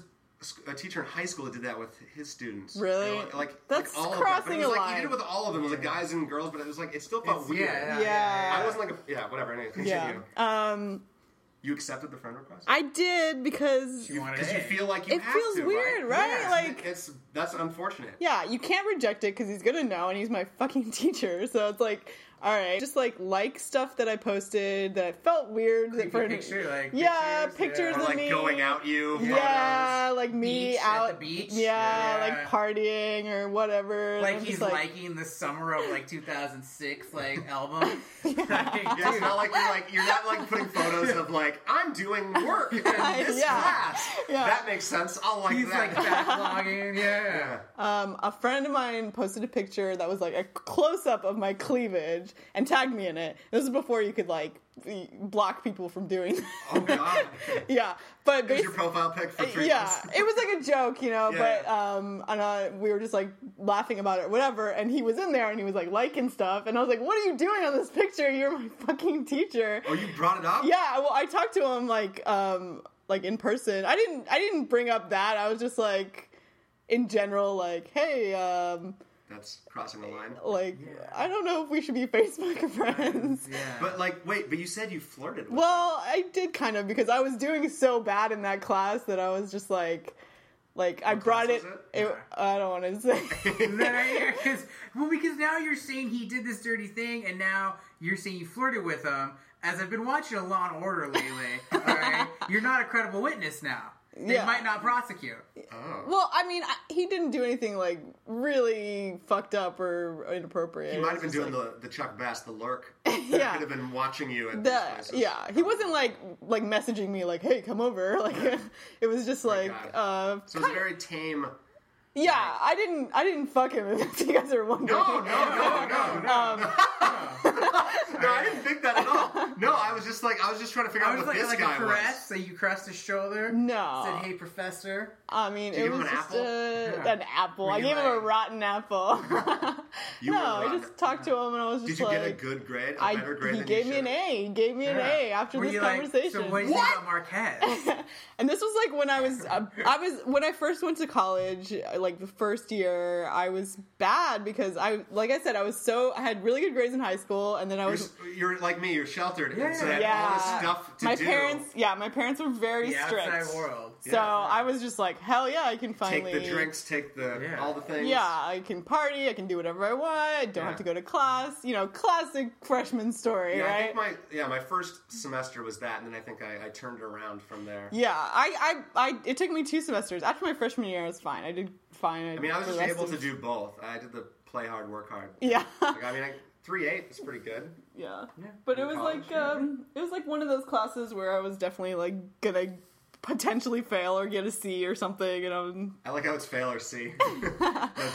Speaker 1: a teacher in high school that did that with his students.
Speaker 3: Really?
Speaker 1: You know, like
Speaker 3: That's
Speaker 1: like all
Speaker 3: crossing
Speaker 1: of them. But it was like,
Speaker 3: a
Speaker 1: He did
Speaker 3: line.
Speaker 1: it with all of them. It was like guys and girls, but it was like it still felt
Speaker 2: It's-
Speaker 1: weird.
Speaker 3: Yeah.
Speaker 1: I wasn't like a, yeah, whatever. Anyway, continue.
Speaker 3: Yeah. Um,
Speaker 1: You accepted the friend request.
Speaker 3: I did because
Speaker 2: You wanted
Speaker 1: Because you
Speaker 2: it.
Speaker 1: feel like you
Speaker 3: It
Speaker 1: have
Speaker 3: feels
Speaker 1: to,
Speaker 3: weird, right?
Speaker 1: Yeah.
Speaker 3: Like-
Speaker 1: it's that's unfortunate.
Speaker 3: yeah, you can't reject it because he's gonna know, and he's my fucking teacher. So it's like, all right, just like like stuff that I posted that I felt weird that
Speaker 2: Creepy picture, like
Speaker 3: yeah,
Speaker 2: pictures,
Speaker 3: pictures
Speaker 1: Or
Speaker 3: of
Speaker 1: like
Speaker 3: me.
Speaker 1: going out, you.
Speaker 3: yeah, like me
Speaker 2: Beach, at
Speaker 3: out
Speaker 2: the beach?
Speaker 3: yeah,
Speaker 2: Yeah.
Speaker 3: like partying or whatever. and I'm
Speaker 2: like
Speaker 3: just
Speaker 2: he's liking the summer of like 2006 like album. Like,
Speaker 1: Yeah, it's
Speaker 2: dude,
Speaker 1: not like you're like you're not like putting photos of like I'm doing work in this
Speaker 3: Yeah.
Speaker 1: class.
Speaker 3: Yeah.
Speaker 1: That makes sense. I'll like
Speaker 2: he's like
Speaker 1: that.
Speaker 2: backlogging. Yeah.
Speaker 1: Yeah.
Speaker 3: Um, a friend of mine posted a picture that was like a close up of my cleavage and tagged me in it. This is before you could like be- block people from doing.
Speaker 1: Oh god.
Speaker 3: yeah, but
Speaker 1: Here's your
Speaker 3: basically,
Speaker 1: profile pic for three
Speaker 3: yeah,
Speaker 1: months.
Speaker 3: it was like a joke, you know.
Speaker 1: Yeah.
Speaker 3: But um, and uh, we were just like laughing about it, or whatever. And he was in there and he was like liking stuff, and I was like, "What are you doing on this picture? You're my fucking teacher."
Speaker 1: Oh, you brought it up?
Speaker 3: Yeah, well, I talked to him like um like in person. I didn't I didn't bring up that. I was just like in general like, "Hey, um
Speaker 1: That's crossing the line.
Speaker 3: like I don't know if we should be Facebook friends."
Speaker 2: Yeah.
Speaker 1: But like, wait, but you said you flirted with
Speaker 3: Well, I did kind of because I was doing so bad in that class that I was just like like I
Speaker 1: What
Speaker 3: brought
Speaker 1: class
Speaker 3: it,
Speaker 1: was
Speaker 3: it I don't want to say.
Speaker 2: because well, because now you're saying he did this dirty thing, and now you're saying you flirted with him. As I've been watching a Law and Order lately, all right, you're not a credible witness now. They
Speaker 3: Yeah.
Speaker 2: might not prosecute.
Speaker 1: Oh.
Speaker 3: well, I mean, I, he didn't do anything like really fucked up or inappropriate.
Speaker 1: He might have
Speaker 3: It
Speaker 1: been
Speaker 3: was
Speaker 1: doing
Speaker 3: just,
Speaker 1: the, the Chuck Bass, the lurk.
Speaker 3: Yeah.
Speaker 1: Could have been watching you at
Speaker 3: The,
Speaker 1: these places.
Speaker 3: yeah, he wasn't like like messaging me like, "Hey, come over." Like it was just like,
Speaker 1: God.
Speaker 3: uh,
Speaker 1: So it's very tame.
Speaker 3: yeah, I didn't I didn't fuck him. If you guys are wondering,
Speaker 1: No, no, no, no, no.
Speaker 3: Um,
Speaker 1: No, I didn't think that at all. No, I was just like, I was just trying to figure
Speaker 2: I
Speaker 1: out
Speaker 2: was
Speaker 1: what
Speaker 2: like,
Speaker 1: Oh, this
Speaker 2: like a
Speaker 1: guy
Speaker 2: caress,
Speaker 1: was.
Speaker 2: so you caressed his shoulder.
Speaker 3: No.
Speaker 2: Said, hey, professor.
Speaker 3: I mean
Speaker 1: you
Speaker 3: it
Speaker 1: give
Speaker 3: was
Speaker 1: him an
Speaker 3: just
Speaker 1: apple?
Speaker 3: uh,
Speaker 2: Yeah.
Speaker 3: an apple.
Speaker 2: Were
Speaker 3: I
Speaker 2: you
Speaker 3: gave him a
Speaker 2: like-
Speaker 3: rotten apple.
Speaker 1: You
Speaker 3: no,
Speaker 1: were
Speaker 3: I
Speaker 1: rotten.
Speaker 3: just talked to him and I was just
Speaker 1: Did you
Speaker 3: like,
Speaker 1: get a good grade? A
Speaker 3: I
Speaker 1: better grade
Speaker 3: he
Speaker 1: than
Speaker 3: gave
Speaker 1: you
Speaker 3: me an
Speaker 1: should've?
Speaker 3: A. He gave me an
Speaker 2: Yeah.
Speaker 3: A after
Speaker 2: Were
Speaker 3: this
Speaker 2: you like,
Speaker 3: conversation.
Speaker 2: so what do you
Speaker 1: What?
Speaker 2: think about Marquez?
Speaker 3: and this was like when I was uh, I was when I first went to college, uh, like the first year, I was bad because I like I said I was so I had really good grades in high school and then I
Speaker 1: You're,
Speaker 3: was
Speaker 1: s- you're like me. You're sheltered, and so
Speaker 2: Yeah.
Speaker 1: that all this
Speaker 3: Yeah.
Speaker 1: stuff to
Speaker 3: my
Speaker 1: do.
Speaker 3: parents yeah, my parents were very
Speaker 2: the outside
Speaker 3: strict.
Speaker 2: world.
Speaker 3: So I was just like, hell yeah, I can
Speaker 1: take
Speaker 3: finally
Speaker 1: the drinks, take the
Speaker 2: Yeah.
Speaker 1: all the things.
Speaker 3: Yeah, I can party, I can do whatever I want, I don't
Speaker 1: Yeah.
Speaker 3: have to go to class. You know, classic freshman story,
Speaker 1: Yeah, I
Speaker 3: right?
Speaker 1: think my yeah my first semester was that, and then I think I, I turned it around from there.
Speaker 3: yeah, I, I, I, it took me two semesters. After my freshman year, I was fine. I did fine.
Speaker 1: I mean, I was
Speaker 3: the
Speaker 1: just
Speaker 3: rest
Speaker 1: able
Speaker 3: of-
Speaker 1: to do both. I did the play hard, work hard.
Speaker 3: Yeah,
Speaker 1: Like, I mean, I, three eight is pretty good.
Speaker 3: yeah. But it
Speaker 1: in
Speaker 3: was
Speaker 1: college,
Speaker 3: like, um, it was like one of those classes where I was definitely like gonna potentially fail or get a C or something, and I'm, um,
Speaker 1: I like how it's fail or C, no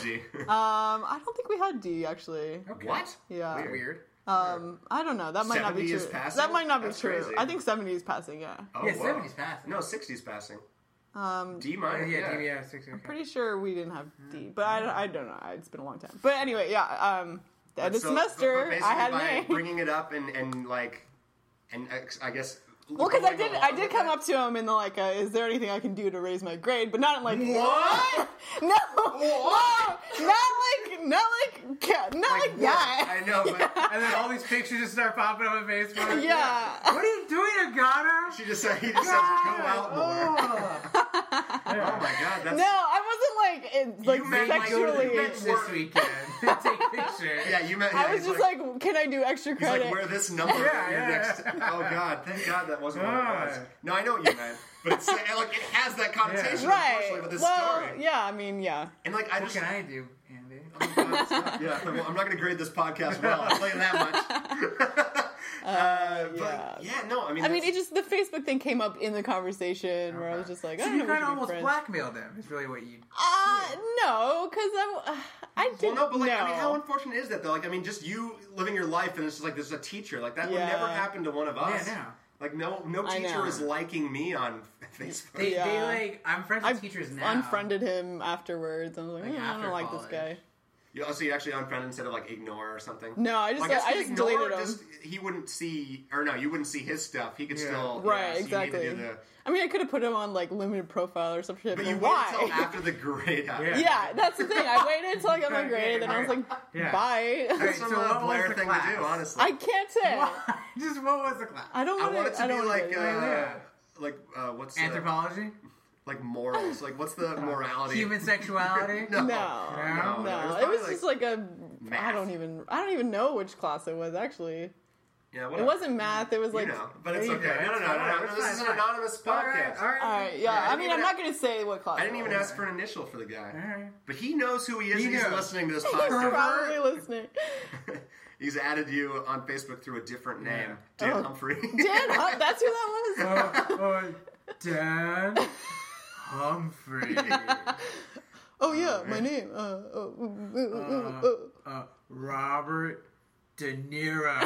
Speaker 1: D.
Speaker 3: I don't think we had D actually.
Speaker 2: Okay.
Speaker 1: what?
Speaker 3: Um, Yeah.
Speaker 1: Weird.
Speaker 2: Weird.
Speaker 3: Um, I don't know. That might not
Speaker 1: 70
Speaker 3: be true.
Speaker 1: is passing?
Speaker 3: That might not be
Speaker 1: That's
Speaker 3: true.
Speaker 1: crazy.
Speaker 3: I think seventy is passing. Yeah.
Speaker 1: Oh,
Speaker 2: yeah,
Speaker 1: whoa.
Speaker 2: 70s passing.
Speaker 1: No, sixties passing.
Speaker 3: Um,
Speaker 1: D
Speaker 2: Oh,
Speaker 1: minus.
Speaker 2: yeah,
Speaker 1: Yeah,
Speaker 2: yeah, yeah, six, okay.
Speaker 3: pretty sure we didn't have
Speaker 1: Mm-hmm.
Speaker 3: D, but I, I don't know. It's been a long time. But anyway, yeah. Um,
Speaker 1: But
Speaker 3: this
Speaker 1: so-
Speaker 3: semester
Speaker 1: but basically
Speaker 3: I had
Speaker 1: by
Speaker 3: an A.
Speaker 1: bringing it up and and like and ex- I guess.
Speaker 3: well, because I
Speaker 1: going
Speaker 3: did,
Speaker 1: along
Speaker 3: I did
Speaker 1: with
Speaker 3: come
Speaker 1: it-
Speaker 3: up to him in the like, uh, is there anything I can do to raise my grade? But not in like
Speaker 1: What?
Speaker 3: No, no, not like, not like, ca- not like,
Speaker 1: what?
Speaker 3: that.
Speaker 1: I know, but
Speaker 2: And then all these pictures just start popping up on Facebook.
Speaker 3: Yeah.
Speaker 2: What are you doing, Agata?
Speaker 1: she just said he just says go out more. Oh my god, that's
Speaker 3: No, I wasn't like, it, like
Speaker 1: meant, like,
Speaker 2: Go to
Speaker 3: sexually.
Speaker 2: the beach this
Speaker 1: Work.
Speaker 2: weekend. Take pictures.
Speaker 1: yeah. You meant yeah,
Speaker 3: I was
Speaker 1: he's
Speaker 3: just like, can I do extra
Speaker 1: he's
Speaker 3: credit?
Speaker 1: like wear this number.
Speaker 2: Yeah,
Speaker 1: for your
Speaker 2: yeah.
Speaker 1: next- Oh god, thank God that wasn't what it was.
Speaker 2: God.
Speaker 1: No, I know what you meant, but it's like it has that connotation, unfortunately,
Speaker 3: right.
Speaker 1: with this
Speaker 3: well,
Speaker 1: story.
Speaker 3: yeah. I mean, yeah.
Speaker 1: And like I
Speaker 2: What
Speaker 1: just
Speaker 2: can I do, Andy?
Speaker 1: yeah, well, I'm not going to grade this podcast well. I'll tell you that much. uh, but yeah, no, I mean,
Speaker 3: I mean,
Speaker 1: that's-
Speaker 3: it just the Facebook thing came up in the conversation where I was just like, I
Speaker 2: So
Speaker 3: don't
Speaker 2: you
Speaker 3: know,
Speaker 2: kind of
Speaker 3: kind
Speaker 2: almost blackmailed him. Is really what you.
Speaker 3: Uh, no, because I, I
Speaker 1: well,
Speaker 3: didn't
Speaker 1: no, but like,
Speaker 3: know.
Speaker 1: I mean, how unfortunate is that though? Like, I mean, just you living your life, and it's just like there's a teacher like that would
Speaker 3: Yeah.
Speaker 1: never happen to one of us.
Speaker 2: Yeah, no.
Speaker 1: Like, no, no
Speaker 3: I
Speaker 1: teacher
Speaker 3: know.
Speaker 1: is liking me on Facebook.
Speaker 2: They, they
Speaker 3: Yeah.
Speaker 2: like I'm friends with
Speaker 3: I've
Speaker 2: teachers now.
Speaker 3: unfriended him afterwards. I was like,
Speaker 2: Like,
Speaker 3: "Eh, I
Speaker 2: after
Speaker 3: don't like this
Speaker 2: college.
Speaker 3: guy.
Speaker 1: You also you actually unfriend instead of like ignore or something.
Speaker 3: No, I just-
Speaker 1: Well, guess
Speaker 3: I
Speaker 1: with
Speaker 3: just deleted him.
Speaker 1: he wouldn't see or no, you wouldn't see his stuff. He could
Speaker 2: Yeah.
Speaker 1: still yeah, so
Speaker 3: Right,
Speaker 1: you need to
Speaker 3: exactly.
Speaker 1: do the-
Speaker 3: I mean, I could have put him on like limited profile or some shit.
Speaker 1: but you
Speaker 3: why?
Speaker 1: wait until after the grade. happens.
Speaker 3: yeah, that's the thing. I waited until I got my grade, and I was like,
Speaker 2: Yeah.
Speaker 3: bye.
Speaker 1: That's
Speaker 2: Alright,
Speaker 1: some
Speaker 2: so
Speaker 1: uh,
Speaker 2: what was
Speaker 1: Blair
Speaker 2: the
Speaker 1: thing
Speaker 2: class?
Speaker 1: to do, honestly.
Speaker 3: I can't say.
Speaker 2: Just what was the class?
Speaker 3: I don't
Speaker 1: I
Speaker 3: want
Speaker 1: want it to be
Speaker 3: I don't wanna
Speaker 1: like
Speaker 3: do
Speaker 1: uh,
Speaker 3: it.
Speaker 2: Yeah.
Speaker 1: like uh, what's uh,
Speaker 2: Anthropology,
Speaker 1: like morals? Like what's the morality?
Speaker 2: human sexuality.
Speaker 1: No.
Speaker 3: no,
Speaker 1: Oh, no, no, it
Speaker 3: no.
Speaker 1: was
Speaker 3: It was
Speaker 1: probably,
Speaker 3: just like a. I
Speaker 1: math.
Speaker 3: don't even. I don't even know which class it was actually.
Speaker 1: Yeah,
Speaker 3: It
Speaker 1: whatever.
Speaker 3: wasn't math. It was
Speaker 1: You
Speaker 3: like.
Speaker 1: know, but it's
Speaker 2: Yeah,
Speaker 1: okay. No, no, no,
Speaker 2: it's
Speaker 1: no,
Speaker 2: fine,
Speaker 1: no.
Speaker 2: it's
Speaker 1: This
Speaker 2: fine,
Speaker 1: is
Speaker 2: it's
Speaker 1: an
Speaker 2: fine.
Speaker 1: anonymous
Speaker 2: All right,
Speaker 1: podcast.
Speaker 2: all right.
Speaker 3: All right. Yeah. I,
Speaker 1: didn't
Speaker 3: mean,
Speaker 1: even
Speaker 3: I'm not
Speaker 1: a-
Speaker 3: gonna say what class.
Speaker 1: I didn't even
Speaker 3: Know.
Speaker 1: ask for an initial for the guy.
Speaker 2: All right.
Speaker 1: But he knows who he is.
Speaker 2: He
Speaker 1: and he's
Speaker 2: knows.
Speaker 1: listening to this
Speaker 3: He's
Speaker 1: podcast.
Speaker 3: probably listening.
Speaker 1: he's added you on Facebook through a different name, Dan
Speaker 3: Oh.
Speaker 1: Humphrey.
Speaker 3: Dan, Huff- that's who that was.
Speaker 2: Oh, oh, Dan Humphrey.
Speaker 3: Oh yeah, my name. Uh, oh, ooh, ooh, ooh, ooh, ooh.
Speaker 2: Uh, Robert De Niro.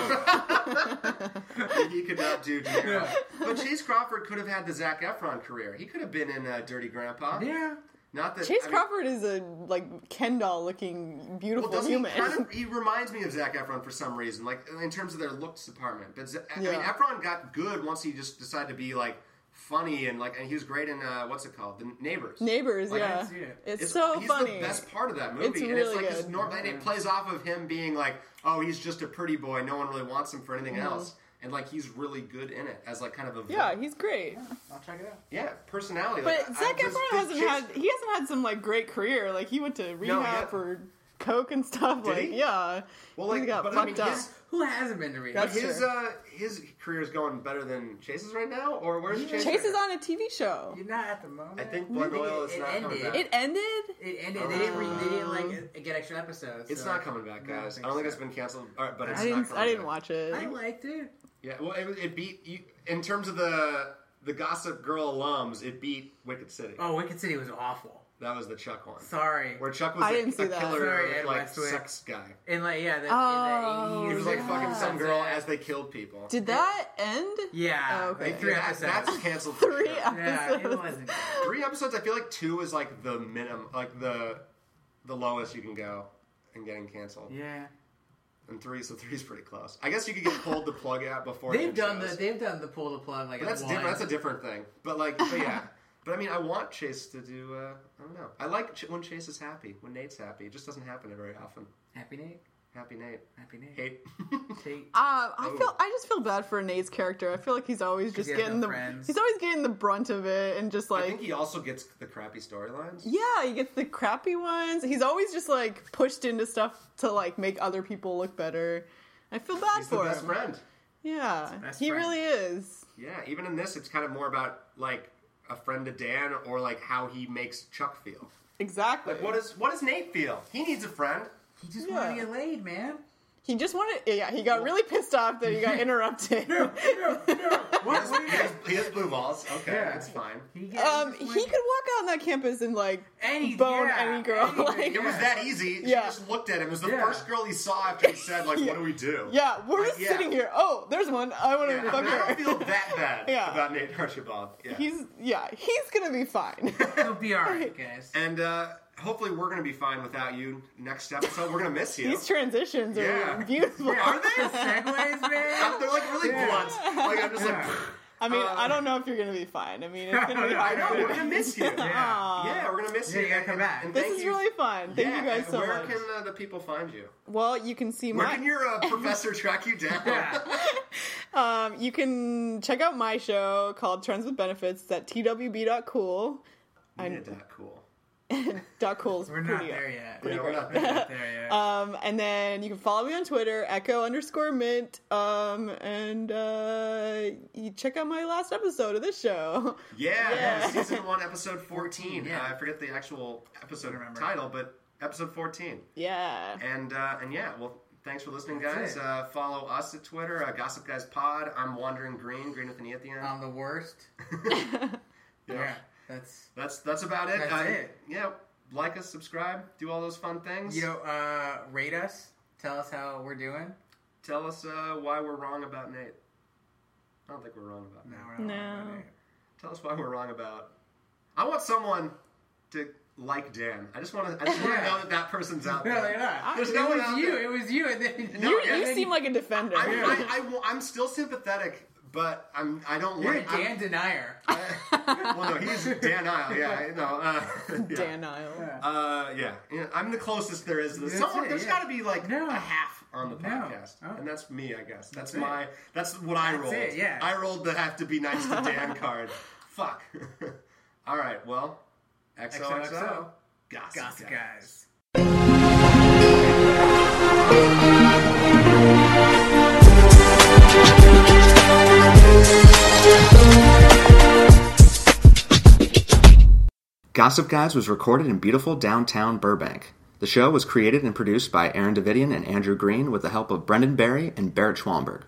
Speaker 1: he could not do De Niro. But Chase Crawford could have had the Zac Efron career. He could have been in uh, Dirty Grandpa.
Speaker 2: yeah.
Speaker 1: Not that
Speaker 3: Chase
Speaker 1: I mean,
Speaker 3: Crawford is a like Ken doll looking beautiful
Speaker 1: Well, doesn't
Speaker 3: human.
Speaker 1: He, kind of, he reminds me of Zach Efron for some reason, like in terms of their looks department. But Zac, I mean,
Speaker 3: Yeah.
Speaker 1: Efron got good once he just decided to be like funny and like, and he was great in uh, what's it called, The Neighbors.
Speaker 3: Neighbors,
Speaker 1: Like,
Speaker 3: yeah,
Speaker 2: didn't see it.
Speaker 3: it's,
Speaker 1: It's-
Speaker 3: so
Speaker 1: he's
Speaker 3: funny.
Speaker 1: the best part of that movie,
Speaker 3: It's
Speaker 1: and it's
Speaker 3: really
Speaker 1: like His
Speaker 3: good.
Speaker 1: norm, and it plays off of him being like, "Oh, he's just a pretty boy. No one really wants him for anything else." And like, he's really good in it as like kind of a
Speaker 3: Mm-hmm. Yeah,
Speaker 1: villain.
Speaker 3: he's great.
Speaker 2: I'll check it out.
Speaker 1: yeah personality.
Speaker 3: But
Speaker 1: like, I-
Speaker 3: Zac
Speaker 1: I just-
Speaker 3: Efron
Speaker 1: did
Speaker 3: hasn't
Speaker 1: Chase-
Speaker 3: had he hasn't had some like great career. Like he went to rehab
Speaker 1: yeah.
Speaker 3: for coke and stuff.
Speaker 1: Did
Speaker 3: like
Speaker 1: he?
Speaker 3: yeah,
Speaker 1: Well, like,
Speaker 3: he got
Speaker 1: but I
Speaker 3: fucked
Speaker 1: mean,
Speaker 3: up.
Speaker 1: his-
Speaker 2: Who hasn't been to read?
Speaker 3: That's-
Speaker 1: His
Speaker 3: Sure.
Speaker 1: uh, his career is going better than Chase's right now, or where's Chase?
Speaker 3: Chase
Speaker 1: right
Speaker 3: is
Speaker 1: now?
Speaker 3: on a TV show.
Speaker 2: You're not at the moment.
Speaker 1: I think Blood Royal is
Speaker 2: it
Speaker 1: not coming
Speaker 2: ended. Oh.
Speaker 1: back.
Speaker 3: It ended.
Speaker 2: It ended. They didn't, re- they didn't like get extra episodes.
Speaker 1: It's
Speaker 2: so-
Speaker 1: not coming back,
Speaker 2: No,
Speaker 1: guys. I
Speaker 2: think
Speaker 1: don't think
Speaker 2: so.
Speaker 1: it's been canceled, or, but it's
Speaker 3: I
Speaker 1: not
Speaker 3: didn't.
Speaker 1: coming
Speaker 3: I didn't
Speaker 1: back.
Speaker 3: watch it.
Speaker 2: I liked it.
Speaker 1: Yeah, well, it, it beat you, in terms of the the Gossip Girl alums. It beat Wicked City.
Speaker 2: Oh, Wicked City was awful.
Speaker 1: That was the Chuck one,
Speaker 2: Sorry.
Speaker 1: where Chuck was
Speaker 3: I
Speaker 1: a-
Speaker 3: didn't see
Speaker 1: a
Speaker 3: that.
Speaker 1: killer,
Speaker 2: Sorry, Ed
Speaker 1: like
Speaker 2: Westwick.
Speaker 1: sex guy.
Speaker 2: And like yeah, the, in the
Speaker 3: Oh,
Speaker 2: 80s,
Speaker 1: He was like
Speaker 3: Yeah.
Speaker 1: fucking some girl as they killed people.
Speaker 3: Did that end?
Speaker 2: Yeah.
Speaker 3: Oh,
Speaker 2: okay.
Speaker 3: okay.
Speaker 2: Like three
Speaker 1: That-
Speaker 2: episodes.
Speaker 1: That's canceled. for
Speaker 3: Three
Speaker 1: sure.
Speaker 3: episodes.
Speaker 2: yeah, it wasn't. good.
Speaker 1: Three episodes. I feel like two is like the minimum, like the the lowest you can go in getting canceled.
Speaker 2: Yeah.
Speaker 1: And three, so three's pretty close. I guess you could get pulled the plug out before
Speaker 2: They've
Speaker 1: new
Speaker 2: done
Speaker 1: shows.
Speaker 2: the they've done the pull the plug like
Speaker 1: But that's
Speaker 2: at
Speaker 1: different.
Speaker 2: one.
Speaker 1: That's a different thing. But like, but yeah. But I mean, I want Chase to do. Uh, I don't know. I like Ch- when Chase is happy. When Nate's happy, it just doesn't happen very often.
Speaker 2: Happy Nate.
Speaker 1: Happy Nate.
Speaker 2: Happy Nate.
Speaker 1: Hate.
Speaker 2: Tate.
Speaker 3: Uh,
Speaker 1: Oh.
Speaker 3: I feel I just feel bad for Nate's character. I feel like he's always just
Speaker 2: he has
Speaker 3: getting
Speaker 2: no
Speaker 3: the
Speaker 2: friends.
Speaker 3: he's always getting the brunt of it and just
Speaker 1: I
Speaker 3: like
Speaker 1: think he also gets the crappy storylines.
Speaker 3: yeah, he gets the crappy ones. He's always just like pushed into stuff to like make other people look better. I feel bad
Speaker 1: He's the
Speaker 3: for
Speaker 1: best
Speaker 3: him.
Speaker 1: friend.
Speaker 3: Yeah,
Speaker 2: best
Speaker 3: he
Speaker 2: friend.
Speaker 3: really is.
Speaker 1: Yeah. Even in this, it's kind of more about like a friend to Dan or like how he makes Chuck feel.
Speaker 3: Exactly.
Speaker 1: Like, what is what does Nate feel? He needs a friend.
Speaker 2: He just wanted to
Speaker 3: Yeah.
Speaker 2: get laid, man.
Speaker 3: he just wanted. Yeah, he got really pissed off that he got interrupted.
Speaker 1: He
Speaker 2: What?
Speaker 1: has,
Speaker 2: what
Speaker 1: he has- he has blue balls. Okay,
Speaker 2: Yeah.
Speaker 1: it's fine.
Speaker 2: he, get-
Speaker 3: Um,
Speaker 2: just
Speaker 3: he could
Speaker 2: wanted-
Speaker 3: walk out on that campus and like
Speaker 2: Any-
Speaker 3: bone
Speaker 2: yeah,
Speaker 3: any girl.
Speaker 2: any-
Speaker 3: like,
Speaker 1: It was that easy. She
Speaker 3: Yeah.
Speaker 1: just looked at him. It was the
Speaker 2: Yeah.
Speaker 1: first girl he saw after he said, like, what do we do?
Speaker 3: yeah, we're just
Speaker 1: yeah.
Speaker 3: sitting here. Oh, there's one. I want to
Speaker 1: Yeah,
Speaker 3: fuck
Speaker 1: I
Speaker 3: her.
Speaker 1: don't feel that bad
Speaker 3: Yeah.
Speaker 1: about Nate Archibald. Yeah.
Speaker 3: He's yeah, he's gonna be fine.
Speaker 2: He'll be all right, guys.
Speaker 1: and uh, hopefully we're going to be fine without you next episode. We're going to miss you.
Speaker 3: These transitions are
Speaker 1: Yeah.
Speaker 3: beautiful.
Speaker 1: Are they?
Speaker 2: Segways, man.
Speaker 1: They're like really blunt. Like I'm just
Speaker 2: Yeah.
Speaker 3: I mean,
Speaker 1: Um,
Speaker 3: I don't know if you're gonna be fine. I mean, it's gonna be
Speaker 2: Yeah, I
Speaker 1: like, I
Speaker 3: hard.
Speaker 1: know,
Speaker 3: for
Speaker 1: we're
Speaker 3: you.
Speaker 1: going to miss you. Yeah,
Speaker 3: Aw.
Speaker 1: we're going to miss
Speaker 2: Yeah,
Speaker 1: you.
Speaker 2: you gotta come
Speaker 1: And-
Speaker 2: back.
Speaker 1: and
Speaker 3: This
Speaker 1: thank
Speaker 3: is
Speaker 1: you-
Speaker 3: really fun. Thank
Speaker 1: Yeah,
Speaker 3: you guys
Speaker 1: and
Speaker 3: so
Speaker 1: where
Speaker 3: much.
Speaker 1: can uh, the people find you?
Speaker 3: Well, you can see
Speaker 1: Where
Speaker 3: my.
Speaker 1: can your uh, professor track you down?
Speaker 2: Yeah.
Speaker 3: um, you can check out my show called Trends with Benefits. It's at twb.cool.
Speaker 1: I did that cool.
Speaker 3: Dot cool is
Speaker 2: We're
Speaker 3: pretty
Speaker 2: not there yet.
Speaker 1: Yeah, we're not
Speaker 2: We're
Speaker 1: there.
Speaker 2: not there yet.
Speaker 3: Um, and then you can follow me on Twitter, echo underscore mint. Um, and uh, you check out my last episode of this show.
Speaker 1: Yeah,
Speaker 3: Yeah.
Speaker 1: yeah, season one, episode fourteen.
Speaker 2: Yeah.
Speaker 1: Uh, I forget the actual episode
Speaker 2: remember.
Speaker 1: title, but episode fourteen.
Speaker 3: Yeah.
Speaker 1: And uh, and yeah, well, thanks for listening,
Speaker 2: That's
Speaker 1: guys.
Speaker 2: it.
Speaker 1: Uh, follow us at Twitter, uh, Gossip Guys Pod. I'm Wandering Green, Green with an E at the end.
Speaker 2: I'm the worst.
Speaker 1: Yeah.
Speaker 2: Yeah, that's
Speaker 1: that's that's about it.
Speaker 2: That's
Speaker 1: uh,
Speaker 2: it.
Speaker 1: Yeah, like us, subscribe, do all those fun things.
Speaker 2: you know. Uh, rate us. Tell us how we're doing.
Speaker 1: tell us uh, why we're wrong about Nate. I don't think we're wrong about Nate.
Speaker 2: we're not
Speaker 3: No.
Speaker 2: doing it.
Speaker 1: Tell us why we're wrong about. I want someone to like Dan. I just want to. I just want to know that that person's out
Speaker 2: No,
Speaker 1: there.
Speaker 2: they're not.
Speaker 1: There's
Speaker 2: it
Speaker 1: no one
Speaker 2: was
Speaker 1: out
Speaker 2: you.
Speaker 1: there.
Speaker 2: It was you. And then
Speaker 1: No,
Speaker 3: you
Speaker 1: yeah.
Speaker 3: you seem like a defender.
Speaker 1: I, I, I, am still sympathetic, but I'm. I don't
Speaker 2: you're a
Speaker 1: like. I'm-
Speaker 2: Dan denier.
Speaker 1: I- well, no, he's Dan Isle. Yeah, no. Uh, yeah.
Speaker 3: Dan Isle.
Speaker 1: Uh, yeah. yeah, I'm the closest there is. To this.
Speaker 2: That's
Speaker 1: Someone,
Speaker 2: it,
Speaker 1: there's
Speaker 2: yeah.
Speaker 1: got to be like
Speaker 2: No.
Speaker 1: a half on the podcast,
Speaker 2: Oh.
Speaker 1: and that's me, I guess. That's,
Speaker 2: That's it.
Speaker 1: my. That's what I rolled.
Speaker 2: it, yeah.
Speaker 1: I rolled the have to be nice to Dan card. Fuck. All right. Well, XOXO.
Speaker 2: XOXO.
Speaker 1: Gossip,
Speaker 2: Gossip
Speaker 1: Guy.
Speaker 2: guys.
Speaker 4: Gossip Guys was recorded in beautiful downtown Burbank. The show was created and produced by Aaron Davidian and Andrew Green with the help of Brendan Barry and Barrett Schwamberg.